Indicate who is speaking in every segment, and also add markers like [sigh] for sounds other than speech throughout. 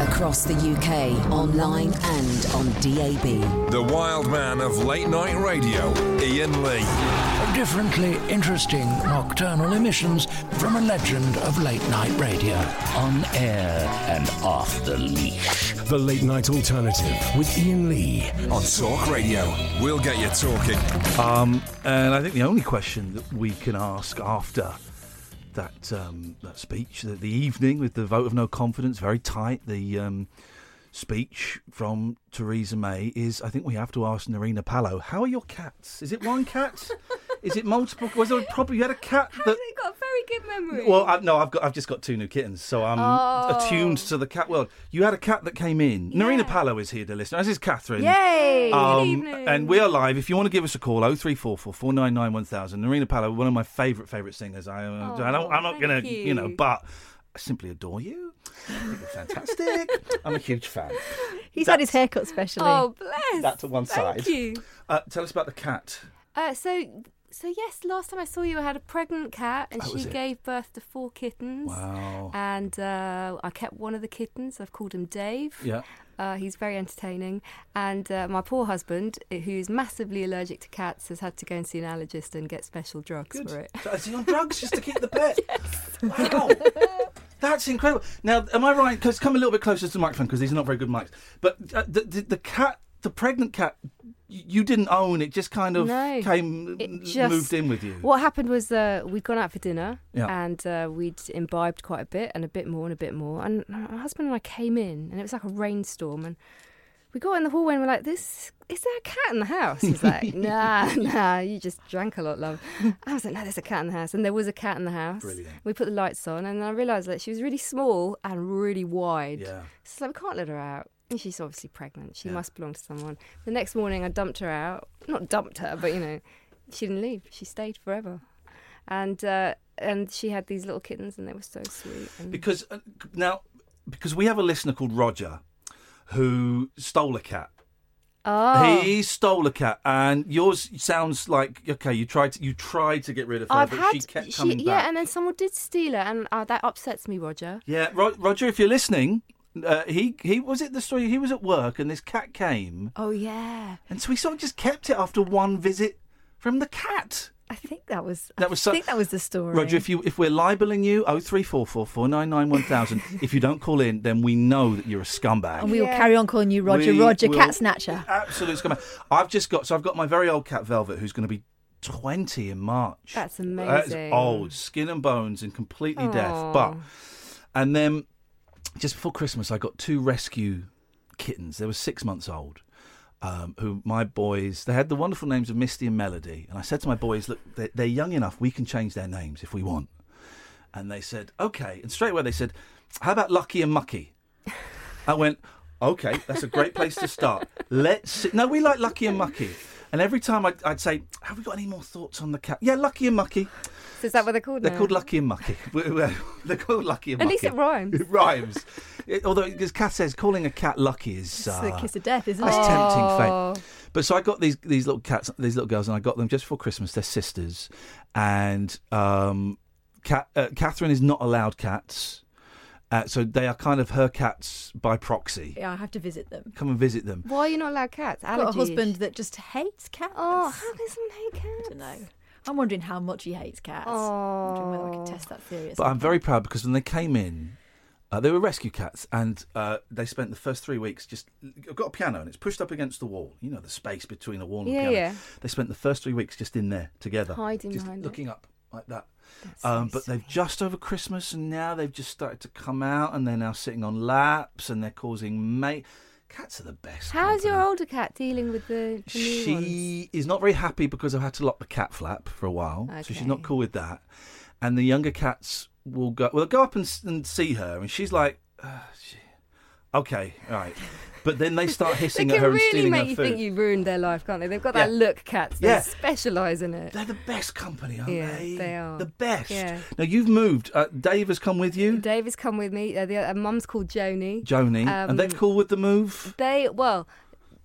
Speaker 1: Across the UK, online and on DAB.
Speaker 2: The wild man of late night radio, Ian Lee.
Speaker 3: Differently interesting nocturnal emissions from a legend of late night radio. On air and off the leash.
Speaker 4: The Late Night Alternative with Ian Lee.
Speaker 2: On Talk Radio, we'll get you talking.
Speaker 5: And I think the only question that we can ask after that um, that speech, the, the evening with the vote of no confidence, very tight, the um, speech from Theresa May is, I think we have to ask Narina Palo, how are your cats? Is it one cat? is it multiple? Was there a problem? You had a cat
Speaker 6: How
Speaker 5: that.
Speaker 6: have you got a very good memory?
Speaker 5: Well, I, no, I've got I've just got two new kittens, so I'm
Speaker 6: Oh.
Speaker 5: attuned to the cat world. You had a cat that came in. Narina Palo is here, dear listener. As is Catherine.
Speaker 6: Yay!
Speaker 5: Um,
Speaker 6: good evening.
Speaker 5: And we are live. If you want to give us a call, 0344 499 1000. Narina Palo, one of my favourite, favourite singers. I, uh, I don't, I'm not
Speaker 6: thank
Speaker 5: going to, you. know,
Speaker 6: you.
Speaker 5: but I simply adore you. I think you're fantastic. I'm a huge fan.
Speaker 7: He's had his haircut specially.
Speaker 6: oh, bless.
Speaker 5: That to one
Speaker 6: Thank
Speaker 5: side.
Speaker 6: you.
Speaker 5: Uh, tell us about the cat.
Speaker 6: Uh, so, so yes, last time I saw you, I had a pregnant cat, and
Speaker 5: That was
Speaker 6: she
Speaker 5: it.
Speaker 6: gave birth to four kittens.
Speaker 5: Wow.
Speaker 6: And uh, I kept one of the kittens. I've called him Dave.
Speaker 5: Yeah.
Speaker 6: Uh, he's very entertaining. And uh, my poor husband, who's massively allergic to cats, has had to go and see an allergist and get special drugs
Speaker 5: Good.
Speaker 6: for it.
Speaker 5: So is he on drugs just to keep
Speaker 6: [laughs]
Speaker 5: the pet? Wow. That's incredible. Now, am I right? Because come a little bit closer to the microphone because these are not very good mics. But uh, the, the, the cat, the pregnant cat, y- you didn't own it. Just kind of
Speaker 6: No.
Speaker 5: came,
Speaker 6: It
Speaker 5: moved
Speaker 6: just-
Speaker 5: in with you.
Speaker 6: What happened was uh, we'd gone out for dinner
Speaker 5: Yeah.
Speaker 6: and uh, we'd imbibed quite a bit and a bit more and a bit more. And my husband and I came in and it was like a rainstorm. And we got in the hallway and we're like, "This is there a cat in the house?" He's
Speaker 5: [laughs]
Speaker 6: like, "Nah, nah, you just drank a lot, love." I was like, "No, there's a cat in the house," and there was a cat in the house.
Speaker 5: Brilliant.
Speaker 6: We put the lights on and I realised that she was really small and really wide.
Speaker 5: Yeah.
Speaker 6: So like, we can't let her out. And she's obviously pregnant. She must belong to someone. The next morning, I dumped her out. Not dumped her, but you know, she didn't leave. She stayed forever. And uh, and she had these little kittens, and they were so sweet. And
Speaker 5: Because uh, now, because we have a listener called Roger who stole a cat.
Speaker 6: oh,
Speaker 5: He stole a cat, and yours sounds like okay. You tried to you tried to get rid of her,
Speaker 6: I've
Speaker 5: but
Speaker 6: had
Speaker 5: she kept coming
Speaker 6: yeah,
Speaker 5: back.
Speaker 6: and then someone did steal her, and uh, that upsets me, Roger.
Speaker 5: Yeah, Ro- Roger, if you're listening, uh, he he was it the story. He was at work and this cat came,
Speaker 6: Oh yeah,
Speaker 5: and so he sort of just kept it after one visit from the cat.
Speaker 7: I think that was.
Speaker 5: That was so-
Speaker 7: I think that was the story.
Speaker 5: Roger, if you if we're libeling you, oh three four four four nine nine one thousand. If you don't call in, then we know that you're a
Speaker 8: [laughs] Oh,
Speaker 5: scumbag.
Speaker 7: and we will
Speaker 6: Yeah.
Speaker 7: carry on calling you Roger.
Speaker 5: We
Speaker 7: Roger,
Speaker 5: will-
Speaker 7: cat snatcher.
Speaker 5: Absolute scumbag. I've just got so I've got my very old cat Velvet, who's going to be twenty in March.
Speaker 6: That's
Speaker 5: That's
Speaker 6: amazing.
Speaker 5: old, skin and bones, and completely deaf.
Speaker 6: Aw.
Speaker 5: But and then just before Christmas, I got two rescue kittens. They were six months old. Um, who my boys? They had the wonderful names of Misty and Melody. And I said to my boys, "Look, they're, they're young enough. We can change their names if we want." And they said, "Okay." And straight away they said, "How about Lucky and Mucky?" I went, okay, that's a great place to start. Let's see. No, we like Lucky and Mucky. And every time I'd, I'd say, have we got any more thoughts on the cat? Yeah, Lucky and Mucky.
Speaker 6: So is that what they're called?
Speaker 5: They're
Speaker 6: now?
Speaker 5: called Lucky and Mucky. [laughs] We- we- They're called Lucky and
Speaker 6: At
Speaker 5: Mucky.
Speaker 6: least it rhymes.
Speaker 5: [laughs] It rhymes. It- although, as Kath says, calling a cat Lucky is...
Speaker 7: It's the
Speaker 5: uh,
Speaker 7: kiss of death, isn't
Speaker 5: that's
Speaker 7: it?
Speaker 5: tempting
Speaker 6: Oh.
Speaker 5: fate. But so I got these these little cats, these little girls, and I got them just before Christmas. They're sisters, and um, Cat, uh, Catherine is not allowed cats, uh, so they are kind of her cats by proxy.
Speaker 7: Yeah, I have to visit them.
Speaker 5: Come and visit them.
Speaker 6: Why are you not allowed cats?
Speaker 7: I've got
Speaker 6: Allergies.
Speaker 7: a husband that just hates cats.
Speaker 6: Oh, how can someone hate cats?
Speaker 7: I don't know. I'm wondering how much he hates cats. I'm wondering whether I could test that theory. at
Speaker 5: But
Speaker 7: some
Speaker 5: I'm
Speaker 7: point.
Speaker 5: very proud because when they came in, uh, they were rescue cats, and uh, they spent the first three weeks just. I've got a piano and it's pushed up against the wall. You know the space between a wall and a
Speaker 6: Yeah,
Speaker 5: piano.
Speaker 6: yeah.
Speaker 5: They spent the first three weeks just in there together,
Speaker 6: Hiding
Speaker 5: just
Speaker 6: behind it.
Speaker 5: looking up like that. Um, but they've just over Christmas, and now they've just started to come out, and they're now sitting on laps, and they're causing mate. Cats are the best.
Speaker 6: How's your
Speaker 5: company.
Speaker 6: older cat dealing with the, the new ones?
Speaker 5: She is not very happy because I've had to lock the cat flap for a while, so she's not
Speaker 6: Okay.
Speaker 5: cool with that. And the younger cats will go. Well, go up and, s- and see her, and she's like, "Ah, she, "Okay, all right." But then
Speaker 6: [laughs]
Speaker 5: they start
Speaker 6: They
Speaker 5: hissing at
Speaker 6: can
Speaker 5: her and
Speaker 6: really
Speaker 5: stealing
Speaker 6: make
Speaker 5: her
Speaker 6: you
Speaker 5: food.
Speaker 6: think you ruined their life, can't they? They've got that
Speaker 5: Yeah.
Speaker 6: look, cats. They
Speaker 5: Yeah.
Speaker 6: specialise in it.
Speaker 5: They're the best company, aren't
Speaker 6: Yeah,
Speaker 5: they?
Speaker 6: they are.
Speaker 5: the best.
Speaker 6: Yeah.
Speaker 5: Now you've moved. Uh, Dave has come with you,
Speaker 6: Dave has come with me. Uh, the, uh, mum's called Joni.
Speaker 5: Joni,
Speaker 6: Um,
Speaker 5: and they're cool with the move.
Speaker 6: They well,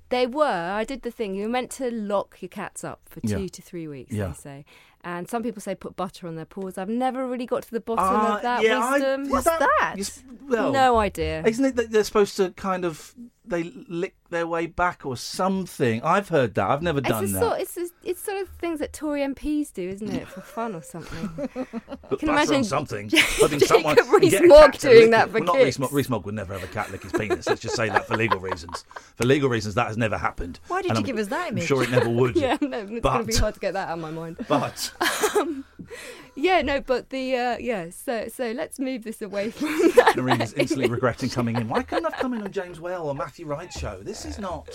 Speaker 6: they were. I did the thing. You were meant to lock your cats up for
Speaker 5: Yeah.
Speaker 6: two to three weeks.
Speaker 5: Yeah.
Speaker 6: They say, and some people say put butter on their paws. I've never really got to the bottom
Speaker 5: Ah,
Speaker 6: of that
Speaker 5: yeah, I-
Speaker 6: wisdom.
Speaker 5: is
Speaker 6: What's
Speaker 5: that-
Speaker 6: that?
Speaker 5: is- well-
Speaker 6: no idea.
Speaker 5: Isn't it that they're supposed to kind of they lick their way back or something? I've heard that. I've never
Speaker 6: It's,
Speaker 5: done
Speaker 6: the
Speaker 5: that.
Speaker 6: sort, it's, the- it's sort of things that Tory MPs do, isn't it, for fun or something?
Speaker 5: Put
Speaker 6: can
Speaker 5: butter on
Speaker 6: imagine [laughs]
Speaker 5: something.
Speaker 6: Ja-
Speaker 5: I think someone
Speaker 6: Jacob
Speaker 5: you get a
Speaker 6: Rees-Mogg
Speaker 5: cat to
Speaker 6: doing
Speaker 5: lick
Speaker 6: that
Speaker 5: it.
Speaker 6: for
Speaker 5: well, not Rees
Speaker 6: kicks.
Speaker 5: Mogg. Rees Mogg would never have a cat lick his penis. Let's just say that for legal reasons. For legal reasons, that has never happened.
Speaker 7: Why did
Speaker 5: And
Speaker 7: you
Speaker 5: I'm-
Speaker 7: give us that
Speaker 5: I'm
Speaker 7: image?
Speaker 5: sure it never
Speaker 6: [laughs]
Speaker 5: would.
Speaker 6: yeah, no, it's going to
Speaker 5: but
Speaker 6: be hard to get that out of my mind.
Speaker 5: but
Speaker 6: [laughs] Yeah, no, but the uh, yeah. So so let's move this away from [laughs] that.
Speaker 5: Noreen's instantly regretting coming in. Why couldn't I have come in on James Whale or Matthew Wright's show? This is not.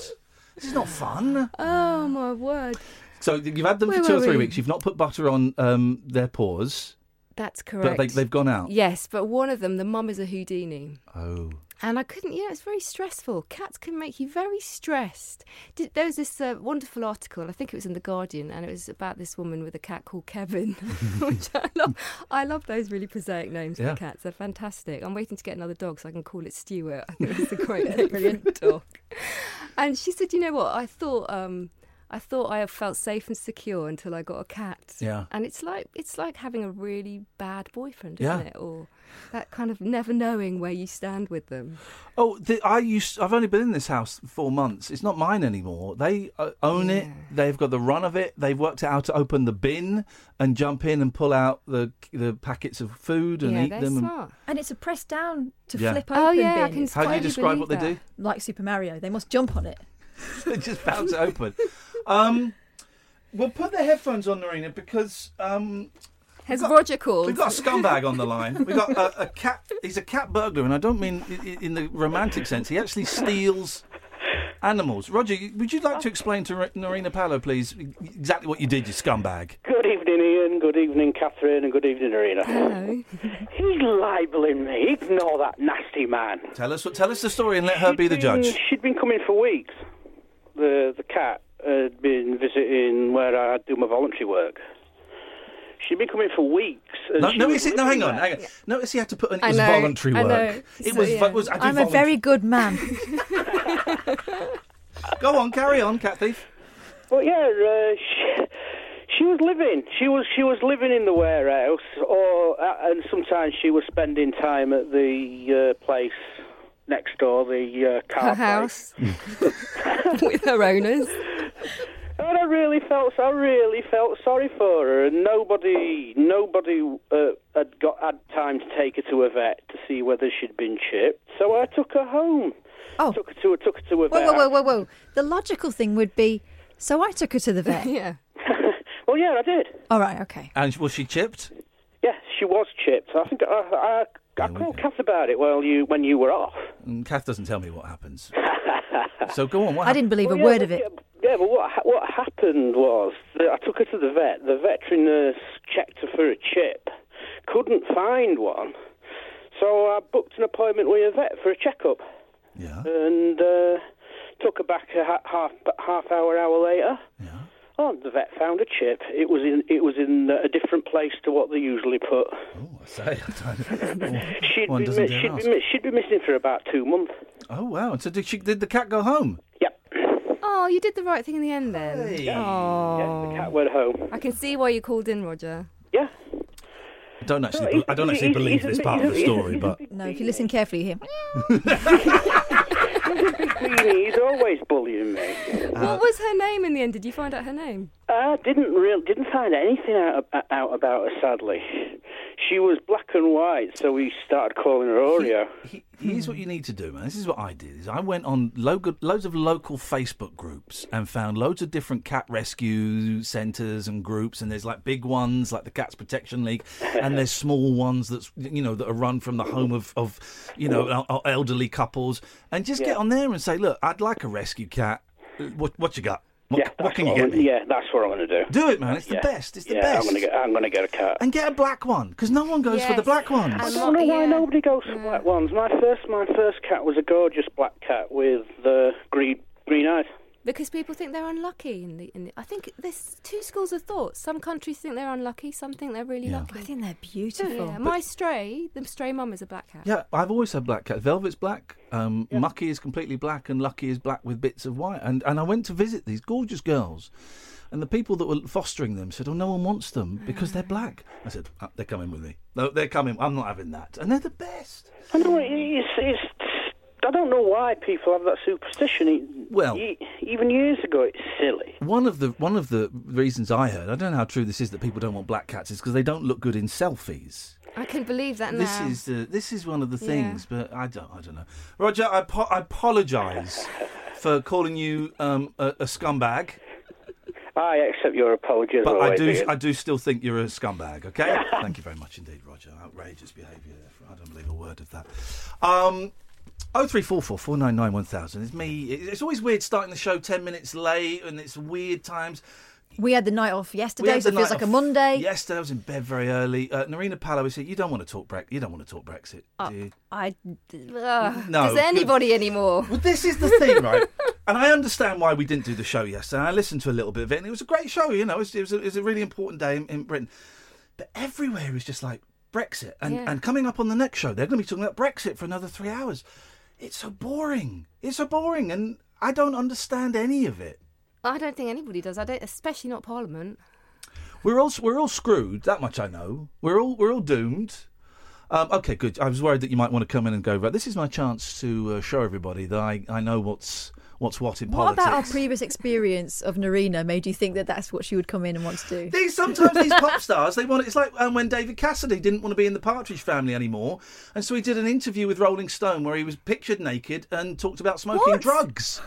Speaker 5: This is not fun.
Speaker 6: Oh my word,
Speaker 5: So you've had them
Speaker 6: Where
Speaker 5: for two
Speaker 6: were
Speaker 5: or three
Speaker 6: we?
Speaker 5: weeks. You've not put butter on um, their paws,
Speaker 6: that's correct.
Speaker 5: but they, they've gone out.
Speaker 6: Yes, but one of them, the mum is a Houdini.
Speaker 5: Oh.
Speaker 6: And I couldn't, you know, it's very stressful. Cats can make you very stressed. Did, there was this uh, wonderful article, I think it was in The Guardian, and it was about this woman with a cat called Kevin, [laughs] which I love. I love those really prosaic names
Speaker 5: Yeah.
Speaker 6: for cats. They're fantastic. I'm waiting to get another dog so I can call it Stuart. I think it's a great [laughs] name for a dog. And she said, you know what, I thought... Um, I thought I felt safe and secure until I got a cat.
Speaker 5: Yeah.
Speaker 6: And it's like it's like having a really bad boyfriend, isn't
Speaker 5: Yeah.
Speaker 6: it? Or that kind of never knowing where you stand with them.
Speaker 5: Oh, the, I used. I've only been in this house four months. It's not mine anymore. They uh, own it.
Speaker 6: Yeah.
Speaker 5: They've got the run of it. They've worked out how to open the bin and jump in and pull out the the packets of food and
Speaker 6: yeah,
Speaker 5: eat
Speaker 6: they're
Speaker 5: them. and-
Speaker 6: smart.
Speaker 7: And it's a press down to
Speaker 5: Yeah.
Speaker 7: flip open
Speaker 6: Oh yeah, I
Speaker 7: bin.
Speaker 6: can
Speaker 7: It's
Speaker 5: How do [laughs] you
Speaker 6: totally
Speaker 5: describe what
Speaker 6: believe
Speaker 5: they
Speaker 6: that.
Speaker 7: like Super Mario. They must jump on it.
Speaker 5: they just bounce it open. Um, well, put the headphones on, Narina, because um,
Speaker 6: Has
Speaker 5: We've got-
Speaker 6: Roger called?
Speaker 5: we've got a scumbag on the line. We've got a, a cat. He's a cat burglar, and I don't mean i- i- in the romantic sense. He actually steals animals. Roger, you- would you like to explain to Ra- Narina Palo, please, exactly what you did, you scumbag?
Speaker 9: Good evening, Ian. Good evening, Catherine. And good evening, Arena.
Speaker 6: Hello.
Speaker 9: He's libeling me. Ignore that nasty man.
Speaker 5: Tell us, tell us the story and let her
Speaker 9: She'd
Speaker 5: be the
Speaker 9: been-
Speaker 5: judge.
Speaker 9: She'd been coming for weeks. The the cat had been visiting where I do my voluntary work. She'd been coming for weeks. and
Speaker 5: No,
Speaker 9: she
Speaker 5: no,
Speaker 9: was
Speaker 5: is it, no, hang
Speaker 9: living
Speaker 5: on,
Speaker 9: there.
Speaker 5: hang on. Notice he had to put in it
Speaker 6: I
Speaker 5: was
Speaker 6: know,
Speaker 5: voluntary
Speaker 6: I
Speaker 5: work.
Speaker 6: know.
Speaker 5: It
Speaker 6: So,
Speaker 5: was,
Speaker 6: yeah.
Speaker 5: was I do
Speaker 7: I'm a
Speaker 5: volun-
Speaker 7: very good man.
Speaker 5: [laughs] Go on, carry on, cat thief.
Speaker 9: Well, yeah, uh, she, she was living. She was she was living in the warehouse, or uh, and sometimes she was spending time at the uh, place next door, the uh, car
Speaker 6: Her
Speaker 9: place.
Speaker 5: [laughs]
Speaker 6: house with her owners.
Speaker 9: And I really felt I really felt sorry for her, and nobody nobody uh, had got had time to take her to a vet to see whether she'd been chipped. So I took her home.
Speaker 7: Oh.
Speaker 9: Took her to took her to a
Speaker 7: Whoa,
Speaker 9: vet.
Speaker 7: whoa, whoa, whoa, whoa. The logical thing would be so I took her to the vet.
Speaker 6: [laughs] Yeah.
Speaker 9: Well, yeah, I did.
Speaker 7: All right, okay.
Speaker 5: And was she chipped?
Speaker 9: Yeah, she was chipped. I think I I, I
Speaker 5: we
Speaker 9: called
Speaker 5: go.
Speaker 9: Kath about it while you when you were off.
Speaker 5: And Kath doesn't tell me what happens. so go on. What
Speaker 7: I didn't believe a word of it.
Speaker 9: Yeah, but what ha- what happened was that I took her to the vet. The veterinary nurse checked her for a chip, couldn't find one, so I booked an appointment with a vet for a checkup,
Speaker 5: happened? Yeah.
Speaker 9: and uh, took her back a ha- half half hour hour later.
Speaker 5: Yeah.
Speaker 9: Oh, the vet found a chip. It was in it was in uh, a different place to what they usually put.
Speaker 5: Oh,
Speaker 9: [laughs]
Speaker 5: I say. I [laughs] don't-
Speaker 9: She'd
Speaker 5: One
Speaker 9: been
Speaker 5: doesn't
Speaker 9: mi-
Speaker 5: dare
Speaker 9: she'd
Speaker 5: ask.
Speaker 9: been mi- she'd been missing for about two months.
Speaker 5: Oh wow! So did she? Did the cat go home?
Speaker 9: Yep.
Speaker 6: Oh, you did the right thing in the end then.
Speaker 9: Yeah, the cat went home.
Speaker 6: I can see why you called in, Roger.
Speaker 9: Yeah.
Speaker 5: I don't actually.
Speaker 9: No,
Speaker 5: be-
Speaker 9: he-
Speaker 5: I don't
Speaker 9: he-
Speaker 5: actually
Speaker 9: he's-
Speaker 5: believe
Speaker 9: he's a
Speaker 5: this
Speaker 9: bit-
Speaker 5: part of the
Speaker 9: he's a-
Speaker 5: story,
Speaker 9: he's a
Speaker 5: but
Speaker 9: big
Speaker 7: No, if you listen carefully, you hear.
Speaker 9: Beanie, he's always bullying me.
Speaker 6: what was her name in the end? Did you find out her name?
Speaker 9: I Ah, didn't real didn't find anything out, ab- out about her. Sadly, she was black and white, so we started calling her Oreo.
Speaker 5: he, here's what you need to do, man. This is what I did. Is I went on lo- loads of local Facebook groups and found loads of different cat rescue centres and groups. And there's like big ones, like the Cats Protection League,
Speaker 9: [laughs]
Speaker 5: and there's small ones that's you know that are run from the home of, of you know el- el- elderly couples. And just get on there and say, look, I'd like a rescue cat. What, what you got? What,
Speaker 9: yeah,
Speaker 5: what
Speaker 9: that's
Speaker 5: can you
Speaker 9: what
Speaker 5: get
Speaker 9: I'm-
Speaker 5: me?
Speaker 9: Yeah, that's what I'm going to do.
Speaker 5: Do it, man. It's the
Speaker 9: Yeah.
Speaker 5: best. It's the
Speaker 9: yeah,
Speaker 5: best.
Speaker 9: I'm going to get. I'm going to get a cat.
Speaker 5: And get a black one, because no one goes for the
Speaker 6: Yes.
Speaker 5: black ones.
Speaker 9: I
Speaker 6: And
Speaker 9: don't know
Speaker 6: what-
Speaker 9: why
Speaker 6: yeah.
Speaker 9: nobody goes for black ones. My first, my first cat was a gorgeous black cat with uh, green green eyes.
Speaker 6: Because people think they're unlucky. In the, in the, I think there's two schools of thought. Some countries think they're unlucky. Some think they're really
Speaker 5: Yeah.
Speaker 6: lucky.
Speaker 7: I think they're
Speaker 6: Don't
Speaker 7: beautiful.
Speaker 6: you? My stray, the stray mum is a black cat.
Speaker 5: Yeah, I've always had black cat. Velvet's black. Um, Mucky is completely black, and Lucky is black with bits of white. And and I went to visit these gorgeous girls, and the people that were fostering them said, "Oh, no one wants them because they're black." I said, "Ah, "They're coming with me. No, they're coming. I'm not having that." And they're the best.
Speaker 9: I know it-
Speaker 5: Mm.
Speaker 9: it's, it's. I don't know why people have that superstition. It-
Speaker 5: Well-
Speaker 9: e- even years ago, it's silly.
Speaker 5: One of the one of the reasons I heard, I don't know how true this is, that people don't want black cats is because they don't look good in selfies.
Speaker 6: I can believe that now.
Speaker 5: This is the this is one of the
Speaker 6: Yeah.
Speaker 5: things, but I don't I don't know. Roger, I, po- I apologise for calling you um, a, a scumbag,
Speaker 9: I accept your apology. as
Speaker 5: but I
Speaker 9: always,
Speaker 5: do
Speaker 9: Ian.
Speaker 5: I do still think you're a scumbag. Okay, [laughs] thank you very much indeed, Roger. Outrageous behaviour. there. I don't believe a word of that. Um, Oh three four four four nine nine one thousand. It's me. It- It's always weird starting the show ten minutes late, and it's weird times.
Speaker 7: We had the night off
Speaker 5: We
Speaker 7: yesterday,
Speaker 5: had
Speaker 7: so it
Speaker 5: the
Speaker 7: feels
Speaker 5: night
Speaker 7: like a
Speaker 5: off
Speaker 7: Monday.
Speaker 5: Yesterday, I was in bed very early. Uh, Narina Palo said, "You don't want to talk Brexit. You don't want to talk Brexit,
Speaker 7: Uh,
Speaker 5: do you?"
Speaker 7: I
Speaker 6: Ugh,
Speaker 5: No,
Speaker 6: does
Speaker 5: good-
Speaker 6: anybody anymore?
Speaker 5: Well, this is the thing, right? [laughs] and I understand why we didn't do the show yesterday. I listened to a little bit of it, and it was a great show. You know, it was, it was, a, it was a really important day in, in Britain. But everywhere is just like Brexit, and
Speaker 6: Yeah.
Speaker 5: and coming up on the next show, they're going to be talking about Brexit for another three hours. It's so boring. It's so boring, and I don't understand any of it.
Speaker 6: I don't think anybody does. I don't, especially not Parliament.
Speaker 5: We're all we're all screwed. That much I know. We're all we're all doomed. Um, okay, good. I was worried that you might want to come in and go. But this is my chance to uh, show everybody that I, I know what's what's what in
Speaker 7: What
Speaker 5: politics.
Speaker 7: about our previous experience of Narina made you think that that's what she would come in and want to do?
Speaker 5: These
Speaker 7: [laughs]
Speaker 5: sometimes these pop stars they want it's like um, when David Cassidy didn't want to be in the Partridge Family anymore, and so he did an interview with Rolling Stone where he was pictured naked and talked about smoking
Speaker 6: What?
Speaker 5: drugs.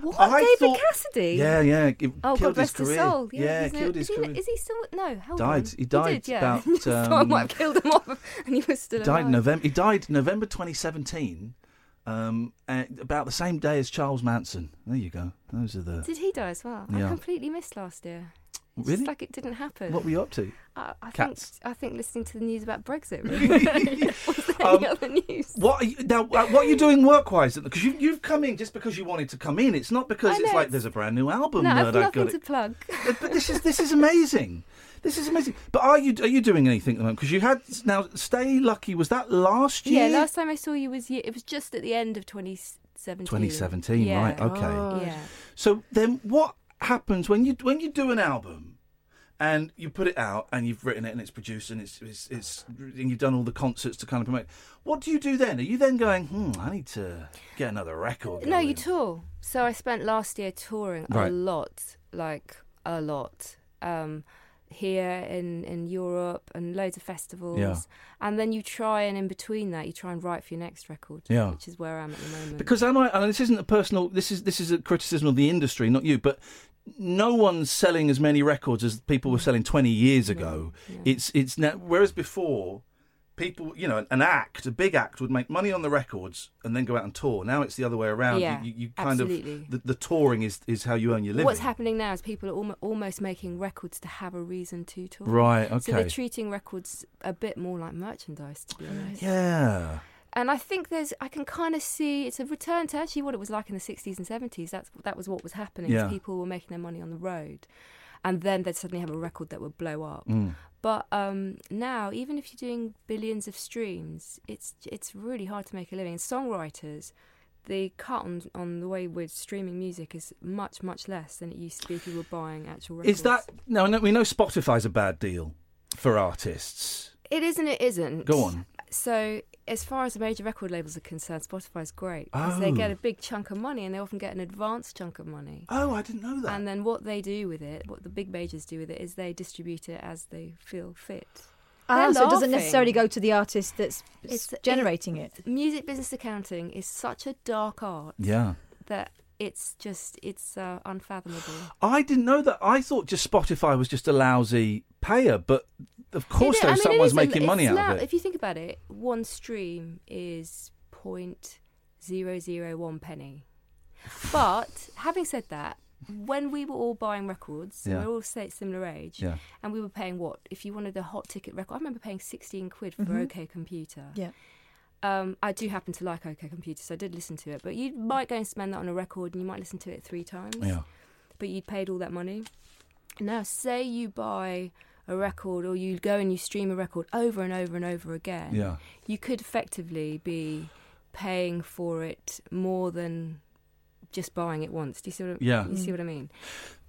Speaker 6: What,
Speaker 5: I
Speaker 6: David
Speaker 5: thought-
Speaker 6: Cassidy?
Speaker 5: Yeah, yeah. it
Speaker 6: Oh,
Speaker 5: killed
Speaker 6: God rest
Speaker 5: his
Speaker 6: his
Speaker 5: career.
Speaker 6: soul. Yeah, he's no-
Speaker 5: killed his
Speaker 6: is he,
Speaker 5: career.
Speaker 6: Is he still? No, hold
Speaker 5: Died.
Speaker 6: on.
Speaker 5: He died
Speaker 6: did, yeah.
Speaker 5: about,
Speaker 6: so [laughs] I might
Speaker 5: um,
Speaker 6: have killed him off, and he was still
Speaker 5: died
Speaker 6: alive.
Speaker 5: November. He died November 2017, um, uh, about the same day as Charles Manson. There you go. Those are the
Speaker 6: Did he die as well?
Speaker 5: Yeah.
Speaker 6: I completely missed last year. It's
Speaker 5: really.
Speaker 6: Just like it didn't happen.
Speaker 5: What were you up to?
Speaker 6: I, I
Speaker 5: Cats.
Speaker 6: think I think listening to the news about
Speaker 5: [laughs]
Speaker 6: Brexit. Really. [laughs] Was there any
Speaker 5: Um,
Speaker 6: other news?
Speaker 5: What are you, now? uh, What are you doing work-wise? Because you, you've come in just because you wanted to come in. It's not because
Speaker 6: I
Speaker 5: it's
Speaker 6: know,
Speaker 5: like
Speaker 6: it's-
Speaker 5: there's a brand new album
Speaker 6: No,
Speaker 5: that
Speaker 6: I've
Speaker 5: I've
Speaker 6: nothing
Speaker 5: got.
Speaker 6: to
Speaker 5: It.
Speaker 6: plug.
Speaker 5: [laughs] But but this is this is amazing. This is amazing. But are you are you doing anything at the moment? Because you had now Stay Lucky was that last
Speaker 6: yeah,
Speaker 5: year?
Speaker 6: last time I saw you was ye- it was just at the end of 2017.
Speaker 5: 2017,
Speaker 6: Yeah.
Speaker 5: right? Oh, Okay.
Speaker 6: Yeah.
Speaker 5: So then, what happens when you when you do an album and you put it out and you've written it and it's produced and it's it's, it's and you've done all the concerts to kind of promote? What do you do then? Are you then going? Hmm, I need to get another record.
Speaker 6: No, you
Speaker 5: going?"
Speaker 6: tour. So I spent last year touring a
Speaker 5: Right.
Speaker 6: lot, like a lot, um, here in in Europe and loads of festivals.
Speaker 5: Yeah.
Speaker 6: And then you try, and in between that, you try and write for your next record.
Speaker 5: Yeah.
Speaker 6: Which is where I'm at the moment.
Speaker 5: Because am I? And this isn't a personal. This is this is a criticism of the industry, not you. But no one's selling as many records as people were selling twenty years ago. It's it's now. Whereas before, people, you know, an act, a big act, would make money on the records and then go out and tour. Now it's the other way around. You-
Speaker 6: Yeah,
Speaker 5: you, you kind
Speaker 6: absolutely.
Speaker 5: of the, the touring is is how you earn your living.
Speaker 6: What's happening now is people are almo- almost making records to have a reason to tour.
Speaker 5: Right,
Speaker 6: So they're
Speaker 5: okay.
Speaker 6: treating records a bit more like merchandise, to be honest.
Speaker 5: Yeah.
Speaker 6: And I think there's, I can kind of see it's a return to actually what it was like in the 60s and 70s. That's that was what was happening. is
Speaker 5: Yeah.
Speaker 6: People were making their money on the road, and then they'd suddenly have a record that would blow up.
Speaker 5: Mm.
Speaker 6: But um, now, even if you're doing billions of streams, it's it's really hard to make a living. And songwriters, the cut on, on the way we're streaming music is much much less than it used to be if you were buying actual records.
Speaker 5: Is that no? no, We know Spotify's a bad deal for artists.
Speaker 6: It is and it isn't.
Speaker 5: Go on.
Speaker 6: So, as far as the major record labels are concerned, Spotify's great because they
Speaker 5: Oh.
Speaker 6: get a big chunk of money and they often get an advanced chunk of money.
Speaker 5: Oh, I didn't know that.
Speaker 6: And then what they do with it, what the big majors do with it, is they distribute it as they feel fit.
Speaker 7: Ah,
Speaker 6: They're
Speaker 7: so it doesn't
Speaker 6: laughing.
Speaker 7: necessarily go to the artist that's
Speaker 6: It's-
Speaker 7: generating it.
Speaker 6: Music business accounting is such a dark art
Speaker 5: yeah.
Speaker 6: that it's just it's uh, unfathomable.
Speaker 5: I didn't know that. I thought just Spotify was just a lousy payer, but of course,
Speaker 6: It-
Speaker 5: though,
Speaker 6: I mean, it is,
Speaker 5: someone's
Speaker 6: um,
Speaker 5: making money
Speaker 6: it's
Speaker 5: out
Speaker 6: now-
Speaker 5: of it.
Speaker 6: If you think about it, one stream is point zero zero one penny. But having said that, when we were all buying records, so
Speaker 5: Yeah.
Speaker 6: we we're all say similar age,
Speaker 5: Yeah.
Speaker 6: and we were paying what? If you wanted a hot ticket record, I remember paying 16 quid for
Speaker 7: Mhm.
Speaker 6: OK Computer.
Speaker 7: Yeah.
Speaker 6: Um, I do happen to like OK Computer, so I did listen to it. But you might go and spend that on a record, and you might listen to it three times.
Speaker 5: Yeah.
Speaker 6: But you'd paid all that money. Now, say you buy a record, or you go and you stream a record over and over and over again.
Speaker 5: Yeah.
Speaker 6: You could effectively be paying for it more than just buying it once. Do you see what I,
Speaker 5: Yeah. Mm.
Speaker 6: you see what I mean?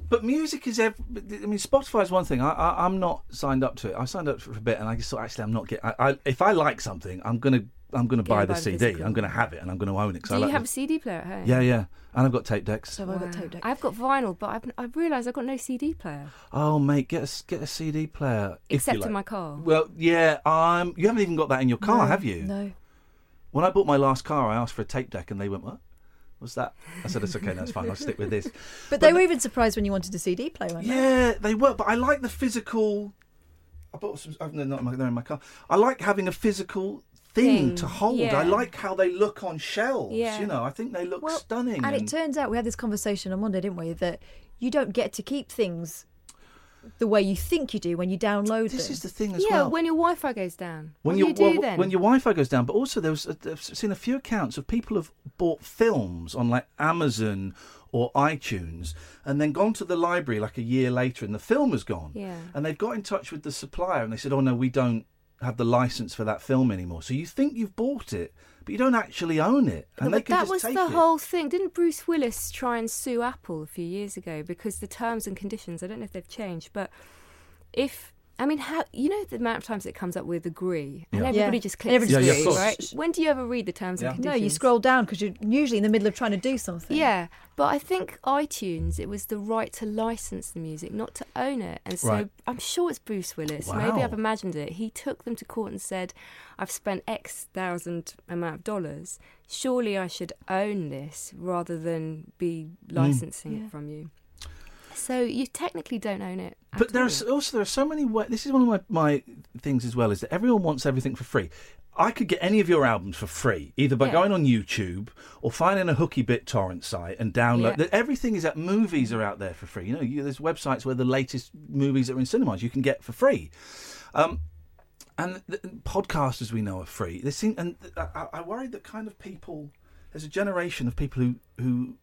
Speaker 5: But music is. Ev- I mean, Spotify is one thing. I, I I'm not signed up to it. I signed up for a bit, and I just thought actually I'm not getting. I, I if I like something, I'm gonna I'm gonna
Speaker 6: Go
Speaker 5: buy
Speaker 6: and
Speaker 5: the
Speaker 6: buy the
Speaker 5: CD.
Speaker 6: physical.
Speaker 5: I'm gonna have it, and I'm gonna own it. 'cause
Speaker 6: Do
Speaker 5: I
Speaker 6: you
Speaker 5: like
Speaker 6: have
Speaker 5: the-
Speaker 6: a CD player at home?
Speaker 5: Yeah, yeah. And I've got tape decks.
Speaker 7: So I've got tape deck.
Speaker 6: I've got vinyl, but I've, I've realised I've got no CD player.
Speaker 5: Oh mate, get a s- get a CD player. if you
Speaker 6: Except in
Speaker 5: like.
Speaker 6: my car.
Speaker 5: Well, yeah. Um, you haven't even got that in your car,
Speaker 7: No,
Speaker 5: have you?
Speaker 7: No.
Speaker 5: When I bought my last car, I asked for a tape deck, and they went, "What? What's that?" I said, "It's okay. That's fine. I'll stick
Speaker 6: [laughs]
Speaker 5: with this."
Speaker 7: But they were even surprised when you wanted a CD player, weren't they?
Speaker 5: Yeah, they were. But I like the physical. I bought some. oh, no, not in my, they're in my car. I like having a physical thing,
Speaker 6: Thing,
Speaker 5: to hold.
Speaker 6: yeah.
Speaker 5: I like how they look on shelves.
Speaker 6: Yeah.
Speaker 5: You know, I think they look stunning.
Speaker 7: And, it turns out we had this conversation on Monday, didn't we? That you don't get to keep things the way you think you do when you download
Speaker 5: this
Speaker 7: them.
Speaker 5: is the thing as
Speaker 6: Yeah,
Speaker 5: well.
Speaker 6: when your Wi-Fi goes down.
Speaker 5: when
Speaker 6: what
Speaker 5: your
Speaker 6: do you do
Speaker 5: well,
Speaker 6: then?
Speaker 5: when your Wi-Fi goes down, but also there was I've seen a few accounts of people have bought films on like Amazon or iTunes, and then gone to the library like a year later, and the film was gone.
Speaker 6: Yeah.
Speaker 5: And they've got in touch with the supplier, and they said, "Oh no, we don't have the license for that film anymore." So you think you've bought it, but you don't actually own it, and
Speaker 6: No,
Speaker 5: they
Speaker 6: but
Speaker 5: can
Speaker 6: that
Speaker 5: just
Speaker 6: was
Speaker 5: take
Speaker 6: the
Speaker 5: it.
Speaker 6: whole thing. Didn't Bruce Willis try and sue Apple a few years ago because the terms and conditions? I don't know if they've changed, but if I mean, how you know the amount of times it comes up with agree, and
Speaker 5: Yeah.
Speaker 6: everybody
Speaker 7: Yeah.
Speaker 6: just
Speaker 7: And
Speaker 6: clicks
Speaker 7: everybody
Speaker 5: Yeah, yeah, of
Speaker 6: agree,
Speaker 5: course.
Speaker 6: right? When do you ever read the terms
Speaker 5: Yeah.
Speaker 6: and
Speaker 7: no,
Speaker 6: conditions?
Speaker 7: you scroll down because you're usually in the middle of trying to do something.
Speaker 6: Yeah, but I think iTunes, it was the right to license the music, not to own it. And so
Speaker 5: Right.
Speaker 6: I'm sure it's Bruce Willis. Maybe
Speaker 5: Wow.
Speaker 6: I've imagined it. He took them to court and said, I've spent X thousand amount of dollars. Surely I should own this rather than be
Speaker 7: Mm.
Speaker 6: licensing
Speaker 7: Yeah.
Speaker 6: it from you. So you technically don't own it. at
Speaker 5: But there's
Speaker 6: all.
Speaker 5: also there are so many. Wa- this is one of my, my things as well is that everyone wants everything for free. I could get any of your albums for free, either by
Speaker 6: Yeah.
Speaker 5: going on YouTube or finding a hooky bit torrent site and download.
Speaker 6: Yeah.
Speaker 5: Everything is at movies are out there for free. You know, you, there's websites where the latest movies that are in cinemas you can get for free. Um, and the, podcasts, as we know, are free. They seem, and I, I worry that kind of people. There's a generation of people who who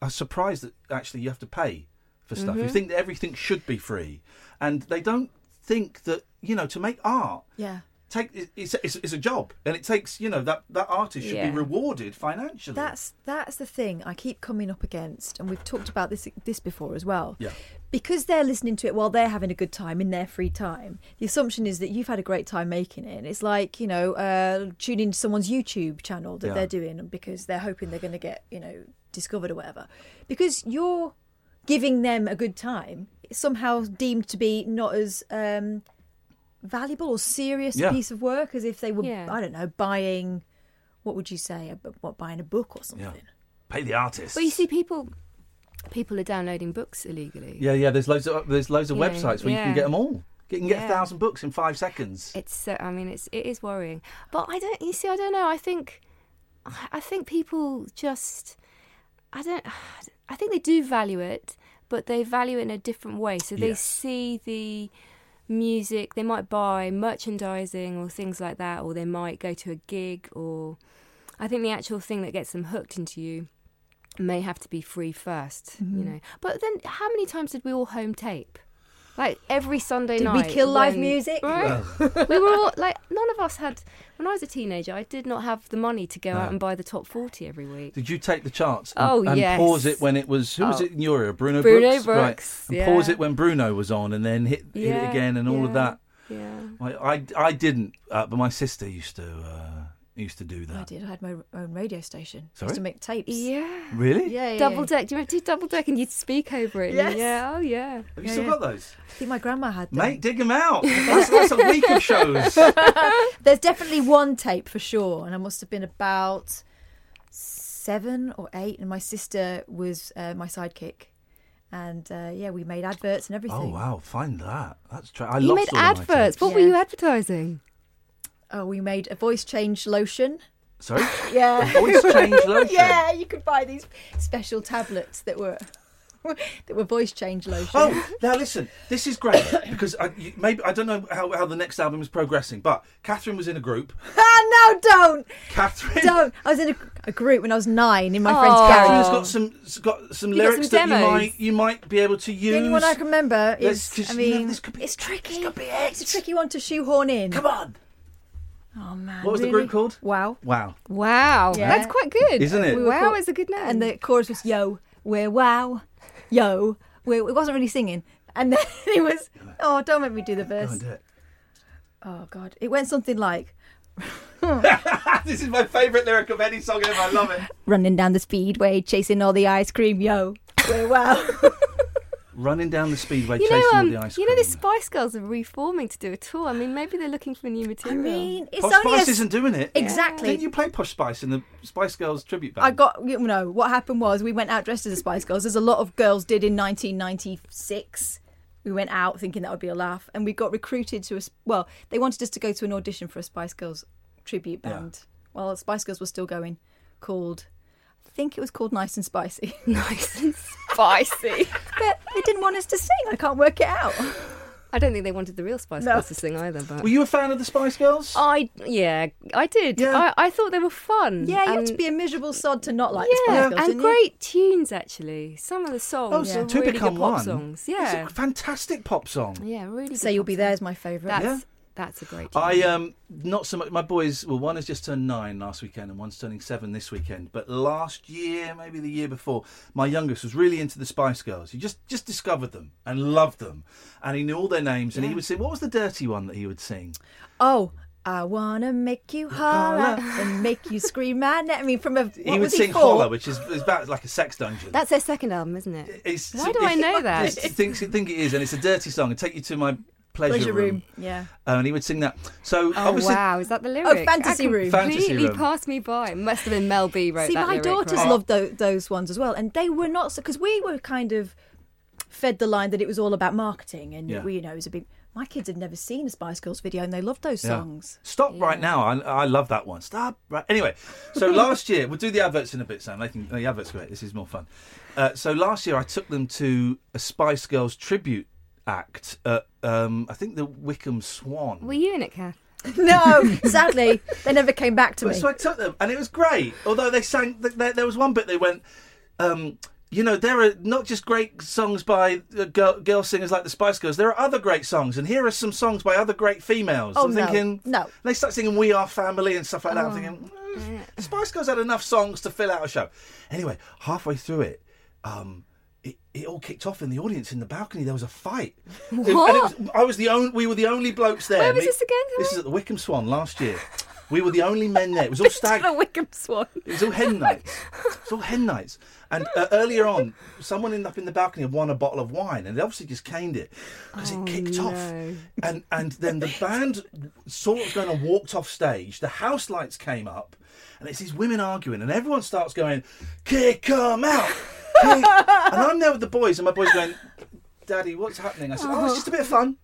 Speaker 5: are surprised that actually you have to pay for stuff.
Speaker 6: Mm-hmm.
Speaker 5: You think that everything should be free, and they don't think that you know to make art
Speaker 7: Yeah.
Speaker 5: take it's, it's, it's a job, and it takes you know that that artist should
Speaker 6: Yeah.
Speaker 5: be rewarded financially.
Speaker 7: That's that's the thing I keep coming up against, and we've talked about this this before as well.
Speaker 5: Yeah.
Speaker 7: Because they're listening to it while they're having a good time in their free time, the assumption is that you've had a great time making it. And it's like you know, uh, tuning to someone's YouTube channel that
Speaker 5: Yeah.
Speaker 7: they're doing because they're hoping they're going to get you know discovered or whatever. Because you're giving them a good time, it's somehow deemed to be not as um, valuable or serious
Speaker 5: Yeah.
Speaker 7: a piece of work as if they were,
Speaker 6: Yeah.
Speaker 7: I don't know, buying what would you say? ab- What buying a book or something?
Speaker 5: yeah, pay the artist.
Speaker 6: But you see, people people are downloading books illegally.
Speaker 5: yeah, yeah. There's loads of uh, there's loads of
Speaker 6: Yeah,
Speaker 5: websites where you can
Speaker 6: yeah.
Speaker 5: get them all. You can get a
Speaker 6: Yeah.
Speaker 5: thousand books in five seconds.
Speaker 6: It's so. I mean, it's it is worrying. But I don't. You see, I don't know. I think, I I think people just. I don't. I think they do value it, but they value it in a different way. So they
Speaker 5: Yes.
Speaker 6: see the music. They might buy merchandising or things like that, or they might go to a gig. Or I think the actual thing that gets them hooked into you may have to be free 1st You
Speaker 7: Mm-hmm.
Speaker 6: know. But then, how many times did we all home tape? Like every Sunday
Speaker 7: Did we
Speaker 6: night.
Speaker 7: kill live
Speaker 6: when-
Speaker 7: music?
Speaker 6: Right? we were all like, none of us had. When I was a teenager, I did not have the money to go out and buy the top forty every week.
Speaker 5: Did you take the charts and,
Speaker 6: Oh,
Speaker 5: and
Speaker 6: yes.
Speaker 5: pause it when it was who was
Speaker 6: Oh.
Speaker 5: it in your era? Bruno,
Speaker 6: Bruno
Speaker 5: Brooks, Right.
Speaker 6: Brooks,
Speaker 5: And
Speaker 6: yeah.
Speaker 5: pause it when Bruno was on, and then hit hit it again, and all of
Speaker 6: yeah,
Speaker 5: that.
Speaker 6: Yeah.
Speaker 5: I I, I didn't, uh, but my sister used to uh, used to do that.
Speaker 7: I did. I had my own radio station.
Speaker 5: Sorry?
Speaker 7: Used to make tapes.
Speaker 6: Yeah.
Speaker 5: Really?
Speaker 7: Yeah, yeah,
Speaker 6: Double
Speaker 7: yeah.
Speaker 6: deck. Do you remember do double deck and you'd speak over it?
Speaker 7: Yes.
Speaker 6: Yeah. Oh yeah.
Speaker 5: Have you still got those?
Speaker 7: I think my grandma had them.
Speaker 5: Mate, dig them out. That's, that's a week
Speaker 7: [laughs]
Speaker 5: of shows.
Speaker 7: There's definitely one tape for sure, and I must have been about seven or eight, and my sister was uh, my sidekick, and uh, yeah, we made adverts and everything.
Speaker 5: oh wow, find that. That's tra- I
Speaker 6: you
Speaker 5: lost
Speaker 6: made
Speaker 5: all of my
Speaker 6: adverts.
Speaker 5: tapes.
Speaker 6: What were
Speaker 7: Yeah.
Speaker 6: you advertising?
Speaker 7: Oh, we made a voice change lotion.
Speaker 5: Sorry.
Speaker 7: [laughs] Yeah. [laughs]
Speaker 5: Voice change lotion.
Speaker 7: yeah, you could buy these special tablets that were. [laughs] that were voice change lotion.
Speaker 5: Oh, now listen, this is great [coughs] because I, you- maybe I don't know how, how the next album is progressing, but Catherine was in a group.
Speaker 7: ah, no, don't,
Speaker 5: Catherine,
Speaker 7: don't. I was in a, a group when I was nine in my
Speaker 6: Oh.
Speaker 7: friend's garage.
Speaker 5: Catherine's got some s- got some
Speaker 6: You got
Speaker 5: lyrics
Speaker 6: some
Speaker 5: that you
Speaker 6: demos.
Speaker 5: might you might be able to use.
Speaker 7: The only one I can remember
Speaker 5: Let's
Speaker 7: is,
Speaker 5: just-
Speaker 7: I
Speaker 5: you know,
Speaker 7: mean,
Speaker 5: this could be-
Speaker 7: it's tricky.
Speaker 5: this could be
Speaker 7: it's a
Speaker 5: it.
Speaker 7: tricky one to shoehorn in.
Speaker 5: Come on.
Speaker 7: Oh man,
Speaker 5: What was the
Speaker 7: really?
Speaker 5: group called?
Speaker 7: Wow.
Speaker 5: Wow.
Speaker 6: Wow,
Speaker 7: Yeah.
Speaker 6: that's quite good,
Speaker 5: Isn't it? We
Speaker 7: were
Speaker 6: wow
Speaker 7: called-
Speaker 6: is a good name.
Speaker 7: And the chorus was yo, we're wow, yo, we're, it wasn't really singing. And
Speaker 6: [laughs]
Speaker 7: then it was, oh, don't make me do the
Speaker 5: Go and
Speaker 7: verse.
Speaker 5: do it.
Speaker 7: Oh God, it went something like
Speaker 5: [laughs] this is my favourite lyric of any song ever. I love it.
Speaker 7: [laughs] running down the speedway, chasing all the ice cream, yo, we're wow. [laughs] um,
Speaker 5: Running down the speedway,
Speaker 6: you
Speaker 5: chasing
Speaker 6: know, um,
Speaker 5: all the ice
Speaker 6: you
Speaker 5: cream.
Speaker 6: know, the Spice Girls are reforming to do a tour. I mean, maybe they're looking for new
Speaker 7: I
Speaker 6: material.
Speaker 7: mean, it's
Speaker 5: Posh
Speaker 7: only a
Speaker 5: Spice
Speaker 7: s-
Speaker 5: isn't doing it.
Speaker 7: exactly.
Speaker 5: Didn't you play Posh Spice in the Spice Girls tribute band?
Speaker 7: I got you know what happened was we went out dressed as the Spice Girls, as a lot of girls did in 1996. We went out thinking that would be a laugh, and we got recruited to a s- well. They wanted us to go to an audition for a Spice Girls tribute
Speaker 5: Yeah.
Speaker 7: band. Well, Spice Girls were still going, called I think it was called Nice and Spicy,
Speaker 6: nice and [laughs] spicy.
Speaker 7: but they didn't want us to sing. I can't work it out.
Speaker 6: I don't think they wanted the real Spice
Speaker 7: No.
Speaker 6: Girls to sing either, but.
Speaker 5: Were you a fan of the Spice Girls?
Speaker 7: Oh,
Speaker 6: I yeah I did
Speaker 5: Yeah.
Speaker 6: I, I thought they were fun
Speaker 7: Yeah, you have
Speaker 6: and-
Speaker 7: to be a miserable sod to not like the
Speaker 6: yeah
Speaker 7: Spice Girls.
Speaker 6: and
Speaker 7: didn't you?
Speaker 6: great tunes actually some of the songs
Speaker 5: Oh, so
Speaker 6: were
Speaker 5: to
Speaker 6: really
Speaker 5: become
Speaker 6: good pop
Speaker 5: one.
Speaker 6: songs yeah
Speaker 5: It's a fantastic pop song.
Speaker 6: yeah really
Speaker 7: So
Speaker 6: good
Speaker 7: you'll
Speaker 6: pop
Speaker 7: be
Speaker 6: songs.
Speaker 7: there is my favourite.
Speaker 6: that's
Speaker 5: Yeah.
Speaker 6: that's a great
Speaker 7: Oh.
Speaker 6: tune.
Speaker 5: I um not so much. My boys, well, one has just turned nine last weekend, and one's turning seven this weekend. But last year, maybe the year before, my youngest was really into the Spice Girls. He just just discovered them and loved them, and he knew all their names. And he would sing. What was the dirty one that he would sing?
Speaker 7: Oh, I wanna make you holler and make you scream my name. I mean, from a Uh, what
Speaker 5: he would
Speaker 7: was
Speaker 5: sing
Speaker 7: he for?
Speaker 5: "Holler," which is, is about like a sex dungeon.
Speaker 6: that's their second album isn't it
Speaker 5: It's-
Speaker 6: why do I
Speaker 5: [laughs]
Speaker 6: know that
Speaker 5: It's, thinks think it is, and it's a dirty song. And take you to my pleasure,
Speaker 7: Pleasure
Speaker 5: room.
Speaker 7: room. Yeah.
Speaker 5: Um, and he would sing that. So
Speaker 6: oh
Speaker 5: obviously,
Speaker 6: wow is that the lyric
Speaker 7: Fantasy
Speaker 6: I
Speaker 7: Room.
Speaker 5: Fantasy
Speaker 6: completely
Speaker 5: Room.
Speaker 6: passed me by must have been Mel B wrote
Speaker 7: See,
Speaker 6: that
Speaker 7: my
Speaker 6: lyric,
Speaker 7: daughters
Speaker 6: right?
Speaker 7: loved tho- those ones as well, and they were not because we were kind of fed the line that it was all about marketing, and
Speaker 5: Yeah.
Speaker 7: we, you know, it was a big. My kids had never seen a Spice Girls video, and they loved those
Speaker 5: Yeah.
Speaker 7: songs.
Speaker 5: Stop right now. I, I love that one. Stop right. Anyway,
Speaker 7: [laughs]
Speaker 5: so last year we'll do the adverts in a bit, Sam. They can, the adverts are great. This is more fun. Uh, so last year I took them to a Spice Girls tribute act at um, I think the Wickham Swan.
Speaker 6: were you in
Speaker 7: [laughs]
Speaker 6: it Kath
Speaker 7: no, sadly, they never came back to
Speaker 5: But-
Speaker 7: me.
Speaker 5: so I took them, and it was great. Although they sang, th- there, there was one bit they went, um, you know, there are not just great songs by uh, girl, girl singers like the Spice Girls. There are other great songs, and here are some songs by other great females.
Speaker 7: Oh,
Speaker 5: I'm
Speaker 7: no.
Speaker 5: thinking,
Speaker 7: No. Oh,
Speaker 5: They start singing "We Are Family" and stuff like that. I'm thinking, mm, the Spice Girls had enough songs to fill out a show. Anyway, halfway through it. Um, it, it all kicked off in the audience in the balcony. There was a fight. It- and it was- I was the only. We were the only blokes there.
Speaker 6: Where was
Speaker 5: Me-
Speaker 6: this again,
Speaker 5: This
Speaker 6: sorry?
Speaker 5: is at the Wickham Swan last year. We were the only men there. It was
Speaker 6: [laughs]
Speaker 5: all stag.
Speaker 6: a Wickham Swan
Speaker 5: It was all hen nights. It was all hen nights. And uh, earlier on, someone ended up in the balcony and won a bottle of wine, and they obviously just caned it because
Speaker 7: Oh,
Speaker 5: it kicked
Speaker 6: no.
Speaker 5: off. And and then the band sort of going and walked off stage. The house lights came up, and it's these women arguing, and everyone starts going, "Kick 'em out!"
Speaker 7: [laughs]
Speaker 5: kick-" and I'm there with the boys, and my boys going, "Daddy, what's happening?" I said, "Oh, it's just a bit of fun."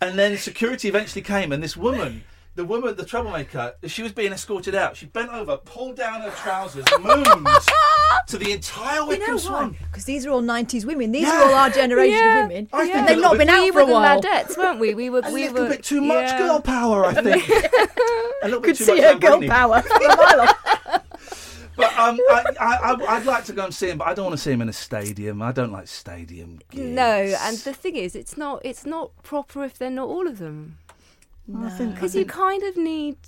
Speaker 5: And then security eventually came, and this woman, the woman, the troublemaker, she was being escorted out. She bent over, pulled down her
Speaker 7: [laughs]
Speaker 5: trousers, mooned to the entire
Speaker 7: you
Speaker 5: Wickham
Speaker 7: know why?
Speaker 5: Swan.
Speaker 7: Because these are all '90s women. These
Speaker 5: Yeah.
Speaker 7: are all our generation
Speaker 6: Yeah.
Speaker 7: of women.
Speaker 5: I think
Speaker 7: and
Speaker 5: a
Speaker 7: they've
Speaker 5: little
Speaker 7: not
Speaker 5: bit-
Speaker 7: been out
Speaker 6: we
Speaker 7: for
Speaker 6: were
Speaker 7: a
Speaker 6: the
Speaker 7: while.
Speaker 6: Ladettes weren't
Speaker 7: [laughs]
Speaker 6: we we were
Speaker 5: A
Speaker 6: we
Speaker 5: little
Speaker 6: were
Speaker 5: bit too much
Speaker 6: yeah.
Speaker 5: girl power, I think. a little bit
Speaker 7: Could
Speaker 5: too
Speaker 7: see
Speaker 5: much
Speaker 7: her
Speaker 5: Lamborghini.
Speaker 7: girl power from
Speaker 5: [laughs]
Speaker 7: a mile off.
Speaker 5: But um, I, I, I, I'd like to go and see him, but I don't want to see him in a stadium. I don't like stadium gigs.
Speaker 6: No,
Speaker 7: [laughs]
Speaker 6: and the thing is, it's not it's not proper if they're not all of them. Because you kind of need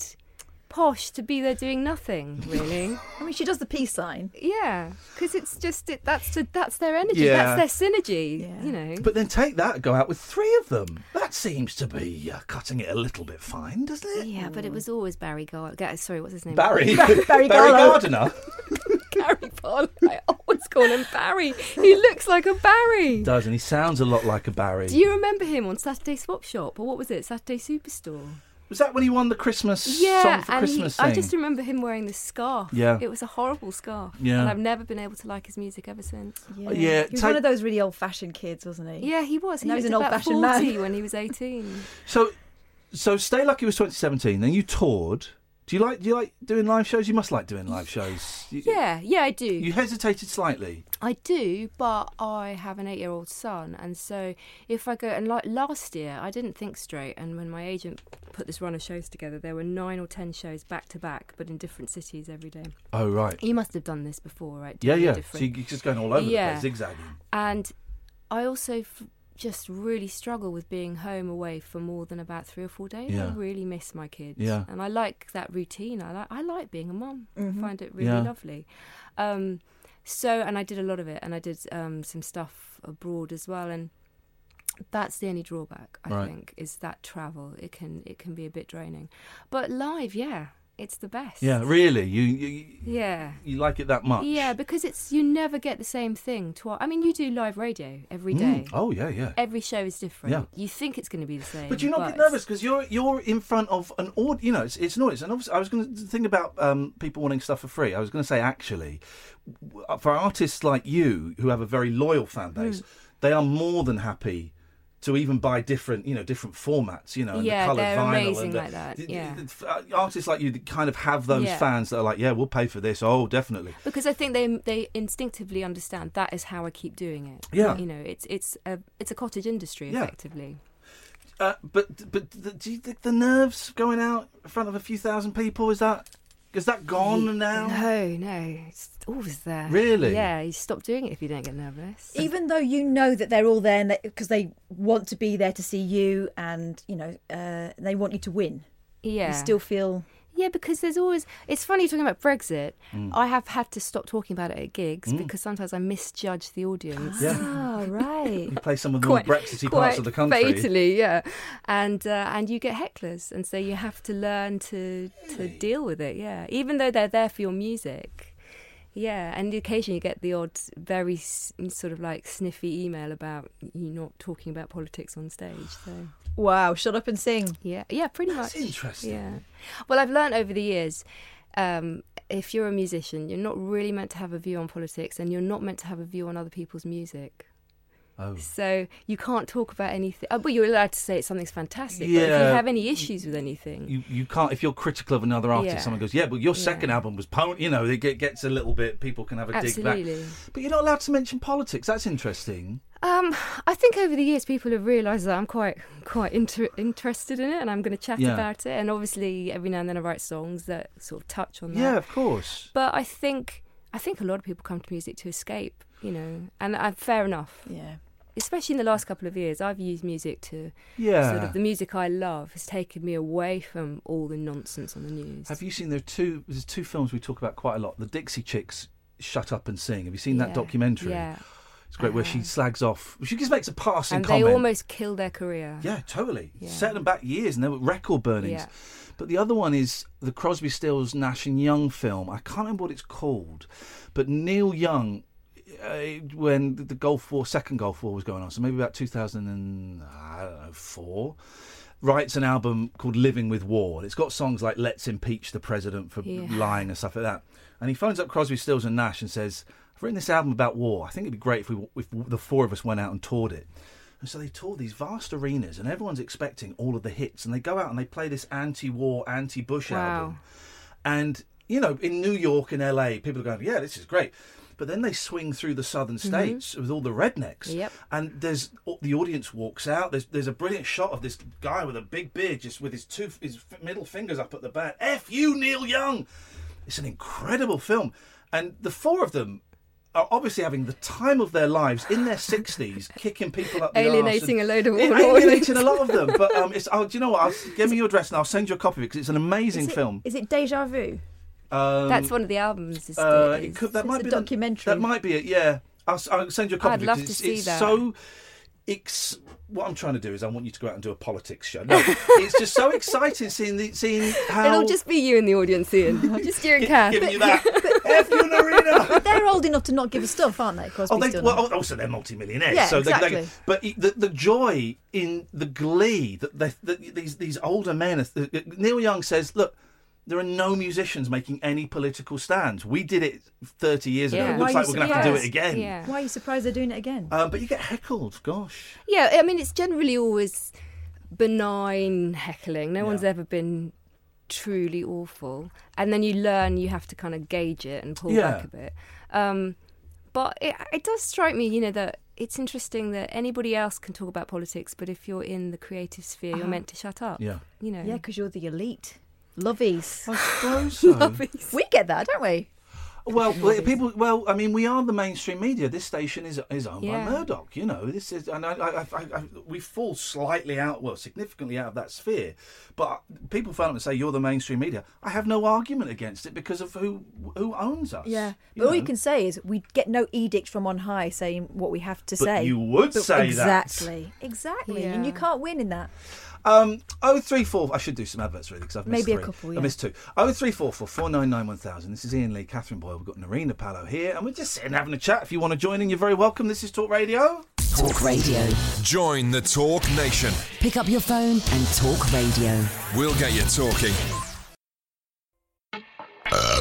Speaker 6: posh to be there doing nothing, [laughs] really.
Speaker 7: I mean, she does the peace sign.
Speaker 6: yeah, because it's just it, that's the, that's their energy,
Speaker 5: Yeah.
Speaker 6: that's their synergy.
Speaker 7: Yeah.
Speaker 6: You know,
Speaker 5: But then take that and go out with three of them. That seems to be uh, cutting it a little bit fine, doesn't it?
Speaker 6: yeah, but it was always Barry Gardner. Sorry, what's his name?
Speaker 5: Barry,
Speaker 7: Barry
Speaker 5: Gardiner.
Speaker 6: [laughs] Barry Barlow. I always call him Barry. He looks like a [laughs] Barry.
Speaker 5: [laughs] does, and he sounds a lot like a Barry.
Speaker 6: Do you remember him on Saturday Swap Shop or what was it? Saturday Superstore.
Speaker 5: Was that when he won the Christmas song
Speaker 6: Yeah,
Speaker 5: for
Speaker 6: and he,
Speaker 5: Christmas
Speaker 6: I
Speaker 5: thing?
Speaker 6: just remember him wearing this scarf.
Speaker 5: Yeah.
Speaker 6: it was a horrible scarf.
Speaker 5: Yeah.
Speaker 6: and I've never been able to like his music ever since.
Speaker 7: Yeah,
Speaker 5: yeah,
Speaker 7: he was
Speaker 5: take-
Speaker 7: one of those really old-fashioned kids, wasn't he?
Speaker 6: Yeah, he was. He
Speaker 7: Now
Speaker 6: was
Speaker 7: he's an
Speaker 6: about
Speaker 7: old-fashioned man.
Speaker 6: [laughs] forty when he was eighteen.
Speaker 5: So, so Stay Lucky was 2017. Then you toured, Do you like do you like doing live shows? You must like doing live shows. You-
Speaker 6: Yeah, yeah, I do.
Speaker 5: You hesitated slightly.
Speaker 6: I do, but I have an eight-year-old son, and so if I go and like last year, I didn't think straight, and when my agent put this run of shows together, there were nine or ten shows back to back, but in different cities every day.
Speaker 5: Oh right.
Speaker 6: You must have done this before, right?
Speaker 5: Yeah,
Speaker 6: Doing a
Speaker 5: yeah. So
Speaker 6: different-
Speaker 5: you're just going all over the
Speaker 6: Yeah.
Speaker 5: place, zigzagging.
Speaker 6: And I also f- just really struggle with being home away for more than about three or four days.
Speaker 5: Yeah.
Speaker 6: I really miss my kids.
Speaker 5: Yeah.
Speaker 6: And I like that routine. I like I like being a mom. I find it really
Speaker 5: Yeah.
Speaker 6: lovely. Um, so and I did a lot of it, and I did um, some stuff abroad as well, and. That's the only drawback I
Speaker 5: Right.
Speaker 6: think is that travel. It can it can be a bit draining, but live, yeah, it's the best.
Speaker 5: Yeah, really. You you
Speaker 6: yeah.
Speaker 5: you like it that much?
Speaker 6: Yeah, because it's you never get the same thing twice. I mean, you do live radio every day.
Speaker 5: Mm. Oh yeah, yeah.
Speaker 6: Every show is different.
Speaker 5: Yeah.
Speaker 6: You think it's going to be the same.
Speaker 5: But you're not getting
Speaker 6: it's-
Speaker 5: nervous because you're you're in front of an audience. You know, it's it's noise. And obviously, I was going to think about um, people wanting stuff for free. I was going to say actually, w- for artists like you who have a very loyal fan
Speaker 6: Hmm.
Speaker 5: base, they are more than happy to even buy different you know different formats. You know, and
Speaker 6: Yeah,
Speaker 5: the coloured
Speaker 6: they're
Speaker 5: vinyl
Speaker 6: amazing
Speaker 5: and the,
Speaker 6: like that,
Speaker 5: the-
Speaker 6: yeah.
Speaker 5: the- the- uh, artists like you that kind of have those
Speaker 6: Yeah.
Speaker 5: fans that are like, yeah, we'll pay for this. Oh, definitely.
Speaker 6: Because I think they they instinctively understand that is how I keep doing it.
Speaker 5: Yeah.
Speaker 6: You know, it's it's a it's a cottage industry
Speaker 5: Yeah.
Speaker 6: effectively.
Speaker 5: Uh, but but the, do you think the nerves going out in front of a few thousand people is that is that gone now?
Speaker 6: No, no, it's always there.
Speaker 5: Oh. Really?
Speaker 6: Yeah. You stop doing it if you don't get nervous.
Speaker 7: Even though you know that they're all there because they want to be there to see you, and you know uh, they want you to win.
Speaker 6: Yeah.
Speaker 7: You still feel
Speaker 6: Yeah, because there's always. It's funny talking about Brexit.
Speaker 5: Mm.
Speaker 6: I have had to stop talking about it at gigs because sometimes I misjudge the audience.
Speaker 5: Yeah.
Speaker 6: [laughs] Ah, right.
Speaker 5: You play some of the more Brexity parts of the country.
Speaker 6: Fatally, yeah, and uh, and you get hecklers, and so you have to learn to to deal with it. Yeah, even though they're there for your music. Yeah, and occasionally you get the odd, very s- sort of like sniffy email about you not talking about politics on stage.
Speaker 5: [gasps]
Speaker 6: So
Speaker 7: wow. Shut up and sing.
Speaker 6: yeah, yeah, pretty
Speaker 5: That's
Speaker 6: much.
Speaker 5: interesting.
Speaker 6: Yeah. Well, I've learned over the years. Um, if you're a musician, you're not really meant to have a view on politics, and you're not meant to have a view on other people's music.
Speaker 5: Oh.
Speaker 6: So you can't talk about anything. Oh, but you're allowed to say something fantastic. But if
Speaker 5: Yeah.
Speaker 6: you have any issues with anything,
Speaker 5: You, you can't if you're critical of another artist.
Speaker 6: Yeah.
Speaker 5: Someone goes, yeah, but your second album was, po-, you know, it get, gets a little bit. People can have a dig
Speaker 6: absolutely.
Speaker 5: back. But you're not allowed to mention politics. That's interesting.
Speaker 6: Um, I think over the years people have realised that I'm quite quite inter- interested in it, and I'm going to chat
Speaker 5: Yeah.
Speaker 6: about it. And obviously, every now and then I write songs that sort of touch on that.
Speaker 5: Yeah, of course.
Speaker 6: But I think I think a lot of people come to music to escape, you know, and uh, fair enough.
Speaker 7: Yeah.
Speaker 6: Especially in the last couple of years, I've used music to
Speaker 5: Yeah.
Speaker 6: sort of the music I love has taken me away from all the nonsense on the news.
Speaker 5: Have you seen there are two? There's two films we talk about quite a lot. The Dixie Chicks, Shut Up and Sing. Have you seen that
Speaker 6: Yeah,
Speaker 5: documentary?
Speaker 6: Yeah,
Speaker 5: It's great where she
Speaker 6: Uh-huh.
Speaker 5: slags off. She just makes a passing
Speaker 6: and
Speaker 5: comment.
Speaker 6: they almost kill their career.
Speaker 5: Yeah, totally.
Speaker 6: Yeah.
Speaker 5: Set them back years, and they were record burnings.
Speaker 6: Yeah.
Speaker 5: But the other one is the Crosby, Stills, Nash and Young film. I can't remember what it's called, but Neil Young, uh, when the Gulf War, second Gulf War was going on, so maybe about two thousand and I don't know four. Writes an album called Living with War. and It's got songs like Let's Impeach the President for
Speaker 6: Yeah.
Speaker 5: Lying and stuff like that. And he phones up Crosby, Stills, and Nash and says, I've written this album about war. I think it'd be great if, we, if the four of us went out and toured it. And so they tour these vast arenas, and everyone's expecting all of the hits. And they go out and they play this anti-war, anti-Bush
Speaker 6: Wow.
Speaker 5: album. And you know, in New York and LA, people are going, "Yeah, this is great." But then they swing through the southern states with all the rednecks.
Speaker 6: Mm-hmm. Yep.
Speaker 5: And there's the audience walks out. There's there's a brilliant shot of this guy with a big beard, just with his two his middle fingers up at the back. F you, Neil Young. It's an incredible film, and the four of them. Are obviously having the time of their lives in
Speaker 6: [laughs]
Speaker 5: their sixties, kicking people up the arse and-
Speaker 6: Alienating a load of
Speaker 5: Yeah,
Speaker 6: all
Speaker 5: alienating
Speaker 6: audience.
Speaker 5: a lot of them. But um, it's oh, do you know what? I'll, s- give me your address and I'll send you a copy of it because it's an amazing
Speaker 7: Is it-
Speaker 5: film.
Speaker 7: Is it deja vu?
Speaker 5: Um,
Speaker 6: That's one of the albums. Is,
Speaker 5: uh,
Speaker 6: is-
Speaker 5: it could, that
Speaker 7: It's
Speaker 5: might
Speaker 7: a
Speaker 5: be
Speaker 7: documentary.
Speaker 5: The, that might be it. Yeah, I'll, s will send you a copy.
Speaker 6: I'd
Speaker 5: of it
Speaker 6: love
Speaker 5: 'cause
Speaker 6: to
Speaker 5: it's,
Speaker 6: see
Speaker 5: it's
Speaker 6: that.
Speaker 5: So, it's what I'm trying to do is I want you to go out and do a politics show. No, it's just
Speaker 6: [laughs]
Speaker 5: so exciting seeing the, seeing how
Speaker 6: It'll just be you in the audience,
Speaker 5: [laughs]
Speaker 6: Ian. just you and Kath.
Speaker 5: giving you that
Speaker 6: [laughs]
Speaker 5: F you, Narina.
Speaker 7: They're old enough to not give a stuff, aren't they? Crosby,
Speaker 5: Oh, they,
Speaker 7: Stills,
Speaker 5: well, al- also they're multimillionaires.
Speaker 7: Yeah,
Speaker 5: so they,
Speaker 7: exactly.
Speaker 5: They, but i- the, the joy in the glee that, they, that these these older men. Are, Neil Young says, "Look, there are no musicians making any political stands. We did it 30 years ago.
Speaker 6: Yeah.
Speaker 5: It looks
Speaker 7: Why
Speaker 5: like
Speaker 7: you
Speaker 5: we're going to have to do it
Speaker 7: surprised?
Speaker 5: again."
Speaker 6: Yeah.
Speaker 7: Why are you surprised they're doing it again?
Speaker 5: Um, but you get heckled. Gosh.
Speaker 6: Yeah, I mean, it's generally always benign heckling. No one's
Speaker 5: Yeah.
Speaker 6: ever been truly awful, and then you learn you have to kind of gauge it and pull
Speaker 5: Yeah.
Speaker 6: back a bit. Um, but it, it does strike me, you know, that it's interesting that anybody else can talk about politics, but if you're in the creative sphere, you're
Speaker 7: Ah.
Speaker 6: meant to shut up.
Speaker 5: Uh-huh. Yeah.
Speaker 6: You know.
Speaker 7: Yeah, because you're the elite. Lovies.
Speaker 5: I
Speaker 7: [laughs]
Speaker 5: suppose so.
Speaker 7: we get that, don't we?
Speaker 5: Well, well, people. Well, I mean, we are the mainstream media. This station is is owned
Speaker 6: Yeah.
Speaker 5: by Murdoch. You know, this is, and I, I, I, I, we fall slightly out, well, significantly out of that sphere. But people phone up and say you're the mainstream media. I have no argument against it because of who who owns us.
Speaker 7: Yeah.
Speaker 5: you
Speaker 7: But all you
Speaker 5: know.
Speaker 7: can say is we get no edict from on high saying what we have to
Speaker 5: But
Speaker 7: say.
Speaker 5: you would say that.
Speaker 7: Exactly. Exactly.
Speaker 6: Yeah.
Speaker 7: And you can't win in that.
Speaker 5: Um, oh three four. I should do some adverts really because I've missed
Speaker 7: Maybe a
Speaker 5: three.
Speaker 7: couple,
Speaker 5: I
Speaker 7: yeah.
Speaker 5: missed two. Oh three four four four nine nine one thousand. This is Ian Lee, Catherine Boyle. We've got Narina Palo here, and we're just sitting having a chat. If you want to join in, you're very welcome. This is Talk Radio.
Speaker 1: Talk Radio.
Speaker 2: Join the Talk Nation.
Speaker 1: Pick up your phone and talk radio.
Speaker 2: We'll get you talking.
Speaker 10: Uh,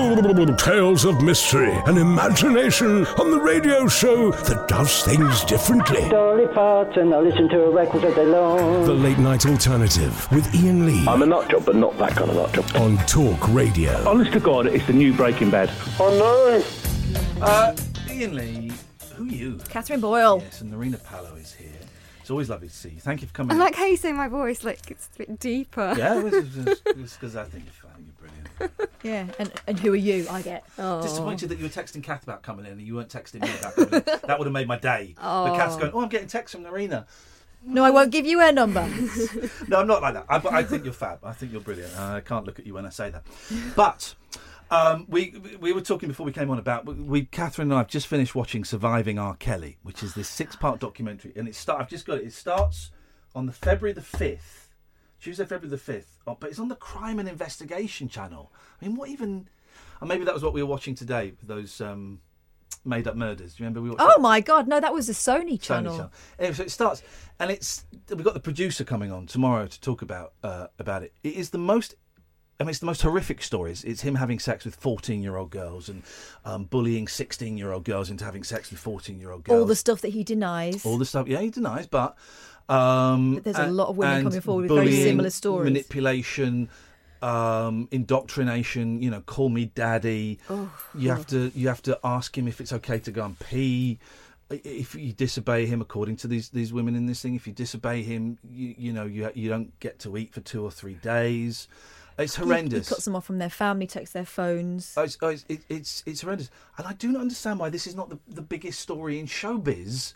Speaker 4: Tales of mystery and imagination on the radio show that does things differently.
Speaker 11: Dolly Parton, I listen to her records all day long.
Speaker 4: The Late Night Alternative with Ian Lee. I'm a nut job, but not that kind of nut job. On Talk Radio. Honest to God, it's the new Breaking Bad.
Speaker 5: Oh no! Uh, Ian Lee, who are you?
Speaker 7: Catherine Boyle.
Speaker 5: Yes, and Narina Palo is here. It's always lovely to see you. Thank you for
Speaker 6: I
Speaker 5: coming.
Speaker 6: like how you say my voice, like it's a bit deeper.
Speaker 5: [laughs] yeah, because I think I think you're brilliant.
Speaker 7: Yeah. And, and who are you? I get. Oh.
Speaker 5: Disappointed that you were texting Kath about coming in and you weren't texting me about coming
Speaker 7: [laughs]
Speaker 5: in. That would have made my day. But Kath's
Speaker 7: Oh.
Speaker 5: going, oh, I'm getting texts from Narina.
Speaker 7: No, I won't give you her number.
Speaker 6: [laughs]
Speaker 5: No, I'm not like that. I, but I think you're fab. I think you're brilliant. And I can't look at you when I say that. But um, we we were talking before we came on about we Catherine and I have just finished watching Surviving R. Kelly, which is this six part documentary, and it start. I've just got it. It starts on the February the fifth, Tuesday, February the fifth. Oh, but it's on the Crime and Investigation Channel. I mean, what even? And maybe that was what we were watching today. Those um, made up murders. Do you remember we watched?
Speaker 7: Oh my God! No, that was the Sony
Speaker 5: Sony
Speaker 7: channel.
Speaker 5: channel. Anyway, so it starts, and it's we've got the producer coming on tomorrow to talk about uh, about it. It is the most. I mean, it's the most horrific stories. It's him having sex with fourteen-year-old girls and um, bullying sixteen-year-old girls into having sex with fourteen-year-old girls.
Speaker 7: All the stuff that he denies.
Speaker 5: All the stuff. Yeah, he denies, but. Um,
Speaker 7: But there's a
Speaker 5: and-
Speaker 7: lot of women
Speaker 5: and
Speaker 7: coming forward with very
Speaker 5: bullying,
Speaker 7: similar stories.
Speaker 5: manipulation, um, indoctrination. You know, call me daddy.
Speaker 7: Oh.
Speaker 5: you have to you have to ask him if it's okay to go and pee. I- If you disobey him, according to these these women in this thing, if you disobey him, you, you know you you don't get to eat for two or three days. It's
Speaker 7: He-
Speaker 5: horrendous.
Speaker 7: He cuts them off from their family, takes their phones.
Speaker 5: Oh, it's, oh, it's, it- it's it's horrendous, and I do not understand why this is not the, the biggest story in showbiz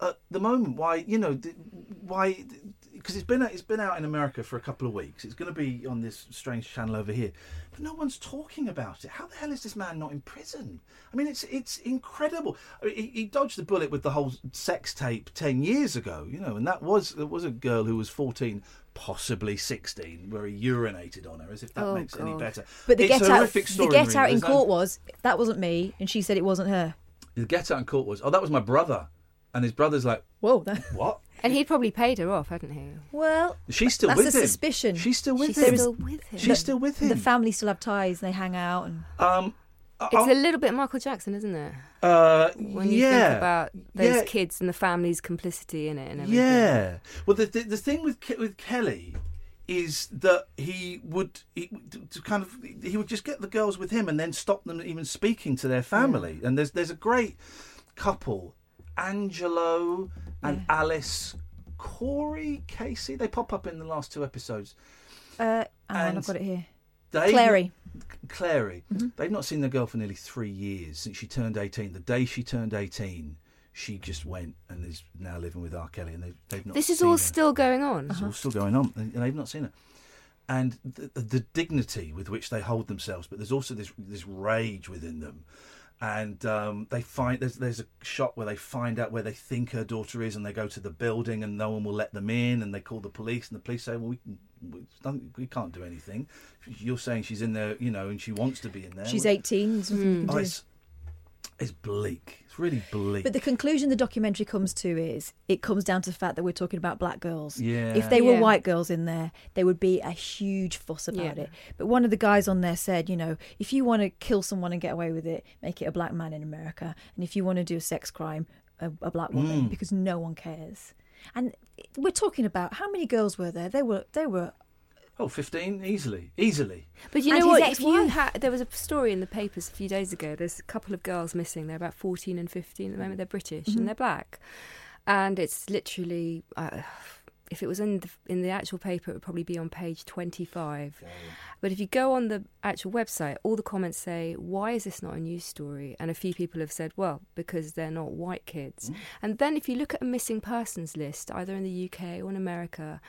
Speaker 5: at the moment. Why you know th- why because it's been it's been out in America for a couple of weeks. It's going to be on this strange channel over here, but no one's talking about it. How the hell is this man not in prison? I mean, it's it's incredible. I mean, he, he dodged the bullet with the whole sex tape ten years ago, you know, and that was there was a girl who was fourteen. Possibly sixteen, where he urinated on her, as if that
Speaker 7: Oh,
Speaker 5: makes any
Speaker 7: God.
Speaker 5: better.
Speaker 7: But the
Speaker 5: It's
Speaker 7: get
Speaker 5: a
Speaker 7: out,
Speaker 5: horrific story,
Speaker 7: the get out
Speaker 5: Marina.
Speaker 7: in
Speaker 5: There's no-
Speaker 7: court was that wasn't me, and she said it wasn't her.
Speaker 5: the get out in court was, oh, that was my brother. And his brother's like,
Speaker 7: Whoa, that,
Speaker 5: what?
Speaker 6: And he'd probably paid her off, hadn't he?
Speaker 7: well,
Speaker 5: She's still
Speaker 7: that's
Speaker 5: with
Speaker 7: a
Speaker 5: him.
Speaker 7: suspicion.
Speaker 5: She's still with
Speaker 7: There
Speaker 5: him.
Speaker 7: is-
Speaker 5: Still with him. She's still with
Speaker 7: The
Speaker 5: him.
Speaker 7: family still have ties, and they hang out. And
Speaker 5: Um,
Speaker 6: It's a little bit Michael Jackson, isn't it?
Speaker 5: uh,
Speaker 6: When you
Speaker 5: yeah.
Speaker 6: think about those
Speaker 5: yeah.
Speaker 6: kids and the family's complicity in it and everything.
Speaker 5: Yeah. Well, the, the the thing with Ke- with Kelly is that he would he, to kind of he would just get the girls with him and then stop them even speaking to their family. And there's there's a great couple, Angelo and Alice Corey Casey. They pop up in the last two episodes.
Speaker 7: uh, hang on,
Speaker 5: And
Speaker 7: I've got it here.
Speaker 5: They,
Speaker 7: Clary.
Speaker 5: Clary.
Speaker 6: Mm-hmm.
Speaker 5: They've not seen their girl for nearly three years since she turned 18. The day she turned 18, she just went and is now living with R. Kelly. And they've, they've not
Speaker 6: This is
Speaker 5: seen
Speaker 6: all
Speaker 5: her.
Speaker 6: still going on.
Speaker 5: It's
Speaker 7: Uh-huh.
Speaker 5: all still going on. And they've not seen her. And the, the dignity with which they hold themselves, but there's also this this rage within them. and um, they find there's there's a shot where they find out where they think her daughter is, and they go to the building, and no one will let them in, and they call the police, and the police say, "Well, we can, we, don't- we can't do anything. You're saying she's in there, you know, and she wants to be in there.
Speaker 7: She's
Speaker 5: We-
Speaker 7: 18. so
Speaker 6: Hmm.
Speaker 7: we can
Speaker 5: Oh,
Speaker 7: do-
Speaker 5: it's, it's bleak. It's really bleak.
Speaker 7: But the conclusion the documentary comes to is it comes down to the fact that we're talking about black girls.
Speaker 5: Yeah.
Speaker 7: If they were
Speaker 5: Yeah.
Speaker 7: white girls in there, there would be a huge fuss about
Speaker 6: Yeah.
Speaker 7: it. But one of the guys on there said, you know, if you want to kill someone and get away with it, make it a black man in America. And if you want to do a sex crime, a, a black woman,
Speaker 12: Mm.
Speaker 7: because no one cares. And we're talking about how many girls were there? They were, they were.
Speaker 5: oh, 15? Easily. Easily.
Speaker 6: But you
Speaker 7: And
Speaker 6: know
Speaker 7: his
Speaker 6: what? If you
Speaker 7: ex-wife.
Speaker 6: had, there was a story in the papers a few days ago. There's a couple of girls missing. They're about 14 and 15 at the moment. They're British
Speaker 12: Mhm.
Speaker 7: Mm-hmm.
Speaker 6: and they're black, and it's literally. Uh, if it was in the in the actual paper, it would probably be on page 25. But if you go on the actual website, all the comments say, "Why is this not a news story?" And a few people have said, "Well, because they're not white kids." And then if you look at a missing persons list, either in the UK or in America,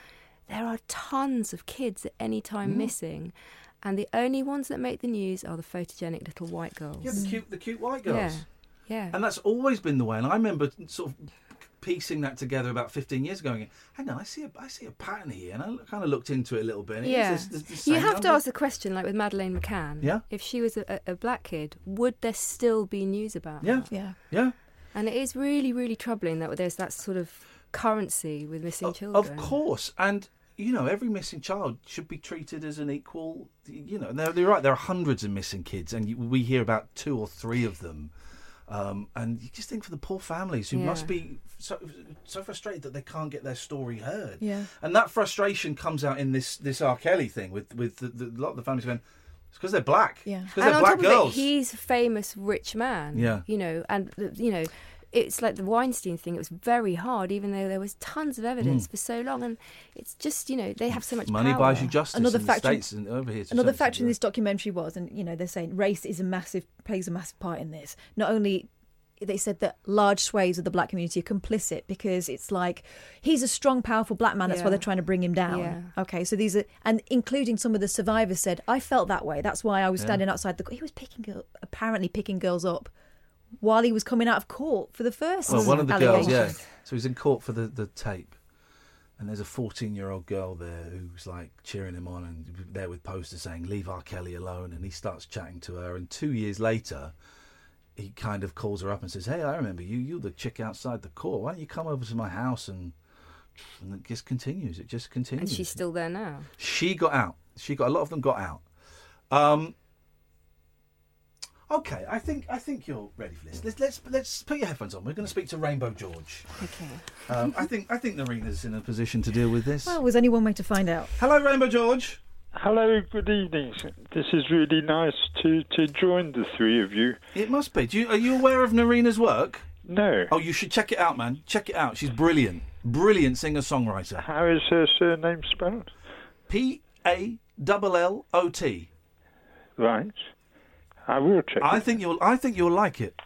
Speaker 6: there are tons of kids at any time
Speaker 5: Mm.
Speaker 6: missing, and the only ones that make the news are the photogenic little white girls.
Speaker 5: Yeah, the cute, the cute white girls.
Speaker 6: Yeah.
Speaker 5: And that's always been the way. And I remember sort of piecing that together about 15 years ago. And going, hang on, I see a, I see a pattern here. And I kind of looked into it a little bit. and it is
Speaker 6: Yeah.
Speaker 5: this- this- this
Speaker 6: you
Speaker 5: same
Speaker 6: have to
Speaker 5: number.
Speaker 6: ask the question, like with Madeleine McCann.
Speaker 5: Yeah.
Speaker 6: If she was a, a a black kid, would there still be news about
Speaker 5: Yeah.
Speaker 6: her?
Speaker 7: Yeah.
Speaker 5: Yeah.
Speaker 6: And it is really, really troubling that there's that sort of currency with missing children.
Speaker 5: Of course. And, you know, every missing child should be treated as an equal. You know, they're, they're right. There are hundreds of missing kids, and you, we hear about two or three of them. Um, and you just think for the poor families who
Speaker 4: Yeah.
Speaker 5: must be so, so frustrated that they can't get their story heard.
Speaker 4: Yeah.
Speaker 5: And that frustration comes out in this this R. Kelly thing with with the, the, a lot of the families going, it's because they're black.
Speaker 6: Yeah.
Speaker 5: It's because
Speaker 6: And
Speaker 5: they're
Speaker 6: on
Speaker 5: black
Speaker 6: top
Speaker 5: girls.
Speaker 6: of it, he's a famous rich man.
Speaker 5: Yeah.
Speaker 6: You know, and uh, you know, it's like the Weinstein thing. It was very hard, even though there was tons of evidence
Speaker 5: Mm.
Speaker 6: for so long. And it's just you know they have so much
Speaker 5: Money
Speaker 6: power.
Speaker 5: buys you justice
Speaker 7: Another
Speaker 5: in
Speaker 7: factor-
Speaker 5: the States and over here. to
Speaker 7: Another
Speaker 5: some
Speaker 7: factor in
Speaker 5: extent.
Speaker 7: this documentary was, and you know, they're saying race is a massive plays a massive part in this. Not only they said that large swathes of the black community are complicit because it's like he's a strong, powerful black man. That's why
Speaker 6: Yeah.
Speaker 7: they're trying to bring him down.
Speaker 6: Yeah.
Speaker 7: Okay, so these are, and including some of the survivors said, I felt that way. That's why I was
Speaker 6: Yeah.
Speaker 7: standing outside the. He was picking girl, apparently picking girls up while he was coming out of court for the first.
Speaker 5: Well, one of the girls, yeah.
Speaker 7: allegation.
Speaker 5: So he's in court for the, the tape, and there's a 14 year old girl there who's like cheering him on and there with posters saying, Leave R. Kelly alone. And he starts chatting to her. And two years later, he kind of calls her up and says, Hey, I remember you. You're the chick outside the court. Why don't you come over to my house? And, and it just continues. It just
Speaker 6: And
Speaker 5: continues.
Speaker 6: she's still there now.
Speaker 5: She got out. She got a lot of them got out. Um, okay, I think I think you're ready for this. Let's let's, let's put your headphones on. We're going to speak to Rainbow George.
Speaker 6: Okay.
Speaker 5: Um, I think I think Narina's in a position to deal with this.
Speaker 7: Well, was only one way to find out.
Speaker 5: Hello, Rainbow George.
Speaker 13: Hello, good evening. This is really nice to, to join the three of you.
Speaker 5: It must be. Do you, are you aware of Narina's work?
Speaker 13: No.
Speaker 5: Oh, you should check it out, man. Check it out. She's brilliant, brilliant singer songwriter.
Speaker 13: How is her surname spelled?
Speaker 5: P A L L O T.
Speaker 13: Right. I will check.
Speaker 5: I
Speaker 13: it.
Speaker 5: think you'll I think you'll like it.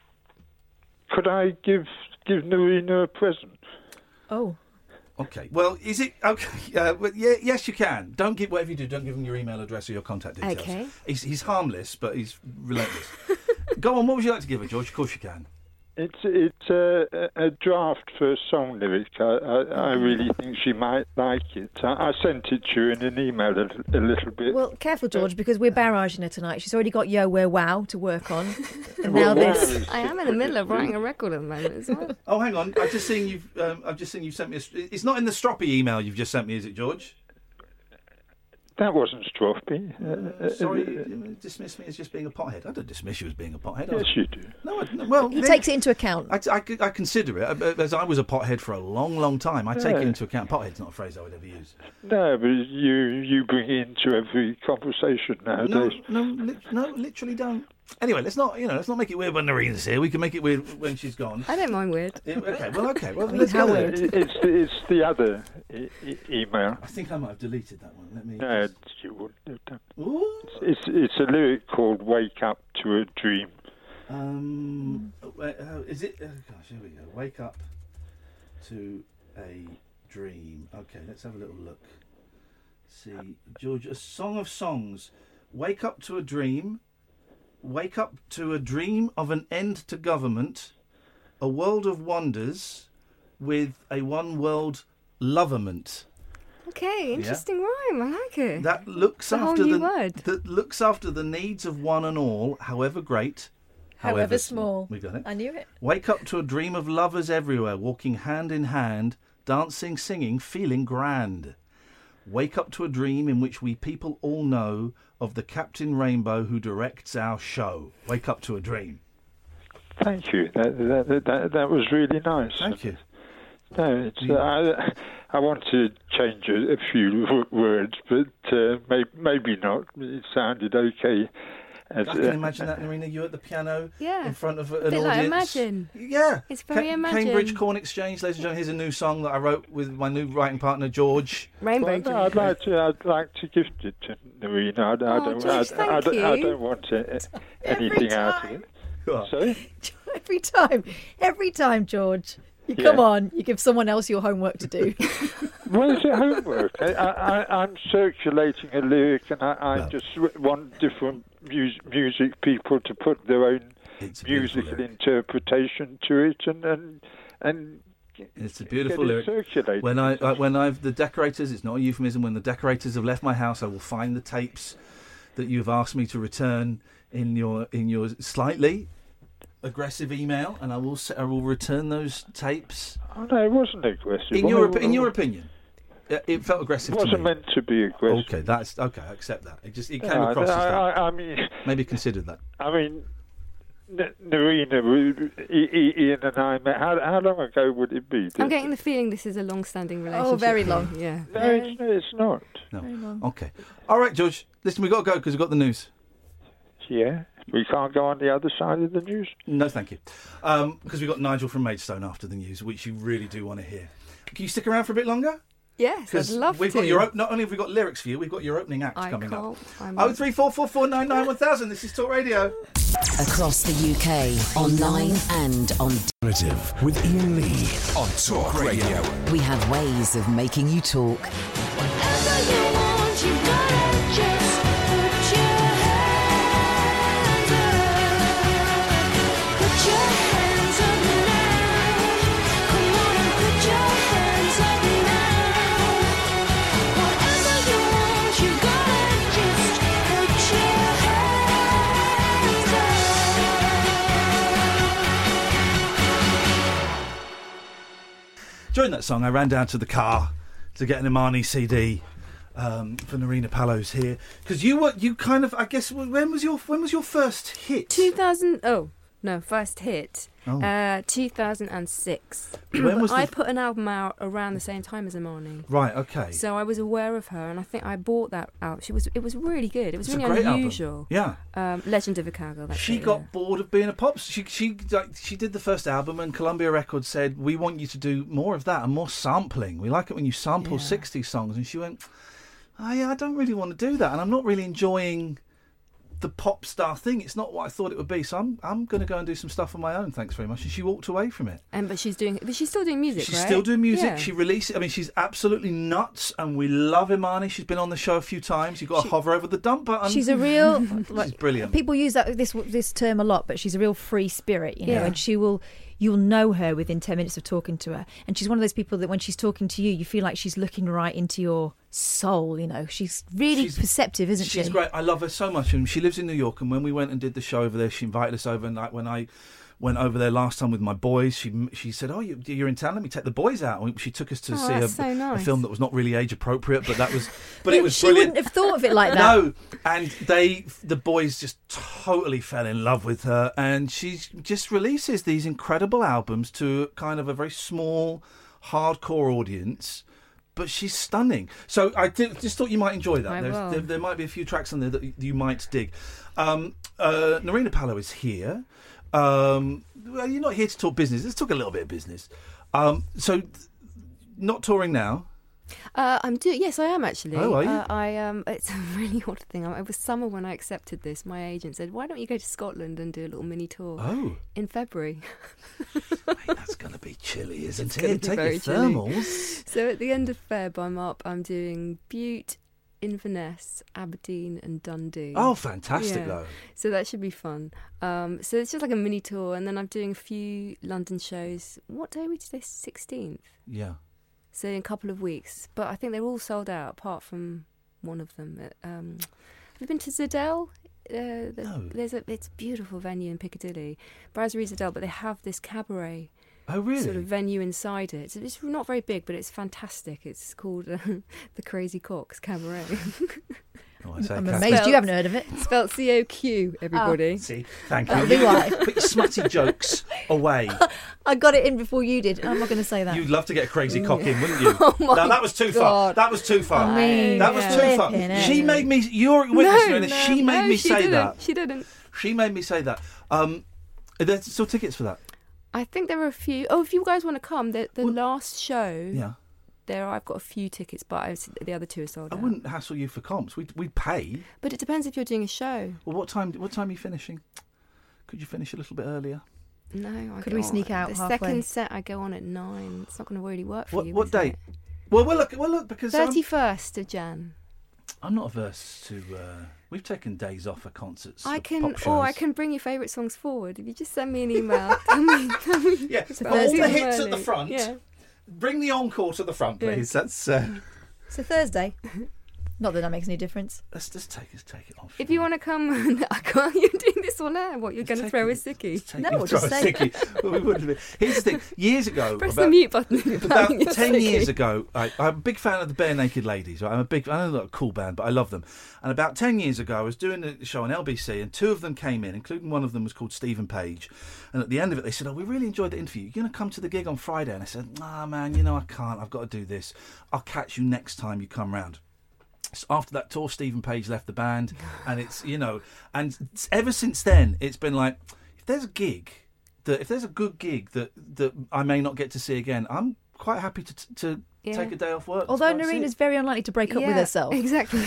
Speaker 13: Could I give give Narina a present?
Speaker 7: Oh.
Speaker 5: Okay. Well, is it okay? [laughs] Uh, well, yeah, yes, you can. Don't give whatever you do. Don't give him your email address or your contact details.
Speaker 6: Okay.
Speaker 5: He's, he's harmless, but he's relentless. [laughs] Go on. What would you like to give her, George? Of course you can.
Speaker 13: It's it's a, a draft for a song lyric. I, I, I really think she might like it. I, I sent it to you in an email a, l- a little bit.
Speaker 7: Well, careful, George, because we're barraging her tonight. She's already got Yo, We're Wow to work on. And now
Speaker 13: Well, wow
Speaker 7: this.
Speaker 13: is
Speaker 6: I am in the middle of writing a record at the moment as well.
Speaker 5: Oh, hang on. I've just seen you've. Um, I've just seen you've sent me. A, str- it's not in the stroppy email you've just sent me, is it, George?
Speaker 13: That wasn't strophy. Uh,
Speaker 5: Uh, sorry, you dismiss me as just being a pothead. I don't dismiss you as being a pothead. I
Speaker 13: Yes,
Speaker 5: was-
Speaker 13: you do.
Speaker 5: No, I, no, well,
Speaker 7: He
Speaker 5: then-
Speaker 7: takes it into account.
Speaker 5: I, I, I consider it uh, as I was a pothead for a long, long time. I take
Speaker 13: Yeah.
Speaker 5: it into account. Pothead's not a phrase I would ever use.
Speaker 13: No, but you you bring it into every conversation
Speaker 5: No,
Speaker 13: nowadays.
Speaker 5: no, li- no, literally don't. Anyway, let's not, you know, let's not make it weird when Narina's here. We can make it weird when she's gone.
Speaker 6: I don't mind weird.
Speaker 5: Yeah, okay, well, okay, well,
Speaker 6: I mean,
Speaker 5: [laughs] let's
Speaker 6: how
Speaker 5: go
Speaker 13: Uh,
Speaker 5: then.
Speaker 13: it- It's the, it's the other e- e- email.
Speaker 5: I think I might have deleted that one. Let me.
Speaker 13: No, it's- you wouldn't have done.
Speaker 5: Ooh,
Speaker 13: It's it's a lyric called "Wake Up to a Dream."
Speaker 5: um, uh, uh, is it? Oh gosh, here we go. Wake up to a dream. Okay, let's have a little look. See, George, a song of songs. Wake up to a dream. Wake up to a dream of an end to government, a world of wonders, with a one world loverment.
Speaker 6: Okay, interesting rhyme. I like it.
Speaker 5: That looks
Speaker 6: It's a whole
Speaker 5: after
Speaker 6: new
Speaker 5: the
Speaker 6: word.
Speaker 5: that looks after the needs of one and all, however great,
Speaker 7: However, small.
Speaker 5: We got it.
Speaker 7: I knew it.
Speaker 5: Wake up to a dream of lovers everywhere, walking hand in hand, dancing, singing, feeling grand. Wake up to a dream in which we people all know of the Captain Rainbow who directs our show. Wake up to a dream.
Speaker 13: Thank you. That, that, that- that, that was really nice. Thank
Speaker 5: you.
Speaker 13: No, it's, I, I want to change a, a few [laughs] w- words, but uh, may, maybe not. It sounded okay.
Speaker 5: I
Speaker 13: As,
Speaker 5: can
Speaker 13: uh,
Speaker 5: imagine that, Narina. You at the piano
Speaker 6: Yeah.
Speaker 5: in front of
Speaker 6: A
Speaker 5: an
Speaker 6: bit
Speaker 5: audience.
Speaker 6: like Imagine.
Speaker 5: Yeah.
Speaker 6: It's
Speaker 5: Ca-
Speaker 6: very Imagine.
Speaker 5: Cambridge Corn Exchange, ladies and gentlemen. Here's a new song that I wrote with my new writing partner, George.
Speaker 13: Well, no, I'd like to. I'd like to gift it to Narina. I, I
Speaker 5: Oh,
Speaker 13: don't.
Speaker 5: George,
Speaker 13: I, I,
Speaker 5: thank
Speaker 13: don't I
Speaker 5: you.
Speaker 13: don't want uh, anything out of it. Sorry.
Speaker 7: Every time, every time, George. You
Speaker 13: Yeah.
Speaker 7: come on. You give someone else your homework to do.
Speaker 13: Well, it's a homework. I, I, I- I'm circulating a lyric, and I, I just w- want different mus- music people to put their own musical interpretation to it, and and, and
Speaker 5: It's a beautiful
Speaker 13: get it
Speaker 5: lyric.
Speaker 13: circulated.
Speaker 5: When I, I when I've the decorators, it's not a euphemism. When the decorators have left my house, I will find the tapes that you've asked me to return in your in your slightly aggressive email, and I will s- I will return those tapes.
Speaker 13: Oh no, it wasn't aggressive.
Speaker 5: In
Speaker 13: Well,
Speaker 5: your
Speaker 13: it-
Speaker 5: op- in your opinion, yeah, it felt aggressive.
Speaker 13: It wasn't
Speaker 5: to me.
Speaker 13: meant to be aggressive.
Speaker 5: Okay, that's okay. I accept that. It just it came
Speaker 13: Yeah, I-
Speaker 5: across as that.
Speaker 13: I- I- I mean-
Speaker 5: maybe consider that.
Speaker 13: I mean, N- Narina, we- I- I- Ian, and I met. How, how long ago would it be?
Speaker 6: I'm getting the feeling this is a long-standing relationship.
Speaker 7: Oh, very
Speaker 6: here.
Speaker 7: long.
Speaker 6: Yeah.
Speaker 13: No, it's, it's not.
Speaker 5: No. Okay. All right, George. Listen, we've got to go because we've got the news.
Speaker 13: Yeah. We can't go on the other side of the news.
Speaker 5: No, thank you. Because we've got Nigel from Maidstone after the news, which you really do want to hear. Can you stick around for a bit longer?
Speaker 6: Yes, I'd love
Speaker 5: we've
Speaker 6: to.
Speaker 5: got your op- not only have we got lyrics for you, we've got your opening act
Speaker 6: I
Speaker 5: coming
Speaker 6: can't.
Speaker 5: up.
Speaker 6: I'm
Speaker 5: Oh three four four four nine nine one thousand. This is Talk Radio.
Speaker 1: Across the UK, online and on narrative with Ian Lee.
Speaker 2: On Talk Radio.
Speaker 1: We have ways of making you talk.
Speaker 5: During that song, I ran down to the car to get an Imani CD um, for Narina Palos here because you were you kind of I guess when was your when was your first hit?
Speaker 6: 2000. Oh no, first hit.
Speaker 5: Oh.
Speaker 6: Uh, 2006.
Speaker 5: [clears throat] When was
Speaker 6: I
Speaker 5: the-
Speaker 6: put an album out around the same time as Imani.
Speaker 5: right? Okay,
Speaker 6: So I was aware of her, and I think I bought that out. She was. It was really good. It was
Speaker 5: It's a
Speaker 6: really
Speaker 5: great album.
Speaker 6: unusual.
Speaker 5: Yeah.
Speaker 6: Um, Legend of a Cowgirl. That's
Speaker 5: she
Speaker 6: it,
Speaker 5: got bored of being a pop. She she like, she did the first album, and Columbia Records said we want you to do more of that and more sampling. We like it when you sample '60s songs. And she went, oh, yeah, I don't really want to do that, and I'm not really enjoying the pop star thing. It's not what I thought it would be. So I'm I'm going to go and do some stuff on my own. Thanks very much. And she walked away from it.
Speaker 6: And but she's doing. But she's still doing music.
Speaker 5: She's
Speaker 6: right?
Speaker 5: still doing music.
Speaker 6: Yeah.
Speaker 5: She released. I mean, she's absolutely nuts, and we love Imani. She's been on the show a few times. You've got to hover over the dump button.
Speaker 7: She's a real.
Speaker 5: She's brilliant.
Speaker 7: People use that this this term a lot, but she's a real free spirit, you know.
Speaker 5: Yeah.
Speaker 7: And she will, you'll know her within ten minutes of talking to her. And she's one of those people that when she's talking to you, you feel like she's looking right into your soul. You know, she's really perceptive, isn't
Speaker 5: She's
Speaker 7: she?
Speaker 5: great. I love her so much, and she lives in New York. And when we went and did the show over there, she invited us over. And like when I went over there last time with my boys, she she said, "Oh, you, you're in town. Let me take the boys out." And she took us to
Speaker 7: Oh,
Speaker 5: see a,
Speaker 7: that's so nice.
Speaker 5: a film that was not really age appropriate, but that was
Speaker 7: [laughs]
Speaker 5: but
Speaker 7: Yeah,
Speaker 5: it was
Speaker 7: she
Speaker 5: brilliant.
Speaker 7: wouldn't have thought of it
Speaker 5: [laughs]
Speaker 7: like that.
Speaker 5: no, and they the boys just totally fell in love with her, and she just releases these incredible albums to kind of a very small hardcore audience. But she's stunning. So I did, just thought you might enjoy that.
Speaker 4: I
Speaker 5: There's-
Speaker 4: will.
Speaker 5: There, there might be a few tracks on there that you might dig. Um, uh, Narina Palo is here. Um, well, you're not here to talk business. Let's talk a little bit of business. Um, so, th- not touring now.
Speaker 6: Uh, I'm doing. Yes, I am actually.
Speaker 5: Oh, are you?
Speaker 6: Uh, I um. [laughs] It's a really odd thing. I, it was summer when I accepted this. My agent said, "Why don't you go to Scotland and do a little mini tour?"
Speaker 5: Oh.
Speaker 6: In February. [laughs]
Speaker 5: Be chilly, isn't
Speaker 6: It's gonna
Speaker 5: it?
Speaker 6: be
Speaker 5: Take your
Speaker 6: very chilly.
Speaker 5: thermals.
Speaker 6: So at the end of Feb, I'm up. I'm doing Butte, Inverness, Aberdeen, and Dundee.
Speaker 5: Oh, fantastic, though.
Speaker 6: So that should be fun. Um, so it's just like a mini tour, and then I'm doing a few London shows. What day are we today? 16th.
Speaker 5: Yeah.
Speaker 6: So in a couple of weeks, but I think they're all sold out apart from one of them. Uh, Um, have you been to Zidell? Uh, the-
Speaker 5: No.
Speaker 6: There's a it's a beautiful venue in Piccadilly, Brasserie Zidell, but they have this cabaret.
Speaker 5: Oh, really?
Speaker 6: Sort of venue inside it. So It's not very big, but it's fantastic. It's called uh, [laughs] the Crazy Cocks Cabaret. [laughs]
Speaker 5: Oh, I say
Speaker 7: I'm
Speaker 5: cat-
Speaker 7: amazed you haven't heard of it.
Speaker 6: Spelt C O Q. Everybody.
Speaker 5: See, thank
Speaker 7: That'll
Speaker 5: you.
Speaker 7: be why.
Speaker 5: [laughs] Put your smutty jokes away.
Speaker 7: I got it in before you did. I'm not going to say that.
Speaker 5: You'd love to get a crazy cock in, wouldn't you?
Speaker 7: [laughs] Oh my
Speaker 5: no, that was too far.
Speaker 7: God.
Speaker 5: That was too far.
Speaker 7: I mean,
Speaker 5: that was too far.
Speaker 7: flipping
Speaker 5: She
Speaker 7: heck.
Speaker 5: made me. You're a witness,
Speaker 6: No,
Speaker 5: Renée.
Speaker 6: no,
Speaker 5: She made
Speaker 6: no,
Speaker 5: me
Speaker 6: she
Speaker 5: say
Speaker 6: didn't.
Speaker 5: that.
Speaker 6: She didn't.
Speaker 5: She made me say that. Um, are there still tickets for that?
Speaker 6: I think there are a few. Oh, if you guys want to come, the, the last show.
Speaker 5: Yeah.
Speaker 6: There, I've got a few tickets, but I, the other two are sold
Speaker 5: I
Speaker 6: out.
Speaker 5: wouldn't hassle you for comps. We'd, we'd pay.
Speaker 6: But it depends if you're doing a show.
Speaker 5: Well, what time? What time are you finishing? Could you finish a little bit earlier?
Speaker 6: No, I
Speaker 7: Could we
Speaker 6: can't.
Speaker 7: sneak out
Speaker 6: The
Speaker 7: halfway?
Speaker 6: second set I go on at nine. It's not going to really work for
Speaker 5: What,
Speaker 6: you.
Speaker 5: what
Speaker 6: is
Speaker 5: date? um,
Speaker 6: it?
Speaker 5: Well, we'll look. We'll look because I'm,
Speaker 6: 31st of Jan.
Speaker 5: I'm not averse to. Uh, we've taken days off for concerts.
Speaker 6: I
Speaker 5: for
Speaker 6: can,
Speaker 5: pop
Speaker 6: or I
Speaker 5: shows.
Speaker 6: can bring your favourite songs forward. If you just send me an email, [laughs] tell me, tell me.
Speaker 5: Yeah,
Speaker 6: It's
Speaker 5: all
Speaker 6: Thursday
Speaker 5: the hits at the
Speaker 6: morning.
Speaker 5: front.
Speaker 6: Yeah.
Speaker 5: Bring the encore to the front,
Speaker 7: Yeah.
Speaker 5: please. That's uh,
Speaker 7: So
Speaker 5: [laughs]
Speaker 7: Thursday. Not that that makes any difference.
Speaker 5: let's just take let's take it off.
Speaker 6: If you want to come, [laughs] I can't. You're doing this on air. What you're going to throw a sickie?
Speaker 5: You throw a sickie. Well, we wouldn't have been- Here's the thing. Years
Speaker 6: [laughs]
Speaker 5: ago,
Speaker 6: Press the
Speaker 5: about-
Speaker 6: mute button. if [laughs] you're
Speaker 5: about
Speaker 6: having a
Speaker 5: ten
Speaker 6: sickie.
Speaker 5: years ago, I, I'm a big fan of the Bare Naked Ladies. Right? I'm a big, I know they're not a cool band, but I love them. And about ten years ago, I was doing a show on LBC, and two of them came in, including one of them was called Stephen Page. And at the end of it, they said, "Oh, we really enjoyed the interview. You're going to come to the gig on Friday?" And I said, "Nah, man. You know, I can't. I've got to do this. I'll catch you next time you come round." So after that tour, Stephen Page left the band, and it's you know, and s- ever since then, it's been like if there's a gig that if there's a good gig that that I may not get to see again, I'm quite happy to t- to
Speaker 7: Yeah.
Speaker 5: take a day off work.
Speaker 7: Although
Speaker 5: [laughs] That's
Speaker 7: Noreen
Speaker 5: it.
Speaker 7: is very unlikely to break up with
Speaker 6: Yeah,
Speaker 7: herself.
Speaker 6: Exactly.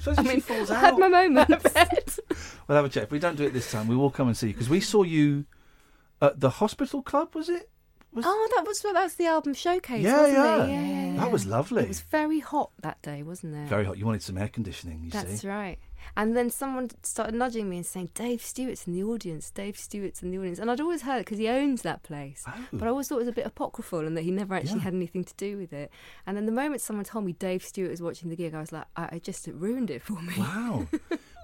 Speaker 5: So
Speaker 6: [laughs] I
Speaker 5: she
Speaker 6: mean,
Speaker 5: falls
Speaker 6: I had
Speaker 5: out.
Speaker 6: my
Speaker 5: [laughs]
Speaker 6: moment. [laughs]
Speaker 5: we'll have a check. If we don't do it this time, we will come and see you because we saw you at the hospital club. Was it?
Speaker 6: oh, that was that was the album showcase,
Speaker 5: Yeah,
Speaker 6: wasn't
Speaker 5: yeah.
Speaker 6: it? Yeah, yeah,
Speaker 5: That
Speaker 6: yeah.
Speaker 5: was lovely.
Speaker 6: It was very hot that day, wasn't it?
Speaker 5: Very hot. You wanted some air conditioning. You
Speaker 6: That's
Speaker 5: see.
Speaker 6: right. And then someone started nudging me and saying, Dave Stewart's in the audience, Dave Stewart's in the audience. And I'd always heard it because he owns that place. But I always thought it was a bit apocryphal and that he never actually
Speaker 5: Oh. Yeah.
Speaker 6: had anything to do with it. And then the moment someone told me Dave Stewart was watching the gig, I was like, I, I just it ruined it for me.
Speaker 5: Wow.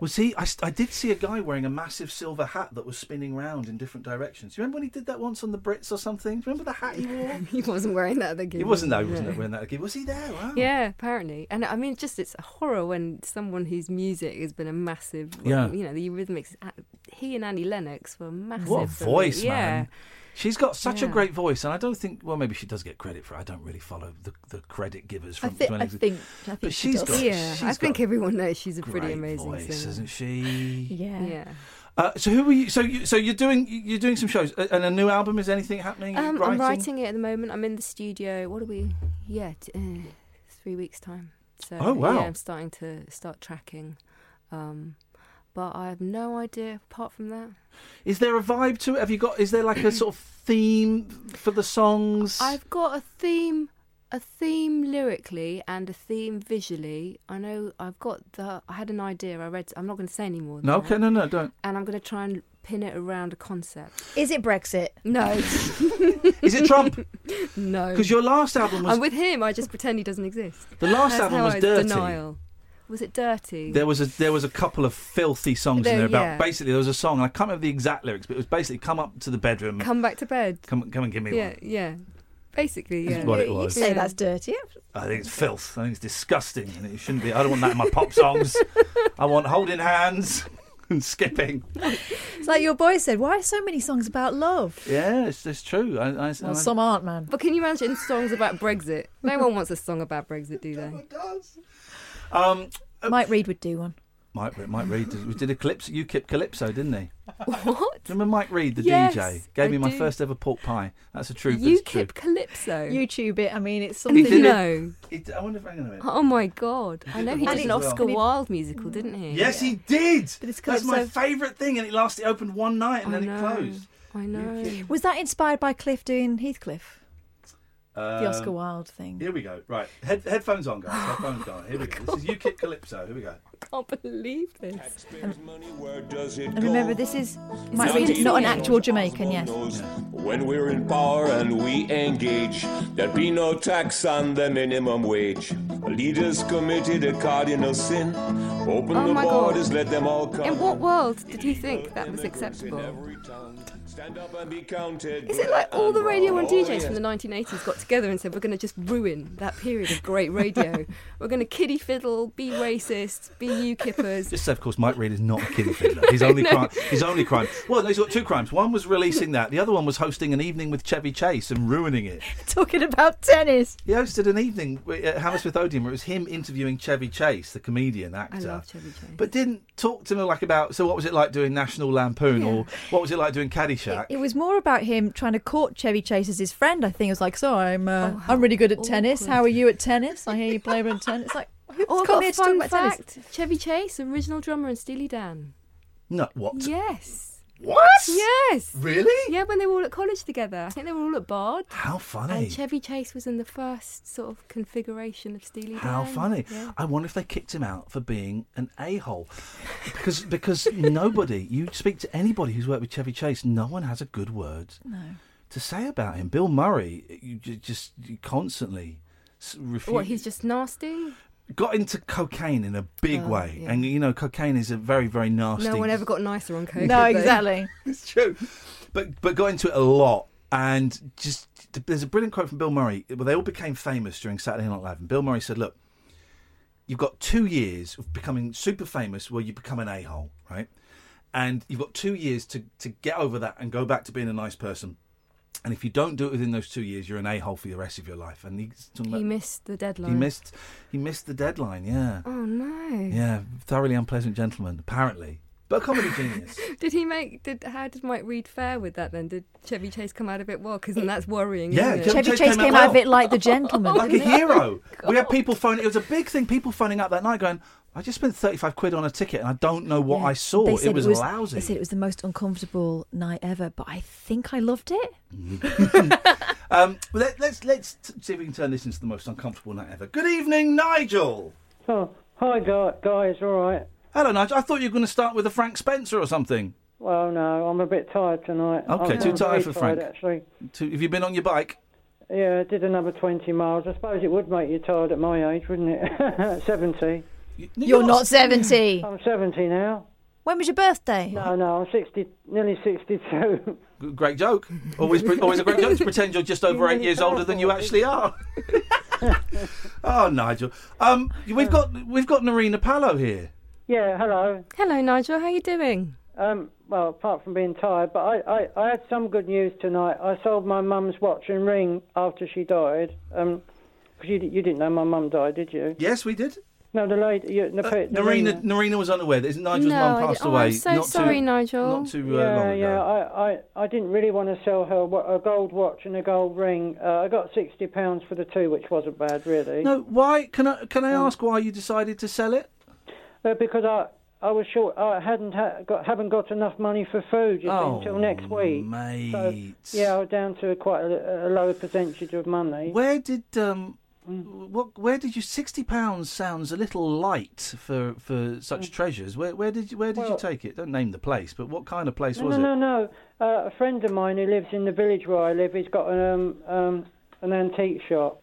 Speaker 5: Was he? I, st- I did see a guy wearing a massive silver hat that was spinning round in different directions. You remember when he did that once on the Brits or something? Remember the hat he wore?
Speaker 6: [laughs] he wasn't wearing that at the gig.
Speaker 5: He wasn't though.
Speaker 6: that
Speaker 5: He wasn't wearing that again. Was he there? Wow.
Speaker 6: Yeah, apparently. And I mean, just it's a horror when someone whose music has been a massive,
Speaker 5: Yeah.
Speaker 6: you know, the Eurythmics, uh, he and Annie Lennox were massive.
Speaker 5: What a
Speaker 6: for me.
Speaker 5: voice,
Speaker 6: yeah.
Speaker 5: man. She's got such a
Speaker 6: Yeah.
Speaker 5: great voice, and I don't think. Well, maybe she does get credit for. it. I don't really follow the, the credit givers.
Speaker 7: I
Speaker 5: From,
Speaker 7: think.
Speaker 5: from
Speaker 7: I
Speaker 5: anything.
Speaker 7: think. I think
Speaker 5: but
Speaker 7: she
Speaker 5: she's
Speaker 7: does.
Speaker 5: got.
Speaker 6: Yeah,
Speaker 5: she's
Speaker 6: I
Speaker 5: got
Speaker 6: think
Speaker 5: a
Speaker 6: everyone knows she's a pretty
Speaker 5: great
Speaker 6: amazing
Speaker 5: voice,
Speaker 6: singer.
Speaker 5: isn't she?
Speaker 7: Yeah.
Speaker 6: Yeah.
Speaker 5: Uh, so who are you? So you? So you're doing? You're doing some shows, A- and a new album. Is anything happening? Are you
Speaker 6: Um, I'm writing it at the moment. I'm in the studio. What are we? Yeah, t- uh, three weeks time. So
Speaker 5: Oh, wow.
Speaker 6: Yeah, I'm starting to start tracking. Um, but I have no idea apart from that.
Speaker 5: Is there a vibe to it? Have you got? Is there like a sort of theme for the songs?
Speaker 6: I've got a theme, a theme lyrically and a theme visually. I know I've got the. I had an idea. I read. I'm not going to say any more. than
Speaker 5: no,
Speaker 6: that.
Speaker 5: okay, no, no, don't.
Speaker 6: And I'm going to try and pin it around a concept.
Speaker 7: Is it Brexit?
Speaker 6: No, [laughs]
Speaker 5: Is it Trump?
Speaker 6: no.
Speaker 5: Because your last album was
Speaker 6: I'm with him. I just pretend he doesn't exist.
Speaker 5: The last
Speaker 6: That's
Speaker 5: album
Speaker 6: how
Speaker 5: was
Speaker 6: I-
Speaker 5: Dirty.
Speaker 6: Denial. Was it dirty?
Speaker 5: there was a there was a couple of filthy songs in
Speaker 6: There-
Speaker 5: there about
Speaker 6: yeah.
Speaker 5: basically there was a song and I can't remember the exact lyrics, but it was basically come up to the bedroom,
Speaker 6: Come back to
Speaker 5: [laughs]
Speaker 6: bed.
Speaker 5: come come and give me
Speaker 6: yeah,
Speaker 5: one.
Speaker 6: yeah. Basically,
Speaker 5: That's
Speaker 6: yeah.
Speaker 5: what it was.
Speaker 7: Say that's dirty.
Speaker 5: I think it's filth. I think it's disgusting, and it shouldn't be. I don't want that in my pop songs. I want holding hands and skipping.
Speaker 7: It's like your boy said. Why are so many songs about love?
Speaker 5: Yeah, it's, it's true. I, I, I-
Speaker 7: Well, some aren't, man.
Speaker 6: But can you imagine songs about Brexit? No one wants a song about Brexit, do
Speaker 5: [laughs]
Speaker 6: they?
Speaker 5: um,
Speaker 7: Mike Reed would do one.
Speaker 5: Mike, Re- Mike Reed did, we did a Calypso, UKIP Calypso, didn't he?
Speaker 6: What?
Speaker 5: Remember Mike Reed, the
Speaker 7: Yes,
Speaker 5: DJ, gave
Speaker 7: I
Speaker 5: me my
Speaker 7: do.
Speaker 5: first ever pork pie. That's a true. that's true.
Speaker 6: UKIP Calypso.
Speaker 7: YouTube it. I mean, it's
Speaker 5: He
Speaker 7: something.
Speaker 5: did it.
Speaker 6: No.
Speaker 5: He d- I wonder if hang on a minute.
Speaker 6: Oh my god! I know he
Speaker 7: And
Speaker 6: did an
Speaker 7: it's-
Speaker 6: Oscar
Speaker 7: and it-
Speaker 6: Wilde musical, didn't he?
Speaker 5: Yes, he did.
Speaker 7: it's
Speaker 5: That's my
Speaker 7: Calypso.
Speaker 5: favourite thing, and it lasted. It opened one night, and
Speaker 6: I
Speaker 5: then
Speaker 6: know.
Speaker 5: it closed.
Speaker 6: I know.
Speaker 7: Was that inspired by Cliff doing Heathcliff? The Oscar Wilde thing.
Speaker 5: Um, Here we go. Right. Head, headphones on, guys. Headphones on. Here we go. This is UKIP Calypso. Here we go.
Speaker 7: can't believe this. And,
Speaker 12: does it
Speaker 7: and remember, this is might be not an actual Jamaican, yes.
Speaker 12: When we're in power and we engage, there be no tax on the minimum wage. Leaders committed a cardinal sin. Open
Speaker 6: Oh
Speaker 12: the
Speaker 6: my God.
Speaker 12: borders, let them all come.
Speaker 6: In what world did he think that was acceptable?
Speaker 12: Stand up and be counted.
Speaker 6: Is it like all the radio and DJs from the 1980s got together and said, we're going to just ruin that period of great radio? we're going to kiddie fiddle, be racist, be UKippers.
Speaker 5: Just say, of course, Mike Reed is not a kiddie fiddler. His [laughs] only
Speaker 6: No.
Speaker 5: crime. His only crime. Well, no, he's got two crimes. One was releasing that. The other one was hosting an evening with Chevy Chase and ruining it.
Speaker 7: [laughs] Talking about tennis.
Speaker 5: He hosted an evening wi- at Hammersmith Odeon where it was him interviewing Chevy Chase, the comedian actor.
Speaker 6: I love Chevy Chase.
Speaker 5: But didn't talk to him like about so what was it like doing National Lampoon or what was it like doing Caddyshack?
Speaker 7: It was more about him trying to court Chevy Chase as his friend. I think it was like, so I'm,
Speaker 6: Oh,
Speaker 7: uh, I'm really good at tennis. How are you at tennis? I hear you play around tennis. It's like, who's
Speaker 6: Oh, I've
Speaker 7: come
Speaker 6: got
Speaker 7: here
Speaker 6: a
Speaker 7: to talk
Speaker 6: fun
Speaker 7: about tennis?
Speaker 6: fact. Chevy Chase, original drummer in Steely Dan.
Speaker 5: no, what?
Speaker 6: Yes.
Speaker 5: What?
Speaker 6: Yes.
Speaker 5: Really?
Speaker 6: Yeah, when they were all at college together. I think they were all at Bard.
Speaker 5: How funny!
Speaker 6: And Chevy Chase was in the first sort of configuration of Steely Dan.
Speaker 5: How funny!
Speaker 6: Yeah.
Speaker 5: I wonder if they kicked him out for being an a-hole, because because [laughs] nobody you speak to anybody who's worked with Chevy Chase, no one has a good word
Speaker 7: No.
Speaker 5: to say about him. Bill Murray, you ju- just you constantly s- refu-
Speaker 6: What, he's just nasty?
Speaker 5: got into cocaine in a big
Speaker 6: Oh,
Speaker 5: way,
Speaker 6: yeah.
Speaker 5: and you know cocaine is a very very nasty.
Speaker 6: No one ever got nicer on coke.
Speaker 7: No,
Speaker 6: did they?
Speaker 7: exactly.
Speaker 5: it's true. But but got into it a lot, and just there's a brilliant quote from Bill Murray. Well, they all became famous during Saturday Night Live, and Bill Murray said, "Look, you've got two years of becoming super famous, where you become an a-hole, right? And you've got two years to to get over that and go back to being a nice person." And if you don't do it within those two years, you're an a-hole for the rest of your life. And he's talking about,
Speaker 6: He missed the deadline.
Speaker 5: He missed. He missed the deadline. Yeah.
Speaker 6: Oh, no.
Speaker 5: Yeah. Thoroughly unpleasant gentleman, apparently, but a comedy genius. [laughs]
Speaker 6: Did he make? Did how did Mike Reed fare with that? Then did Chevy Chase come out of it well? Because then that's worrying.
Speaker 5: Yeah,
Speaker 6: isn't it?
Speaker 5: Chevy Chevy Chase Chase came came out out of well. it
Speaker 7: like the gentleman,
Speaker 5: like a hero.
Speaker 7: Oh,
Speaker 5: we had people phoning. It was a big thing. People phoning up that night, going, "I just spent thirty-five quid on a ticket, and I don't know what Oh, I saw.
Speaker 7: They
Speaker 5: It was,
Speaker 7: said
Speaker 5: lousy."
Speaker 7: They said it was the most uncomfortable night ever, but I think I loved it.
Speaker 5: um, but let, let's let's t- see if we can turn this into the most uncomfortable night ever. Good evening, Nigel.
Speaker 8: Oh, hi gu- guys, all right.
Speaker 5: Hello, Nigel. I thought you were going to start with a Frank Spencer or something.
Speaker 8: Well, no, I'm a bit tired tonight.
Speaker 5: Okay,
Speaker 8: I'm,
Speaker 5: too
Speaker 8: I'm
Speaker 5: tired
Speaker 8: very
Speaker 5: for
Speaker 8: tired,
Speaker 5: Frank.
Speaker 8: Actually,
Speaker 5: To, have you been on your bike?
Speaker 8: yeah, I did another 20 miles. I suppose it would make you tired at my age, wouldn't it? [laughs] 70.
Speaker 7: You're not 70.
Speaker 8: I'm 70 now.
Speaker 7: [laughs] When was your birthday?
Speaker 8: No, no, I'm 60, nearly 62.
Speaker 5: G- Great joke. Always, pre- always a great joke to pretend you're just over
Speaker 7: [laughs]
Speaker 5: eight years older than you actually are. [laughs] oh, Nigel. Um,
Speaker 7: Uh.
Speaker 5: we've got we've got Narina Palo here.
Speaker 8: [laughs] Yeah, hello.
Speaker 6: Hello, Nigel. How are you doing?
Speaker 8: Um, well, apart from being tired, but I, I, I had some good news tonight. I sold my mum's watch and ring after she died. Um 'cause you, di- you didn't know my mum died, did you?
Speaker 5: Yes, we did.
Speaker 8: No, the lady. You,
Speaker 5: Uh,
Speaker 8: the, pe- the ring-
Speaker 5: Narina, Narina was unaware that Nigel's
Speaker 6: No, I
Speaker 5: mum
Speaker 6: di-
Speaker 5: passed
Speaker 6: oh,
Speaker 5: away.
Speaker 6: I'm so
Speaker 5: not
Speaker 6: sorry,
Speaker 5: too,
Speaker 6: Nigel.
Speaker 5: Not too uh,
Speaker 8: yeah,
Speaker 5: long ago.
Speaker 8: yeah. I, I, I didn't really want to sell her wa- a gold watch and a gold ring. Uh, I got sixty pounds for the two, which wasn't bad, really.
Speaker 5: No, why? Can I can
Speaker 8: Oh.
Speaker 5: I ask why you decided to sell it?
Speaker 8: Uh, because I, I was short. I hadn't ha- got, haven't got enough money for food you see,
Speaker 5: Oh,
Speaker 8: until next week.
Speaker 5: Mate.
Speaker 8: So, yeah, I was down to quite a, a low percentage of money.
Speaker 5: Where did um,
Speaker 8: Mm.
Speaker 5: what? Where did you? Sixty pounds sounds a little light for for such treasures. Where where did you, where did you
Speaker 8: Mm. Well-
Speaker 5: take it? Don't name the place, but what kind of place
Speaker 8: no,
Speaker 5: was
Speaker 8: no,
Speaker 5: it?
Speaker 8: no, no. Uh, a friend of mine who lives in the village where I live, he's got an, um, um, an antique shop,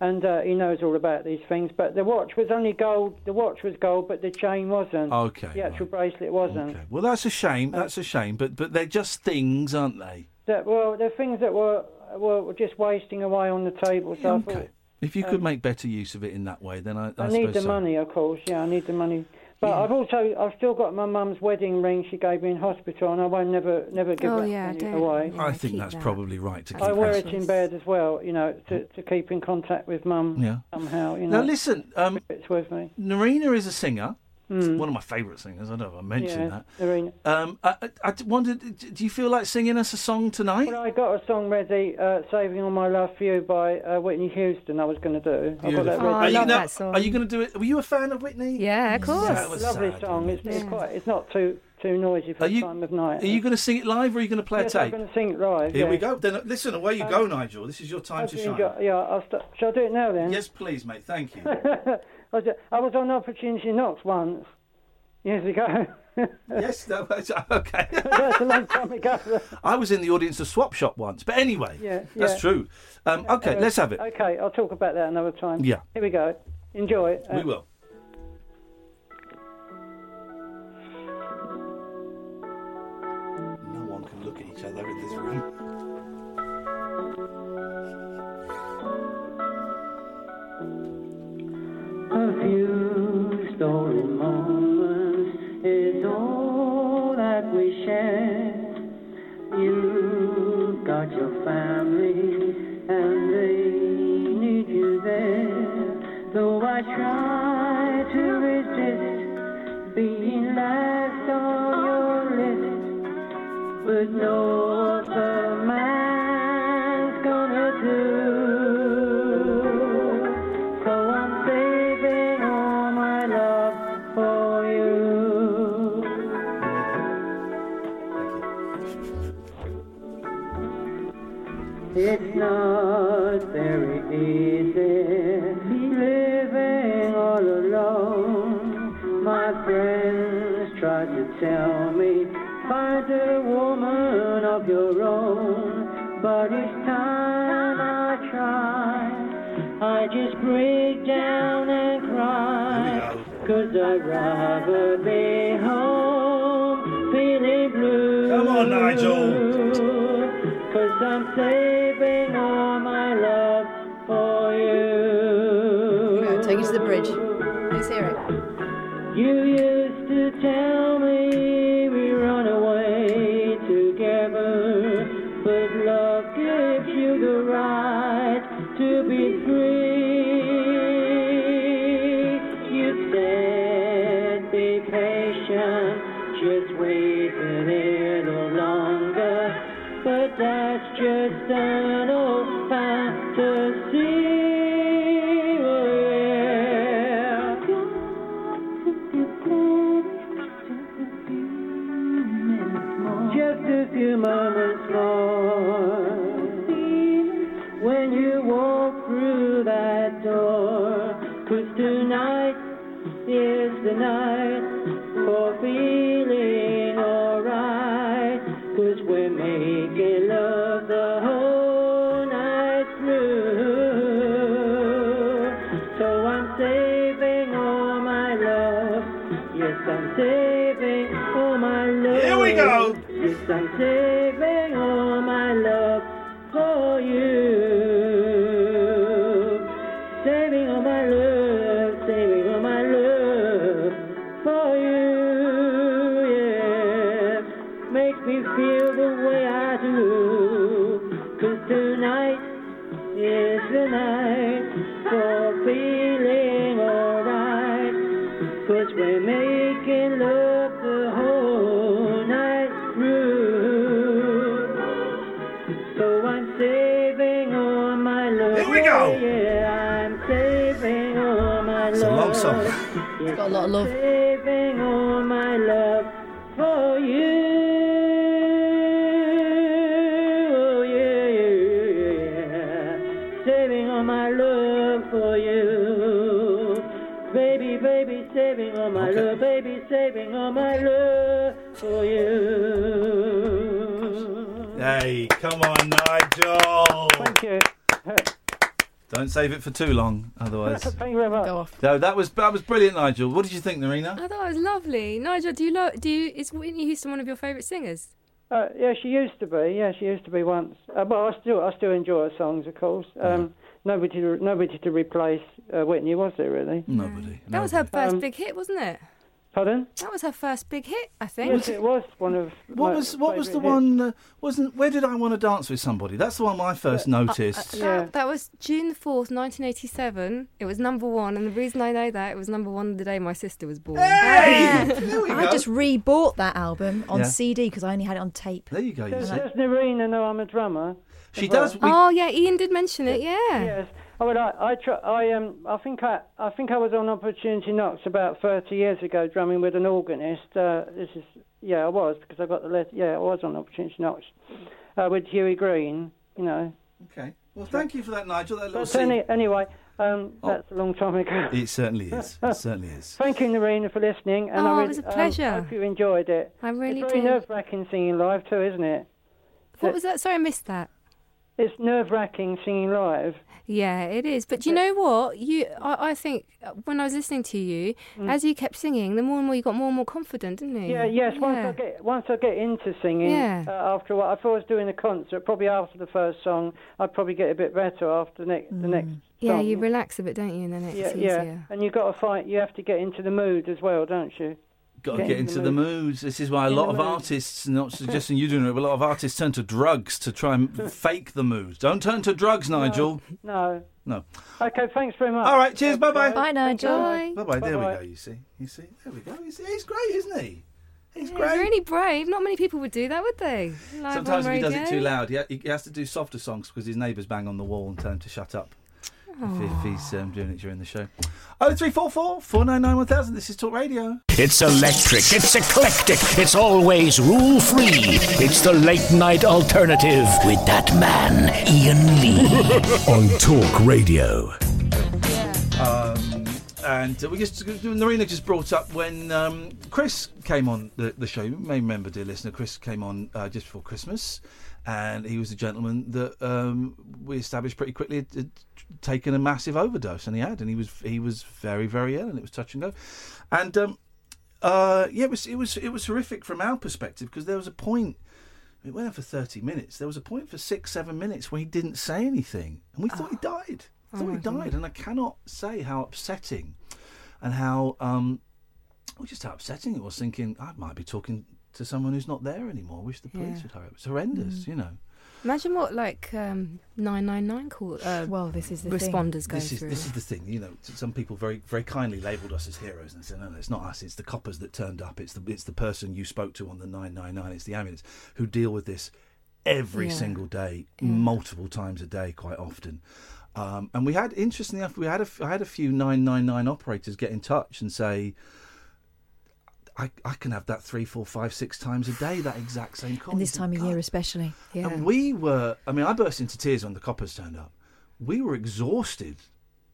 Speaker 8: and uh, he knows all about these things. But the watch was only gold. The watch was gold, but the chain wasn't.
Speaker 5: Okay,
Speaker 8: The actual bracelet wasn't.
Speaker 5: Okay. Well, that's a shame. That's a shame. But but they're just things, aren't they?
Speaker 8: That well, the things that were were just wasting away on the table. So I thought,
Speaker 5: If you could
Speaker 8: Um,
Speaker 5: make better use of it in that way, then I, I,
Speaker 8: I need
Speaker 5: suppose
Speaker 8: the
Speaker 5: so.
Speaker 8: money, of course. Yeah, I need the money. But I've also I've still got my mum's wedding ring she gave me in hospital, and I won't never never give
Speaker 6: Oh,
Speaker 8: that
Speaker 6: yeah,
Speaker 8: money
Speaker 6: don't.
Speaker 8: away.
Speaker 5: I think that's probably right to keep.
Speaker 8: I wear
Speaker 5: that.
Speaker 8: it in bed as well, you know, to, to keep in contact with mum
Speaker 5: Yeah.
Speaker 8: somehow. You know,
Speaker 5: Now listen, um,
Speaker 8: it's with me.
Speaker 5: Narina is a singer. One of my favourite singers. I don't know if I mentioned
Speaker 8: Hmm. yeah,
Speaker 5: that.
Speaker 8: Irene.
Speaker 5: Um, I, I- I d- wondered, d- do you feel like singing us a song tonight?
Speaker 8: Well, I got a song ready, uh, "Saving All My Love for You" by uh, Whitney Houston. I was going to do. I got that
Speaker 5: Beautiful.
Speaker 8: ready.
Speaker 5: are you now- Are you going to do it? Were you a fan of Whitney?
Speaker 6: Yeah, of
Speaker 5: course.
Speaker 8: Lovely song. It's, it's quite. It's not too too noisy for
Speaker 5: Are
Speaker 8: the
Speaker 5: you-
Speaker 8: time of night.
Speaker 5: Are you going to sing it live or are you going to play
Speaker 8: yes,
Speaker 5: a
Speaker 8: I'm
Speaker 5: tape?
Speaker 8: going to sing it live.
Speaker 5: Here we
Speaker 8: yeah.
Speaker 5: go. Then uh, listen, away you
Speaker 8: Um,
Speaker 5: go, Nigel. This is your time
Speaker 8: I've
Speaker 5: to
Speaker 8: really
Speaker 5: shine.
Speaker 8: got- yeah, I'll st- shall I do it now then?
Speaker 5: Yes, please,
Speaker 8: [laughs]
Speaker 5: mate. Thank you.
Speaker 8: I was I was on Opportunity Knocks once years ago. [laughs]
Speaker 5: yes, that was, [laughs] okay.
Speaker 8: That's a long time ago.
Speaker 5: I was in the audience of Swap Shop once, but anyway,
Speaker 8: Yeah,
Speaker 5: that's
Speaker 8: yeah.
Speaker 5: true. Um, okay,
Speaker 8: Uh,
Speaker 5: let's have it.
Speaker 8: Okay, I'll talk about that another time.
Speaker 5: Yeah.
Speaker 8: Here we go. Enjoy it.
Speaker 5: We will. No one can look at each other in this room.
Speaker 14: A few stolen moments is all that we share. You've got your family, and they need you there. Though I try to resist being last on your list, but no other man's gonna do. So I'm saving all my love for you. It's not very easy living all alone. My friends tried to tell me, find a woman of your own. But each time I try, I just break down and cry. Cause I'd rather be home feeling blue.
Speaker 5: Come on,
Speaker 14: Nigel. Cause I'm saving all my love for you.
Speaker 7: Okay, take it to the bridge. Let's hear it.
Speaker 14: You used to tell me we run away together, but love gives you the right to be free. You said be patient, just wait a little longer, but that's just an old fantasy. Oh, yeah. Just a few moments more. When you walk through that door, 'cause tonight is the night for feeling alright. 'Cause we're making love the whole night through. So I'm saving all my love. Yes, I'm saving all my love.
Speaker 5: Here we go.
Speaker 14: Yes, I'm saving all my love for you. Saving all my love, saving all my love for you. Yeah, makes me feel the way I do. 'Cause tonight is the night for feeling alright. Cause we're making love the whole night through. So I'm saving all my love.
Speaker 5: Here we go.
Speaker 14: Yeah, I'm saving all my
Speaker 5: It's a
Speaker 14: love.
Speaker 5: long song.
Speaker 14: Yes, got a lot of love. Saving all my love for you. Oh, yeah, yeah, yeah. Saving all my love for you. Baby, baby, saving all my love. Baby, saving all my love for you.
Speaker 5: Hey, come on, Nigel. Thank
Speaker 8: you. [laughs]
Speaker 5: Don't save it for too long,
Speaker 6: [laughs]
Speaker 5: otherwise.
Speaker 8: Thank you very much.
Speaker 5: no, that was that was brilliant, Nigel. What did you think, Narina?
Speaker 6: I thought it was lovely. Nigel, do you lo- do you, is Whitney Houston one of your favourite singers?
Speaker 8: Uh, yeah, she used to be. Yeah, she used to be once. Uh, but I still, I still enjoy her songs, of course. Um, Nobody, to, nobody to replace uh, Whitney, was there really?
Speaker 5: Nobody.
Speaker 6: That was her first big hit, wasn't it?
Speaker 8: Pardon?
Speaker 6: That was her first big hit, I think.
Speaker 8: Yes, it was one of.
Speaker 5: What
Speaker 8: my
Speaker 5: was what was the
Speaker 8: favourite
Speaker 5: one? Uh, wasn't where did I want to dance with somebody? That's the one I first noticed.
Speaker 6: Uh, that, that was June the 4th, 1987. It was number one, and the reason I know that, it was number one the day my sister
Speaker 8: [laughs]
Speaker 6: was born.
Speaker 7: I just re-bought that album on
Speaker 5: Yeah.
Speaker 7: CD because I only had it on tape.
Speaker 5: There you go.
Speaker 8: hit. Does, does Narina know I'm a drummer?
Speaker 5: She
Speaker 8: Well,
Speaker 5: does.
Speaker 6: oh, yeah, Ian did mention it, yeah.
Speaker 8: Yes, Oh, well, I, I, try, I, um, I think I, I think I was on Opportunity Knocks about 30 years ago, drumming with an organist. Uh, this is, yeah, I was because I got the letter. Yeah, I was on Opportunity Knocks uh, with Huey Green. You know.
Speaker 5: Oh, Okay. Well, thank you for that, Nigel. That little
Speaker 8: But any,
Speaker 5: scene.
Speaker 8: anyway, um,
Speaker 5: Oh.
Speaker 8: that's a long time ago. [laughs]
Speaker 5: It certainly [laughs] is. It certainly is.
Speaker 8: Thank you, Narina, for listening. And
Speaker 6: Oh,
Speaker 8: I
Speaker 6: it
Speaker 8: really,
Speaker 6: was a
Speaker 8: um,
Speaker 6: pleasure.
Speaker 8: hope you enjoyed it.
Speaker 6: I really
Speaker 8: it's very
Speaker 6: did.
Speaker 8: nerve wracking singing live too, isn't it?
Speaker 6: What was that? Sorry, I missed that.
Speaker 8: It's nerve wracking singing live.
Speaker 6: Yeah, it is. But do you know what? You, I, I think uh, when I was listening to you, as you kept singing, the more and more you got more and more confident, didn't you?
Speaker 8: Mm. Yeah, yes. Once
Speaker 6: Yeah.
Speaker 8: I get once I get into singing,
Speaker 6: Yeah.
Speaker 8: uh, after a while, if I was doing a concert, probably after the first song, I'd probably get a bit better after the next the next.
Speaker 6: Mm. Yeah,
Speaker 8: song.
Speaker 6: you relax a bit, don't you? And then it's
Speaker 8: yeah,
Speaker 6: easier.
Speaker 8: yeah. And you got to fight. You have to get into the mood as well, don't you?
Speaker 5: Got to get into the moods. This is why a
Speaker 8: In
Speaker 5: lot
Speaker 8: the
Speaker 5: of
Speaker 8: mood.
Speaker 5: artists, [laughs] not suggesting you doing it, but a lot of artists turn to drugs to try [laughs] and fake the moods. Don't turn to drugs, Nigel.
Speaker 8: No.
Speaker 5: No.
Speaker 8: Okay. Thanks very much.
Speaker 5: All right. Cheers. Bye bye.
Speaker 8: Bye, Nigel. Bye.
Speaker 5: Bye bye. There we
Speaker 8: Bye-bye.
Speaker 5: go. You see. You see. There we go. He's, he's great, isn't he? He's
Speaker 6: Yeah,
Speaker 5: great.
Speaker 6: really brave. Not many people would do that, would they? Live on
Speaker 5: Sometimes if he does it
Speaker 6: radio.
Speaker 5: too loud, he, ha- he has to do softer songs because his neighbours bang on the wall and tell him to shut up. If, if he's um, doing it during the show. Oh three four four four nine nine one thousand. This is Talk Radio.
Speaker 3: It's electric, it's eclectic, it's always rule free. It's the late night alternative with that man, Ian Lee.
Speaker 4: [laughs] On Talk Radio.
Speaker 5: Um, and uh, we just Narina just brought up when um, Chris came on the, the show. You may remember, dear listener, Chris came on uh, just before Christmas, and he was a gentleman that um, we established pretty quickly had, had taken a massive overdose, and he had, and he was he was very very ill, and it was touch and go, and um, uh, yeah, it was it was it was horrific from our perspective because there was a point. It went on for thirty minutes. There was a point for six, seven minutes where he didn't say anything, and we thought he
Speaker 6: Ah.
Speaker 5: died. I thought
Speaker 4: Oh,
Speaker 5: he
Speaker 4: my
Speaker 6: Mm-hmm.
Speaker 5: died, and I cannot say how upsetting, and how um, well, just how upsetting it was. Thinking I might be talking to someone who's not there anymore. Wish the police
Speaker 6: Yeah.
Speaker 5: would hurry. up. It was horrendous,
Speaker 6: Mm.
Speaker 5: you know.
Speaker 6: Imagine what like um, 999 call. Uh, well, this is
Speaker 7: the thing.
Speaker 6: responders go
Speaker 5: this is
Speaker 6: through.
Speaker 5: this is the thing, you know. t- Some people very very kindly labelled us as heroes and said, "No, no, it's not us. It's the coppers that turned up. It's the it's the person you spoke to on the nine nine nine. It's the ambulance who deal with this every
Speaker 4: Yeah.
Speaker 5: single day,
Speaker 4: Yeah.
Speaker 5: multiple times a day, quite often." Um, and we had, interestingly enough, we had a, f- I had a few nine nine nine operators get in touch and say. I, I can have that three, four, five, six times a day, that exact same call.
Speaker 7: And
Speaker 5: You
Speaker 7: this
Speaker 5: think,
Speaker 7: time of year, especially. Yeah.
Speaker 5: and we were, I mean, I burst into tears when the coppers turned up. We were exhausted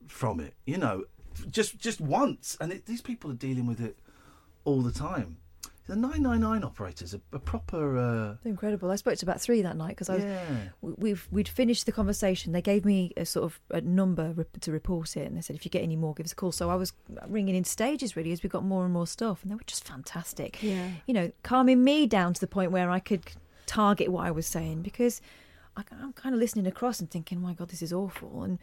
Speaker 5: from it, you know, just just once. And it, these people are dealing with it all the time. The 999 operators are a proper. Uh,
Speaker 7: It's incredible. I spoke to about three that night because I was,
Speaker 5: Yeah.
Speaker 7: we- we've we'd finished the conversation. They gave me a sort of a number rep- to report it, and they said if you get any more, give us a call. So I was ringing in stages really as we got more and more stuff, and they were just fantastic.
Speaker 6: Yeah.
Speaker 7: you know, calming me down to the point where I could target what I was saying because I, I'm kind of listening across and thinking, my God, this is awful, and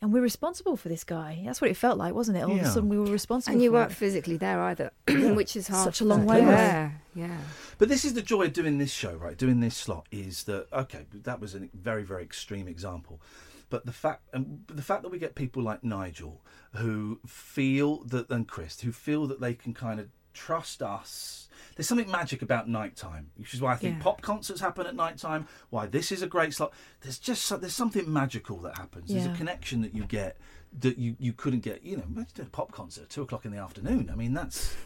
Speaker 7: and we're responsible for this guy. That's what it felt like, wasn't it? All of
Speaker 5: Yeah.
Speaker 7: a sudden, we were responsible.
Speaker 6: and you
Speaker 7: for
Speaker 6: weren't
Speaker 7: it.
Speaker 6: physically there either, [clears throat] which is hard.
Speaker 7: Such a
Speaker 6: for
Speaker 7: long way
Speaker 6: people.
Speaker 7: away.
Speaker 6: Yeah, yeah.
Speaker 5: But this is the joy of doing this show, right? Doing this slot is that okay? That was a very, very extreme example, but the fact and the fact that we get people like Nigel who feel that and Chris who feel that they can kind of trust us. There's something magic about nighttime, which is why I think
Speaker 4: Yeah.
Speaker 5: pop concerts happen at nighttime. Why this is a great slot. There's just so, there's something magical that happens. There's
Speaker 4: Yeah.
Speaker 5: a connection that you get that you, you couldn't get. You know, imagine doing a pop concert at two o'clock in the afternoon. I mean, that's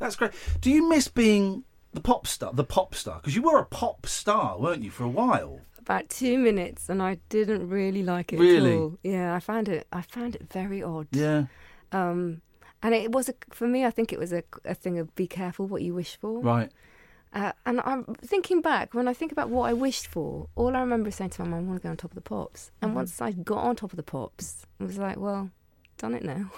Speaker 5: that's great. Do you miss being the pop star? The pop star? Because you were a pop star, weren't you, for a while?
Speaker 6: About two minutes, and I didn't really like it.
Speaker 5: Really?
Speaker 6: At all. Yeah, I found it. I found it very odd.
Speaker 5: Yeah.
Speaker 6: Um, and it was a, for me. I think it was a, a thing of be careful what you wish for.
Speaker 5: Right.
Speaker 6: Uh, and I'm thinking back when I think about what I wished for. All I remember is saying to my mum, "I want to go on top of the pops." And
Speaker 7: Mhm.
Speaker 6: once I got on top of the pops, I was like, "Well, done it now."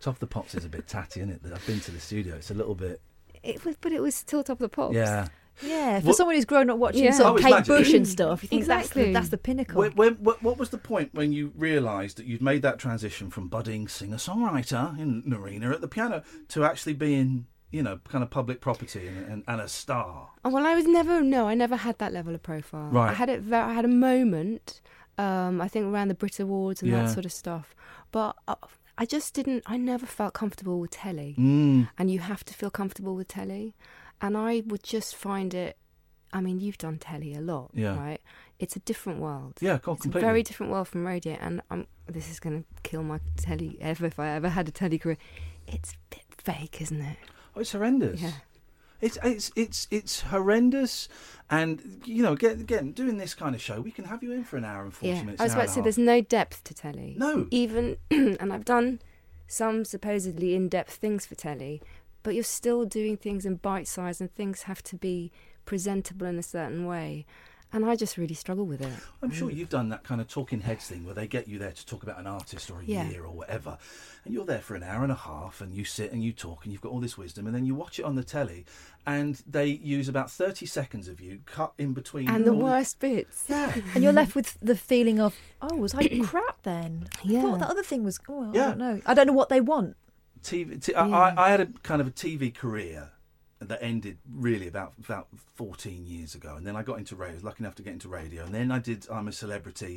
Speaker 5: Top of the Pops is a bit tatty, isn't it? That I've been to the studio. It's a little bit.
Speaker 6: It was, but it was still top of the pops.
Speaker 5: Yeah.
Speaker 7: Yeah, for
Speaker 5: What-
Speaker 7: someone who's grown up watching
Speaker 6: Yeah.
Speaker 7: sort of
Speaker 5: Oh, it's
Speaker 7: Kate
Speaker 5: magic.
Speaker 7: Bush and stuff, you think
Speaker 6: Exactly.
Speaker 7: that's, the, that's the pinnacle.
Speaker 5: When, when, what, what was the point when you realised that you'd made that transition from budding singer-songwriter in Narina at the piano to actually being, you know, kind of public property and, and, and a star?
Speaker 6: Oh, well, I was never no, I never had that level of profile. I
Speaker 5: Right.
Speaker 6: had it. Very, I had a moment. Um, I think around the Brit Awards and
Speaker 5: Yeah.
Speaker 6: that sort of stuff. But I, I just didn't. I never felt comfortable with telly,
Speaker 5: Mm.
Speaker 6: and you have to feel comfortable with telly. And I would just find it. I mean, you've done telly a lot,
Speaker 5: Yeah.
Speaker 6: right? It's a different world.
Speaker 5: Yeah, co-
Speaker 6: It's
Speaker 5: completely.
Speaker 6: a very different world from radio, and I'm, this is going to kill my telly ever if I ever had a telly career. It's a bit fake, isn't it?
Speaker 5: Oh, it's horrendous.
Speaker 6: Yeah.
Speaker 5: It's it's it's it's horrendous, and you know, again, again, doing this kind of show, we can have you in for an hour and forty
Speaker 6: yeah.
Speaker 5: minutes.
Speaker 6: I was
Speaker 5: an hour
Speaker 6: about to say,
Speaker 5: and a
Speaker 6: there's no depth to telly.
Speaker 5: No.
Speaker 6: Even, [clears throat] and I've done some supposedly in depth things for telly, but you're still doing things in bite size, and things have to be presentable in a certain way. And I just really struggle with it.
Speaker 5: half. I'm sure you've done that kind of talking heads thing where they get you there to talk about an artist or a
Speaker 6: Yeah.
Speaker 5: year or whatever, and you're there for an hour and a half, and you sit and you talk, and you've got all this wisdom, and then you watch it on the telly, and they use about thirty seconds of you cut in between.
Speaker 7: And the
Speaker 5: all
Speaker 7: worst
Speaker 6: bits.
Speaker 7: Yeah. and you're left with the feeling of, oh, was I crap then? Yeah. I thought that other thing was, oh, I
Speaker 5: Yeah.
Speaker 7: don't know. I don't know what they want.
Speaker 5: TV. T- I I, I had a kind of a TV career that ended really about about 14 years ago, and then I got into radio. I was lucky enough to get into radio, and then I did I'm a Celebrity,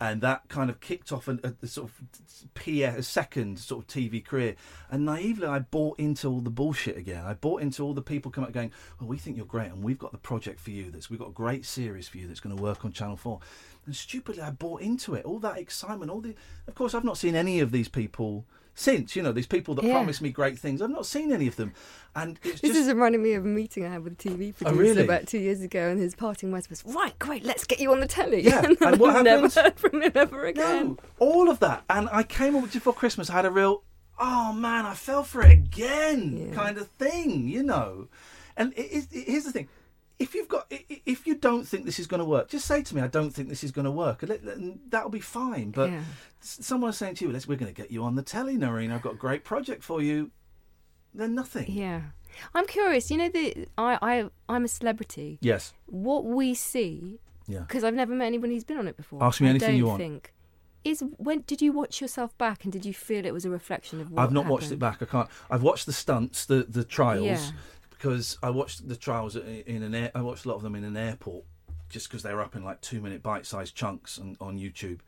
Speaker 5: and that kind of kicked off an, a, a sort of p a second sort of TV career. And naively, I bought into all the bullshit again. I bought into all the people come up going, "Well, we think you're great, and we've got the project for you. That's we've got a great series for you that's going to work on Channel Four. And stupidly, I bought into it. All that excitement, all the. Of course, I've not seen any of these people since. You know, these people that
Speaker 6: Yeah.
Speaker 5: promised me great things. I've not seen any of them, and it's
Speaker 6: This
Speaker 5: just
Speaker 6: is reminding me of a meeting I had with a TV
Speaker 5: Oh,
Speaker 6: producer
Speaker 5: really?
Speaker 6: about two years ago, and his parting words was, "Right, great, let's get you on the telly." [laughs]
Speaker 5: Yeah,
Speaker 6: and,
Speaker 5: and what
Speaker 6: I never
Speaker 5: happened?
Speaker 6: heard from him ever again.
Speaker 5: all of that. And I came up before Christmas. I had a real, oh man, I fell for it again kind of thing, you know. And it, it, it- here's the thing: if you've got, i- i- if you don't think this is going to work, just say to me, I don't think this is going to work, and, let- and that'll be fine. But
Speaker 6: Yeah.
Speaker 5: s- someone's saying to you, "Let's, we're going to get you on the telly, Noreen. I've got a great project for you." Then nothing.
Speaker 6: Yeah, I'm curious. You know, the I, I I'm a celebrity.
Speaker 5: Yes.
Speaker 6: What we see,
Speaker 5: Yeah.
Speaker 6: because I've never met anyone who's been on it before.
Speaker 5: Ask me
Speaker 6: I
Speaker 5: anything you
Speaker 6: don't
Speaker 5: want.
Speaker 6: Think is when did you watch yourself back, and did you feel it was a reflection of what
Speaker 5: I've not watched
Speaker 6: happened?
Speaker 5: it back. I can't. I've watched the stunts, the the trials,
Speaker 6: Yeah.
Speaker 5: because I watched the trials i- in an air. I watched a lot of them in an airport, just because they were up in like two minute bite sized chunks on, on YouTube.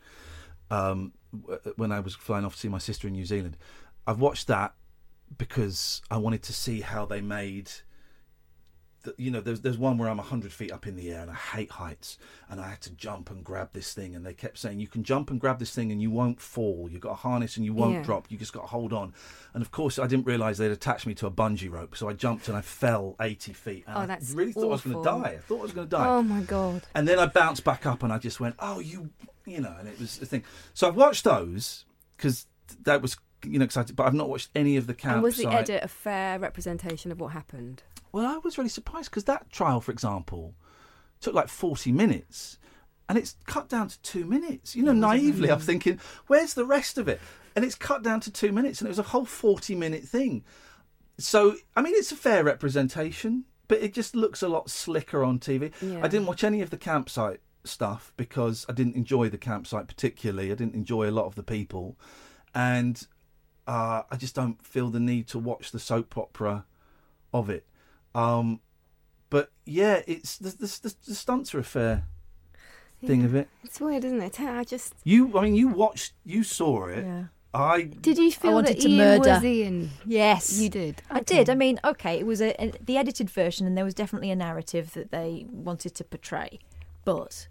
Speaker 5: Um, w- when I was flying off to see my sister in New Zealand, I've watched that because I wanted to see how they made th- you know, there's there's one where I'm hundred feet up in the air and I hate heights, and I had to jump and grab this thing, and they kept saying you can jump and grab this thing and you won't fall. You've got a harness and you won't
Speaker 15: Yeah.
Speaker 5: drop. You just got to hold on. And of course, I didn't realise they'd attached me to a bungee rope, so I jumped and I fell eighty feet. And
Speaker 6: Oh,
Speaker 5: I
Speaker 6: that's
Speaker 5: really thought I was going to
Speaker 6: awful.
Speaker 5: die. I thought I was going to die.
Speaker 6: Oh my god.
Speaker 5: And then I bounced back up and I just went, oh, you, you know, and it was the thing. So I've watched those because that was you know exciting, but I've not watched any of the campsite.
Speaker 6: And was the edit a fair representation of what happened?
Speaker 5: Well, I was really surprised because that trial, for example, took like 40 minutes and it's cut down to two minutes. You know, naively, I'm thinking, where's the rest of it? And it's cut down to two minutes and it was a whole 40 minute thing. So, I mean, it's a fair representation, but it just looks a lot slicker on TV.
Speaker 15: Yeah.
Speaker 5: I didn't watch any of the campsite stuff because I didn't enjoy the campsite particularly. I didn't enjoy a lot of the people. And uh, I just don't feel the need to watch the soap opera of it. Um, but yeah, it's the, the, the, the stunts are a fair thing
Speaker 6: Yeah.
Speaker 5: of it.
Speaker 6: It's weird, isn't it? I just
Speaker 5: You, I mean, you watched, you saw it.
Speaker 7: Yeah.
Speaker 5: I
Speaker 6: did. You feel
Speaker 7: wanted
Speaker 6: that
Speaker 7: to
Speaker 6: Ian
Speaker 7: murder.
Speaker 6: [laughs] was Ian?
Speaker 7: Yes.
Speaker 6: you did.
Speaker 7: I did. I mean, okay, it was a, a- the edited version, and there was definitely a narrative that they wanted to portray. But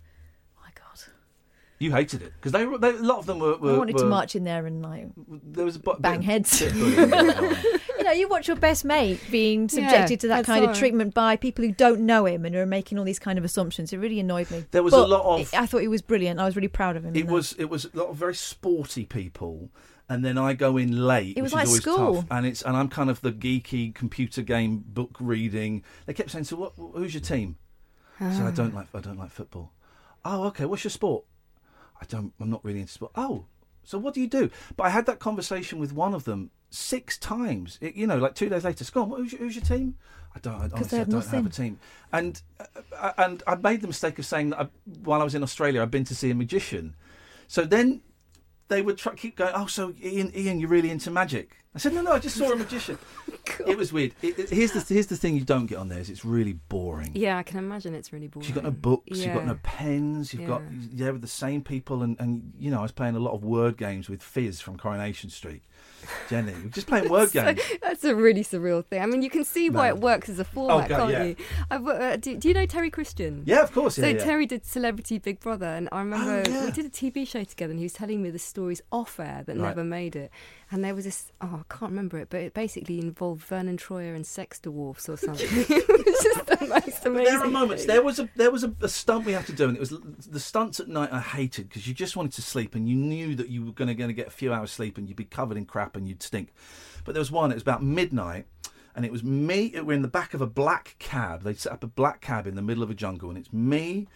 Speaker 5: you hated it because they, were- they a lot of them were. were
Speaker 7: I wanted to
Speaker 5: were-
Speaker 7: march in there and like
Speaker 5: There was a bu-
Speaker 7: bang heads.
Speaker 5: bit
Speaker 7: you
Speaker 5: bullying going on.
Speaker 7: know, you watch your best mate being subjected to that
Speaker 6: that's
Speaker 7: kind of
Speaker 6: right.
Speaker 7: treatment by people who don't know him and are making all these kind of assumptions. It really annoyed me.
Speaker 5: [laughs] There was a
Speaker 7: But
Speaker 5: lot of-
Speaker 7: I thought he was brilliant. I was really proud of him.
Speaker 5: It was it was a lot of very sporty people, and then I go in late.
Speaker 7: It was
Speaker 5: which
Speaker 7: like
Speaker 5: is always
Speaker 7: school.
Speaker 5: tough, and it's and I'm kind of the geeky computer game book reading. They kept saying, "So what? Who's your team?" I said, "I don't
Speaker 7: Ah.
Speaker 5: like I don't like football." Oh, okay. What's your sport? I don't. I'm not really into sport. Oh, so what do you do? But I had that conversation with one of them six times. It, you know, like two days later, it's gone. Who's your, who's your team? I don't. I, honestly, I
Speaker 7: had
Speaker 5: don't have
Speaker 7: nothing.
Speaker 5: a team. And uh, and I made the mistake of saying that I, while I was in Australia, I'd been to see a magician. So then they would try, keep going. Oh, so Ian, Ian, you're really into magic. I said, no, no, I just saw
Speaker 6: [laughs]
Speaker 5: a magician. it was weird. It, it- here's the here's the thing you don't get on there is it's really boring.
Speaker 6: Yeah, I can imagine it's really boring.
Speaker 5: You've got no books, you've got
Speaker 6: Yeah.
Speaker 5: no pens, you've got
Speaker 6: Yeah.
Speaker 5: you're there with the same people, and, and you know I was playing a lot of word games with Fizz from Coronation Street, Jenny. We're
Speaker 6: [laughs]
Speaker 5: just playing word
Speaker 6: So-
Speaker 5: games.
Speaker 6: that's a really surreal thing. I mean, you can see why
Speaker 5: No. Oh,
Speaker 6: it works as a format,
Speaker 5: God,
Speaker 6: can't
Speaker 5: yeah.
Speaker 6: you? I've, uh, do, do you know Terry Christian?
Speaker 5: Yeah, of course, yeah,
Speaker 6: so
Speaker 5: yeah.
Speaker 6: Terry did Celebrity Big Brother, and I remember
Speaker 5: Oh, yeah.
Speaker 6: we did a TV show together, and he was telling me the stories off air that
Speaker 5: Right.
Speaker 6: never made it. And there was this, oh, I can't remember it, but it basically involved Vernon Troyer and sex dwarfs or something. [laughs] it was just the most amazing.
Speaker 5: There are moments.
Speaker 6: thing.
Speaker 5: There was a there was a, a stunt we had to do, and it was the stunts at night I hated because you just wanted to sleep, and you knew that you were going to going to get a few hours sleep, and you'd be covered in crap, and you'd stink. But there was one. It was about midnight, and it was me. We're in the back of a black cab. They set up a black cab in the middle of a jungle, and it's me.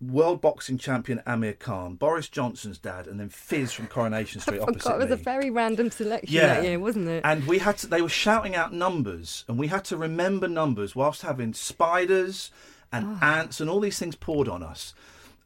Speaker 5: World boxing champion Amir Khan, Boris Johnson's dad, and then Fizz from Coronation
Speaker 6: [laughs]
Speaker 5: Street
Speaker 6: I
Speaker 5: opposite
Speaker 6: forgot, Oh, it was
Speaker 5: me.
Speaker 6: a very random selection that year, wasn't it?
Speaker 5: And we had to. They were shouting out numbers, and we had to remember numbers whilst having spiders and
Speaker 6: Ah.
Speaker 5: ants and all these things poured on us.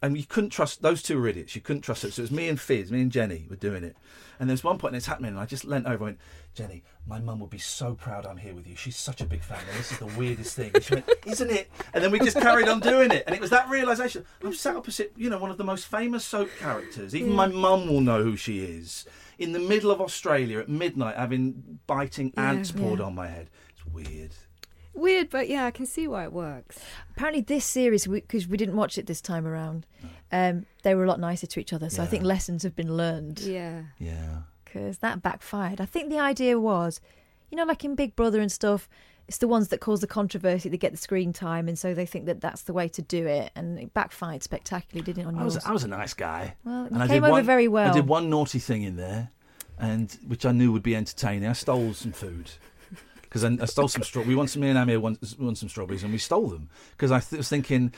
Speaker 5: And you couldn't trust those two were idiots. You couldn't trust it. So it was me and Fizz, me and Jenny were doing it. And there's one point and it's happening, and I just leant over and went, Jenny, my mum would be so proud I'm here with you. She's such a big fan, and this is the weirdest thing. And she went, Isn't it? And then we just carried on doing it. And it was that realization. I'm sat opposite, you know, one of the most famous soap characters. Even
Speaker 4: Yeah.
Speaker 5: my mum will know who she is. In the middle of Australia at midnight, having biting
Speaker 6: Yeah,
Speaker 5: ants poured
Speaker 6: yeah.
Speaker 5: on my head. It's weird.
Speaker 6: Weird, but yeah, I can see why it works.
Speaker 7: Apparently, this series because we, didn't watch it this time around, um, they were a lot nicer to each other. So I
Speaker 5: Yeah.
Speaker 7: think lessons have been learned.
Speaker 6: Yeah,
Speaker 5: Yeah.
Speaker 7: because that backfired. I think the idea was, you know, like in Big Brother and stuff, it's the ones that cause the controversy that get the screen time, and so they think that that's the way to do it, and it backfired spectacularly, didn't it? On
Speaker 5: I was,
Speaker 7: yours?
Speaker 5: I was a nice guy.
Speaker 7: Well, you
Speaker 5: I
Speaker 7: came
Speaker 5: did
Speaker 7: over
Speaker 5: one-
Speaker 7: very
Speaker 5: I
Speaker 7: well.
Speaker 5: did one naughty thing in there, and which I knew would be entertaining. I stole some food because I, I stole some straw. We once me and Amir won, won some strawberries, and we stole them because I th- was thinking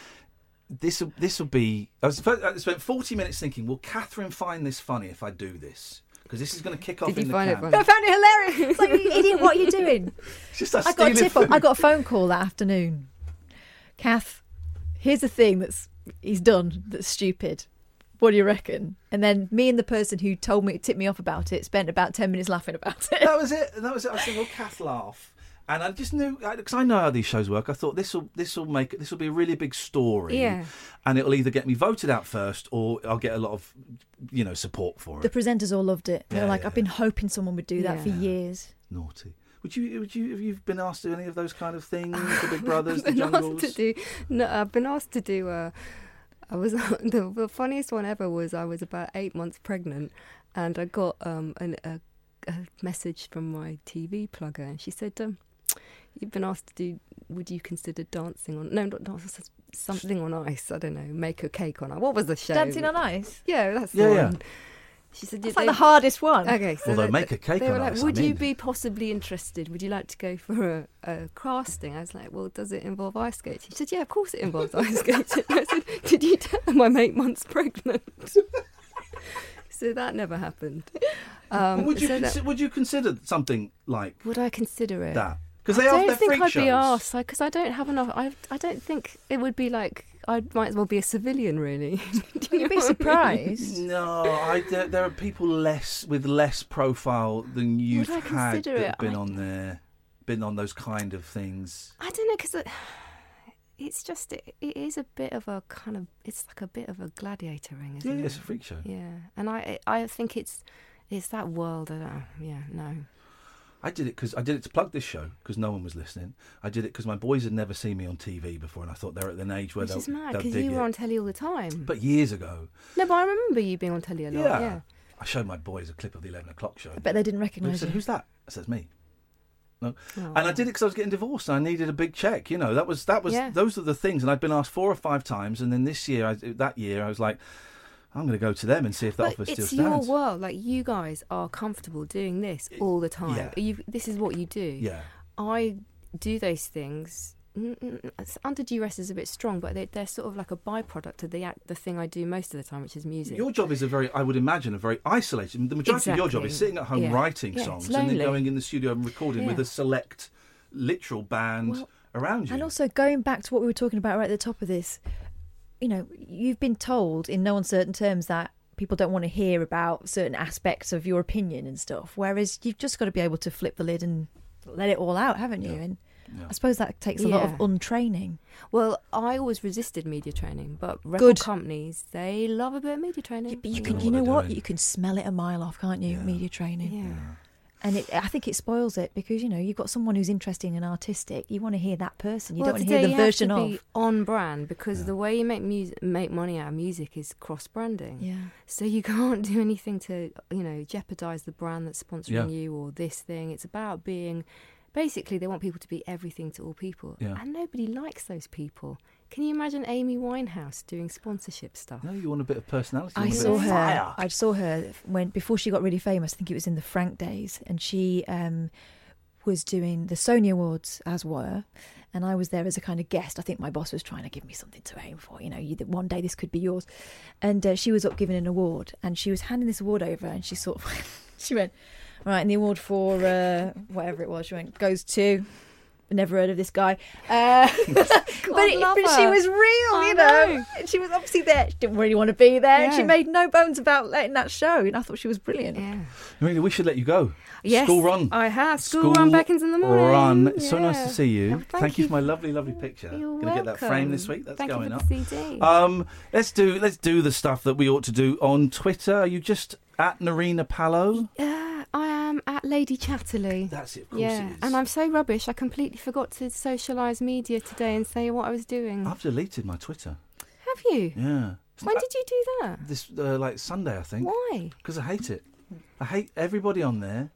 Speaker 5: this will- this will be. I, was, I spent forty minutes thinking, will Catherine find this funny if I do this? Because this is going to kick off
Speaker 6: Did
Speaker 5: in
Speaker 6: you
Speaker 5: the
Speaker 6: find it
Speaker 5: camp.
Speaker 7: I found it hilarious. It's like, you idiot, what are you [laughs] doing?
Speaker 5: It's [laughs] just us
Speaker 7: I got a
Speaker 5: stealing
Speaker 7: tip. off-
Speaker 5: food.
Speaker 7: I got a phone call that afternoon. Kath, here's the thing that's he's done that's stupid. What do you reckon? And then me and the person who told me tipped me off about it spent about ten minutes laughing about it.
Speaker 5: that was it. That was it. I said, "Well, Kath laugh," and I just knew because I know how these shows work. I thought this will this will make this will be a really big story,
Speaker 7: Yeah.
Speaker 5: and it'll either get me voted out first, or I'll get a lot of you know support for
Speaker 7: The
Speaker 5: it.
Speaker 7: presenters all loved it. They
Speaker 5: Yeah,
Speaker 7: were like, I've been hoping someone would do that for
Speaker 5: Yeah.
Speaker 7: years.
Speaker 5: Naughty. Would you would you have you been asked to do any of those kind
Speaker 6: [laughs]
Speaker 5: of things? The Big Brothers, the
Speaker 6: been asked
Speaker 5: Jungles.
Speaker 6: to do. No, I've been asked to do. Uh, I was [laughs] the, the funniest one ever was I was about eight months pregnant, and I got um an, a, a message from my TV plugger, and she said, um, "You've been asked to do. Would you consider dancing on? No, not dancing. s- Something on ice. I don't know. Make a cake on ice. What was the show?
Speaker 7: Dancing on ice.
Speaker 6: Yeah, that's
Speaker 5: Yeah,
Speaker 6: the
Speaker 5: yeah.
Speaker 6: one. She said
Speaker 7: That's
Speaker 6: "Yeah,
Speaker 7: like the
Speaker 6: they-
Speaker 7: hardest one.
Speaker 6: Okay, so
Speaker 5: Although
Speaker 6: they-
Speaker 5: make a cake
Speaker 6: They were
Speaker 5: on
Speaker 6: like,
Speaker 5: ice,
Speaker 6: "Would
Speaker 5: I'm
Speaker 6: you
Speaker 5: in."
Speaker 6: be possibly interested? Would you like to go for a, a casting?" I was like, "Well, does it involve ice skating?" She said, "Yeah, of course it involves
Speaker 5: [laughs]
Speaker 6: ice skating." I said, "Did you tell them I'm eight months pregnant?" [laughs] so that never happened. Um,
Speaker 5: would you
Speaker 6: so that-
Speaker 5: consi- would you consider something like
Speaker 6: would I consider it?
Speaker 5: that? Because
Speaker 6: I
Speaker 5: they are
Speaker 6: don't
Speaker 5: they're
Speaker 6: think
Speaker 5: freak
Speaker 6: I'd
Speaker 5: shows.
Speaker 6: be asked because I don't have enough. I I don't think it would be like I might as well be a civilian, really. [laughs] Do
Speaker 7: You'd
Speaker 6: you know
Speaker 7: be
Speaker 6: what I mean?
Speaker 7: surprised.
Speaker 5: No, I, there, there are people less with less profile than you've
Speaker 6: I
Speaker 5: had that
Speaker 6: consider
Speaker 5: have
Speaker 6: it?
Speaker 5: been
Speaker 6: I-
Speaker 5: on there, been on those kind of things.
Speaker 6: I don't know because it's just it, it is a bit of a kind of it's like a bit of a gladiator ring, isn't
Speaker 5: Yeah,
Speaker 6: it?
Speaker 5: it's a freak show.
Speaker 6: Yeah, and I I think it's it's that world. I don't, yeah, no.
Speaker 5: I did it because I did it to plug this show because no one was listening. I did it because my boys had never seen me on TV before, and I thought they're at an age where
Speaker 6: Which
Speaker 5: they'll,
Speaker 6: is mad
Speaker 5: they'll
Speaker 6: because
Speaker 5: dig
Speaker 6: you were
Speaker 5: it.
Speaker 6: on telly all the time.
Speaker 5: But years ago,
Speaker 6: no, but I remember you being on telly a lot. Yeah.
Speaker 5: I showed my boys a clip of the eleven o'clock show. I
Speaker 7: bet they didn't recognise
Speaker 5: said,
Speaker 7: you.
Speaker 5: "Who's that?" I said, "It's me." No. And I did it because I was getting divorced and I needed a big check. You know, that was that was
Speaker 6: Yeah.
Speaker 5: those are the things. And I'd been asked four or five times, and then this year, I, that year, I was like, I'm going to go to them and see if that
Speaker 6: But
Speaker 5: offer still
Speaker 6: it's your
Speaker 5: stands.
Speaker 6: world. Like you guys are comfortable doing this all the time.
Speaker 5: yeah.
Speaker 6: You, this is what you do.
Speaker 5: Yeah.
Speaker 6: I do those things. n- n- n- it's- Under duress is a bit strong, but they, they're sort of like a byproduct of the act, the thing I do most of the time, which is music.
Speaker 5: Your job is a very, I would imagine, a very isolated. The majority of your job is
Speaker 6: Exactly.
Speaker 5: sitting at home
Speaker 6: Yeah.
Speaker 5: writing
Speaker 6: Yeah, it's
Speaker 5: songs and then
Speaker 6: lonely.
Speaker 5: going in the studio and recording with
Speaker 7: Yeah.
Speaker 5: a select, literal band
Speaker 7: Well,
Speaker 5: around you.
Speaker 7: And also going back to what we were talking about right at the top of this, you know, you've been told in no uncertain terms that people don't want to hear about certain aspects of your opinion and stuff. Whereas you've just got to be able to flip the lid and let it all out, haven't you? And I suppose that takes a lot of
Speaker 6: Yeah.
Speaker 7: untraining.
Speaker 6: Well, I always resisted media training, but record
Speaker 7: Good.
Speaker 6: companies they love a bit of media training.
Speaker 7: But you can, you know what? You can smell it a mile off, can't you? Media training. And it, I think it spoils it because you know you've got someone who's interesting and artistic. You want to hear that person. You
Speaker 6: Well,
Speaker 7: don't want to
Speaker 6: today
Speaker 7: hear the
Speaker 6: you have
Speaker 7: version
Speaker 6: to
Speaker 7: of.
Speaker 6: be on brand because the way you make music, make money out of music is cross branding.
Speaker 7: Yeah.
Speaker 6: So you [laughs] can't do anything to you know jeopardize the brand that's sponsoring
Speaker 5: Yeah.
Speaker 6: you or this thing. It's about being. Basically, they want people to be everything to all people,
Speaker 5: Yeah.
Speaker 6: and nobody likes those people. Can you imagine Amy Winehouse doing sponsorship stuff? [laughs]
Speaker 5: No, you want a bit of personality. you
Speaker 7: I
Speaker 5: want a bit
Speaker 7: saw
Speaker 5: of
Speaker 7: her.
Speaker 5: fire.
Speaker 7: I saw her when before she got really famous. I think it was in the Frank days, and she um, was doing the Sony Awards, as were, and I was there as a kind of guest. I think my boss was trying to give me something to aim for. You know, you, one day this could be yours. And uh, she was up giving an award, and she was handing this award over, and she sort of she went right, and the award for uh, whatever it was, she went goes to. Never heard of this guy, uh, [laughs] but, it-
Speaker 6: love
Speaker 7: but she
Speaker 6: her.
Speaker 7: was real,
Speaker 6: I
Speaker 7: you know.
Speaker 6: know.
Speaker 7: And she was obviously there. She didn't really want to be there. and She
Speaker 6: Yeah.
Speaker 7: made no bones about letting that show. And I thought she was brilliant.
Speaker 6: Yeah.
Speaker 5: Amelia, we should let you go.
Speaker 6: Yes,
Speaker 5: School run.
Speaker 6: I have. School run beckons in the morning.
Speaker 5: Run. It's so nice
Speaker 6: Yeah.
Speaker 5: to see you.
Speaker 6: Oh,
Speaker 5: thank
Speaker 6: thank
Speaker 5: you for my lovely, lovely picture. You're Gonna get that frame this
Speaker 6: welcome.
Speaker 5: week. That's
Speaker 6: Thank you
Speaker 5: going
Speaker 6: for
Speaker 5: up.
Speaker 6: the CD.
Speaker 5: Um, let's do let's do the stuff that we ought to do on Twitter. Are you just at Narina Palo?
Speaker 6: Yeah, Uh, I am at Lady Chatterley.
Speaker 5: That's it, of
Speaker 6: course yeah, and I'm so rubbish. I completely forgot to socialise media today and say what I was doing.
Speaker 5: I've deleted my Twitter.
Speaker 6: Have you?
Speaker 5: Ah. Yeah.
Speaker 6: When did you do that?
Speaker 5: This uh, like Sunday, I think.
Speaker 6: Why?
Speaker 5: Because I hate it. I hate everybody on there.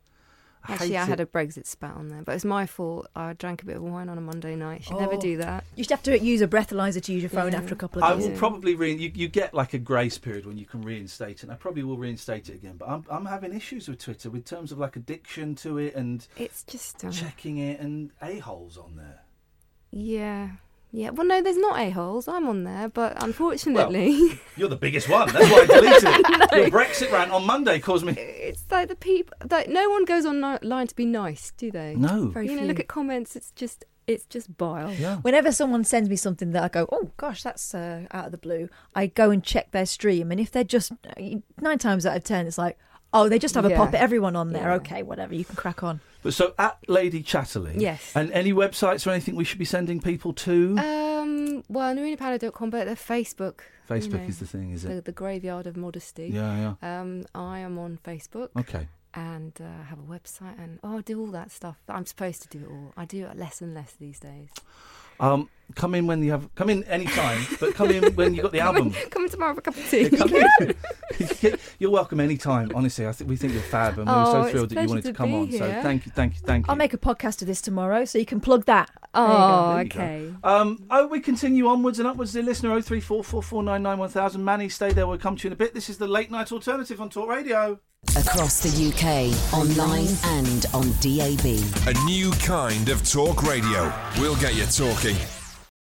Speaker 5: I
Speaker 6: Actually,
Speaker 5: hate
Speaker 6: I had
Speaker 5: it.
Speaker 6: a Brexit spat on there, but it's my fault. I drank a bit of wine on a Monday night. Should never
Speaker 7: Oh.
Speaker 6: do that.
Speaker 7: You should have to use a breathalyzer to use your phone
Speaker 6: Yeah.
Speaker 7: after a couple
Speaker 5: I
Speaker 7: of
Speaker 5: will
Speaker 7: days.
Speaker 5: probably re- you, you get like a grace period when you can reinstate it. And I probably will reinstate it again, but I'm I'm having issues with Twitter with terms of like addiction to it and
Speaker 6: it's just uh,
Speaker 5: checking it and a holes on there.
Speaker 6: Yeah, yeah. Well, no, there's not a holes. I'm on there, but
Speaker 5: Well,
Speaker 6: unfortunately, [laughs]
Speaker 5: you're the biggest one. That's why I deleted it. Your Brexit rant on Monday caused me.
Speaker 6: it's like the people that no one goes online to be nice, do they?
Speaker 5: No. Very
Speaker 6: you know, look
Speaker 7: few.
Speaker 6: at comments. It's just it's just bile.
Speaker 7: Whenever someone sends me something that I go, oh gosh, that's uh, out of the blue, I go and check their stream. And if they're just uh, nine times out of ten, it's like, oh, they just have a
Speaker 5: Yeah.
Speaker 7: pop at everyone on there. Okay, whatever, you can crack on.
Speaker 5: But so at Lady Chatterley.
Speaker 6: Yes.
Speaker 5: And any websites or anything we should be sending people to?
Speaker 6: Um, well, narinapowder.com, but the Facebook. you
Speaker 5: Facebook
Speaker 6: know,
Speaker 5: is the thing, is it?
Speaker 6: The, the graveyard of modesty.
Speaker 5: Yeah,
Speaker 6: yeah. Um, I am on Facebook.
Speaker 5: Okay.
Speaker 6: And uh, have a website, and oh, I do all that stuff. I'm supposed to do it all. I do it less and less these days.
Speaker 5: Um, come in when you have come in any time, but come in when you got the album.
Speaker 6: [laughs] Come in tomorrow for a
Speaker 7: [laughs]
Speaker 6: cup of tea.
Speaker 5: [laughs] You're welcome any time. Honestly, I think we think you're fab, and we
Speaker 7: Oh,
Speaker 5: were so
Speaker 7: it's
Speaker 5: thrilled that you
Speaker 7: pleasure
Speaker 5: wanted to
Speaker 7: to
Speaker 5: come
Speaker 7: be
Speaker 5: on. So
Speaker 7: here.
Speaker 5: thank you, thank you, thank you.
Speaker 7: I'll make a podcast of this tomorrow so you can plug that.
Speaker 6: Oh,
Speaker 5: There you go. Um, oh, we continue onwards and upwards. The listener 03444991000. Manny, stay there. We'll come to you in a bit. This is the late night alternative on Talk Radio.
Speaker 1: Across the UK, online and on DAB.
Speaker 2: A new kind of talk radio. We'll get you talking.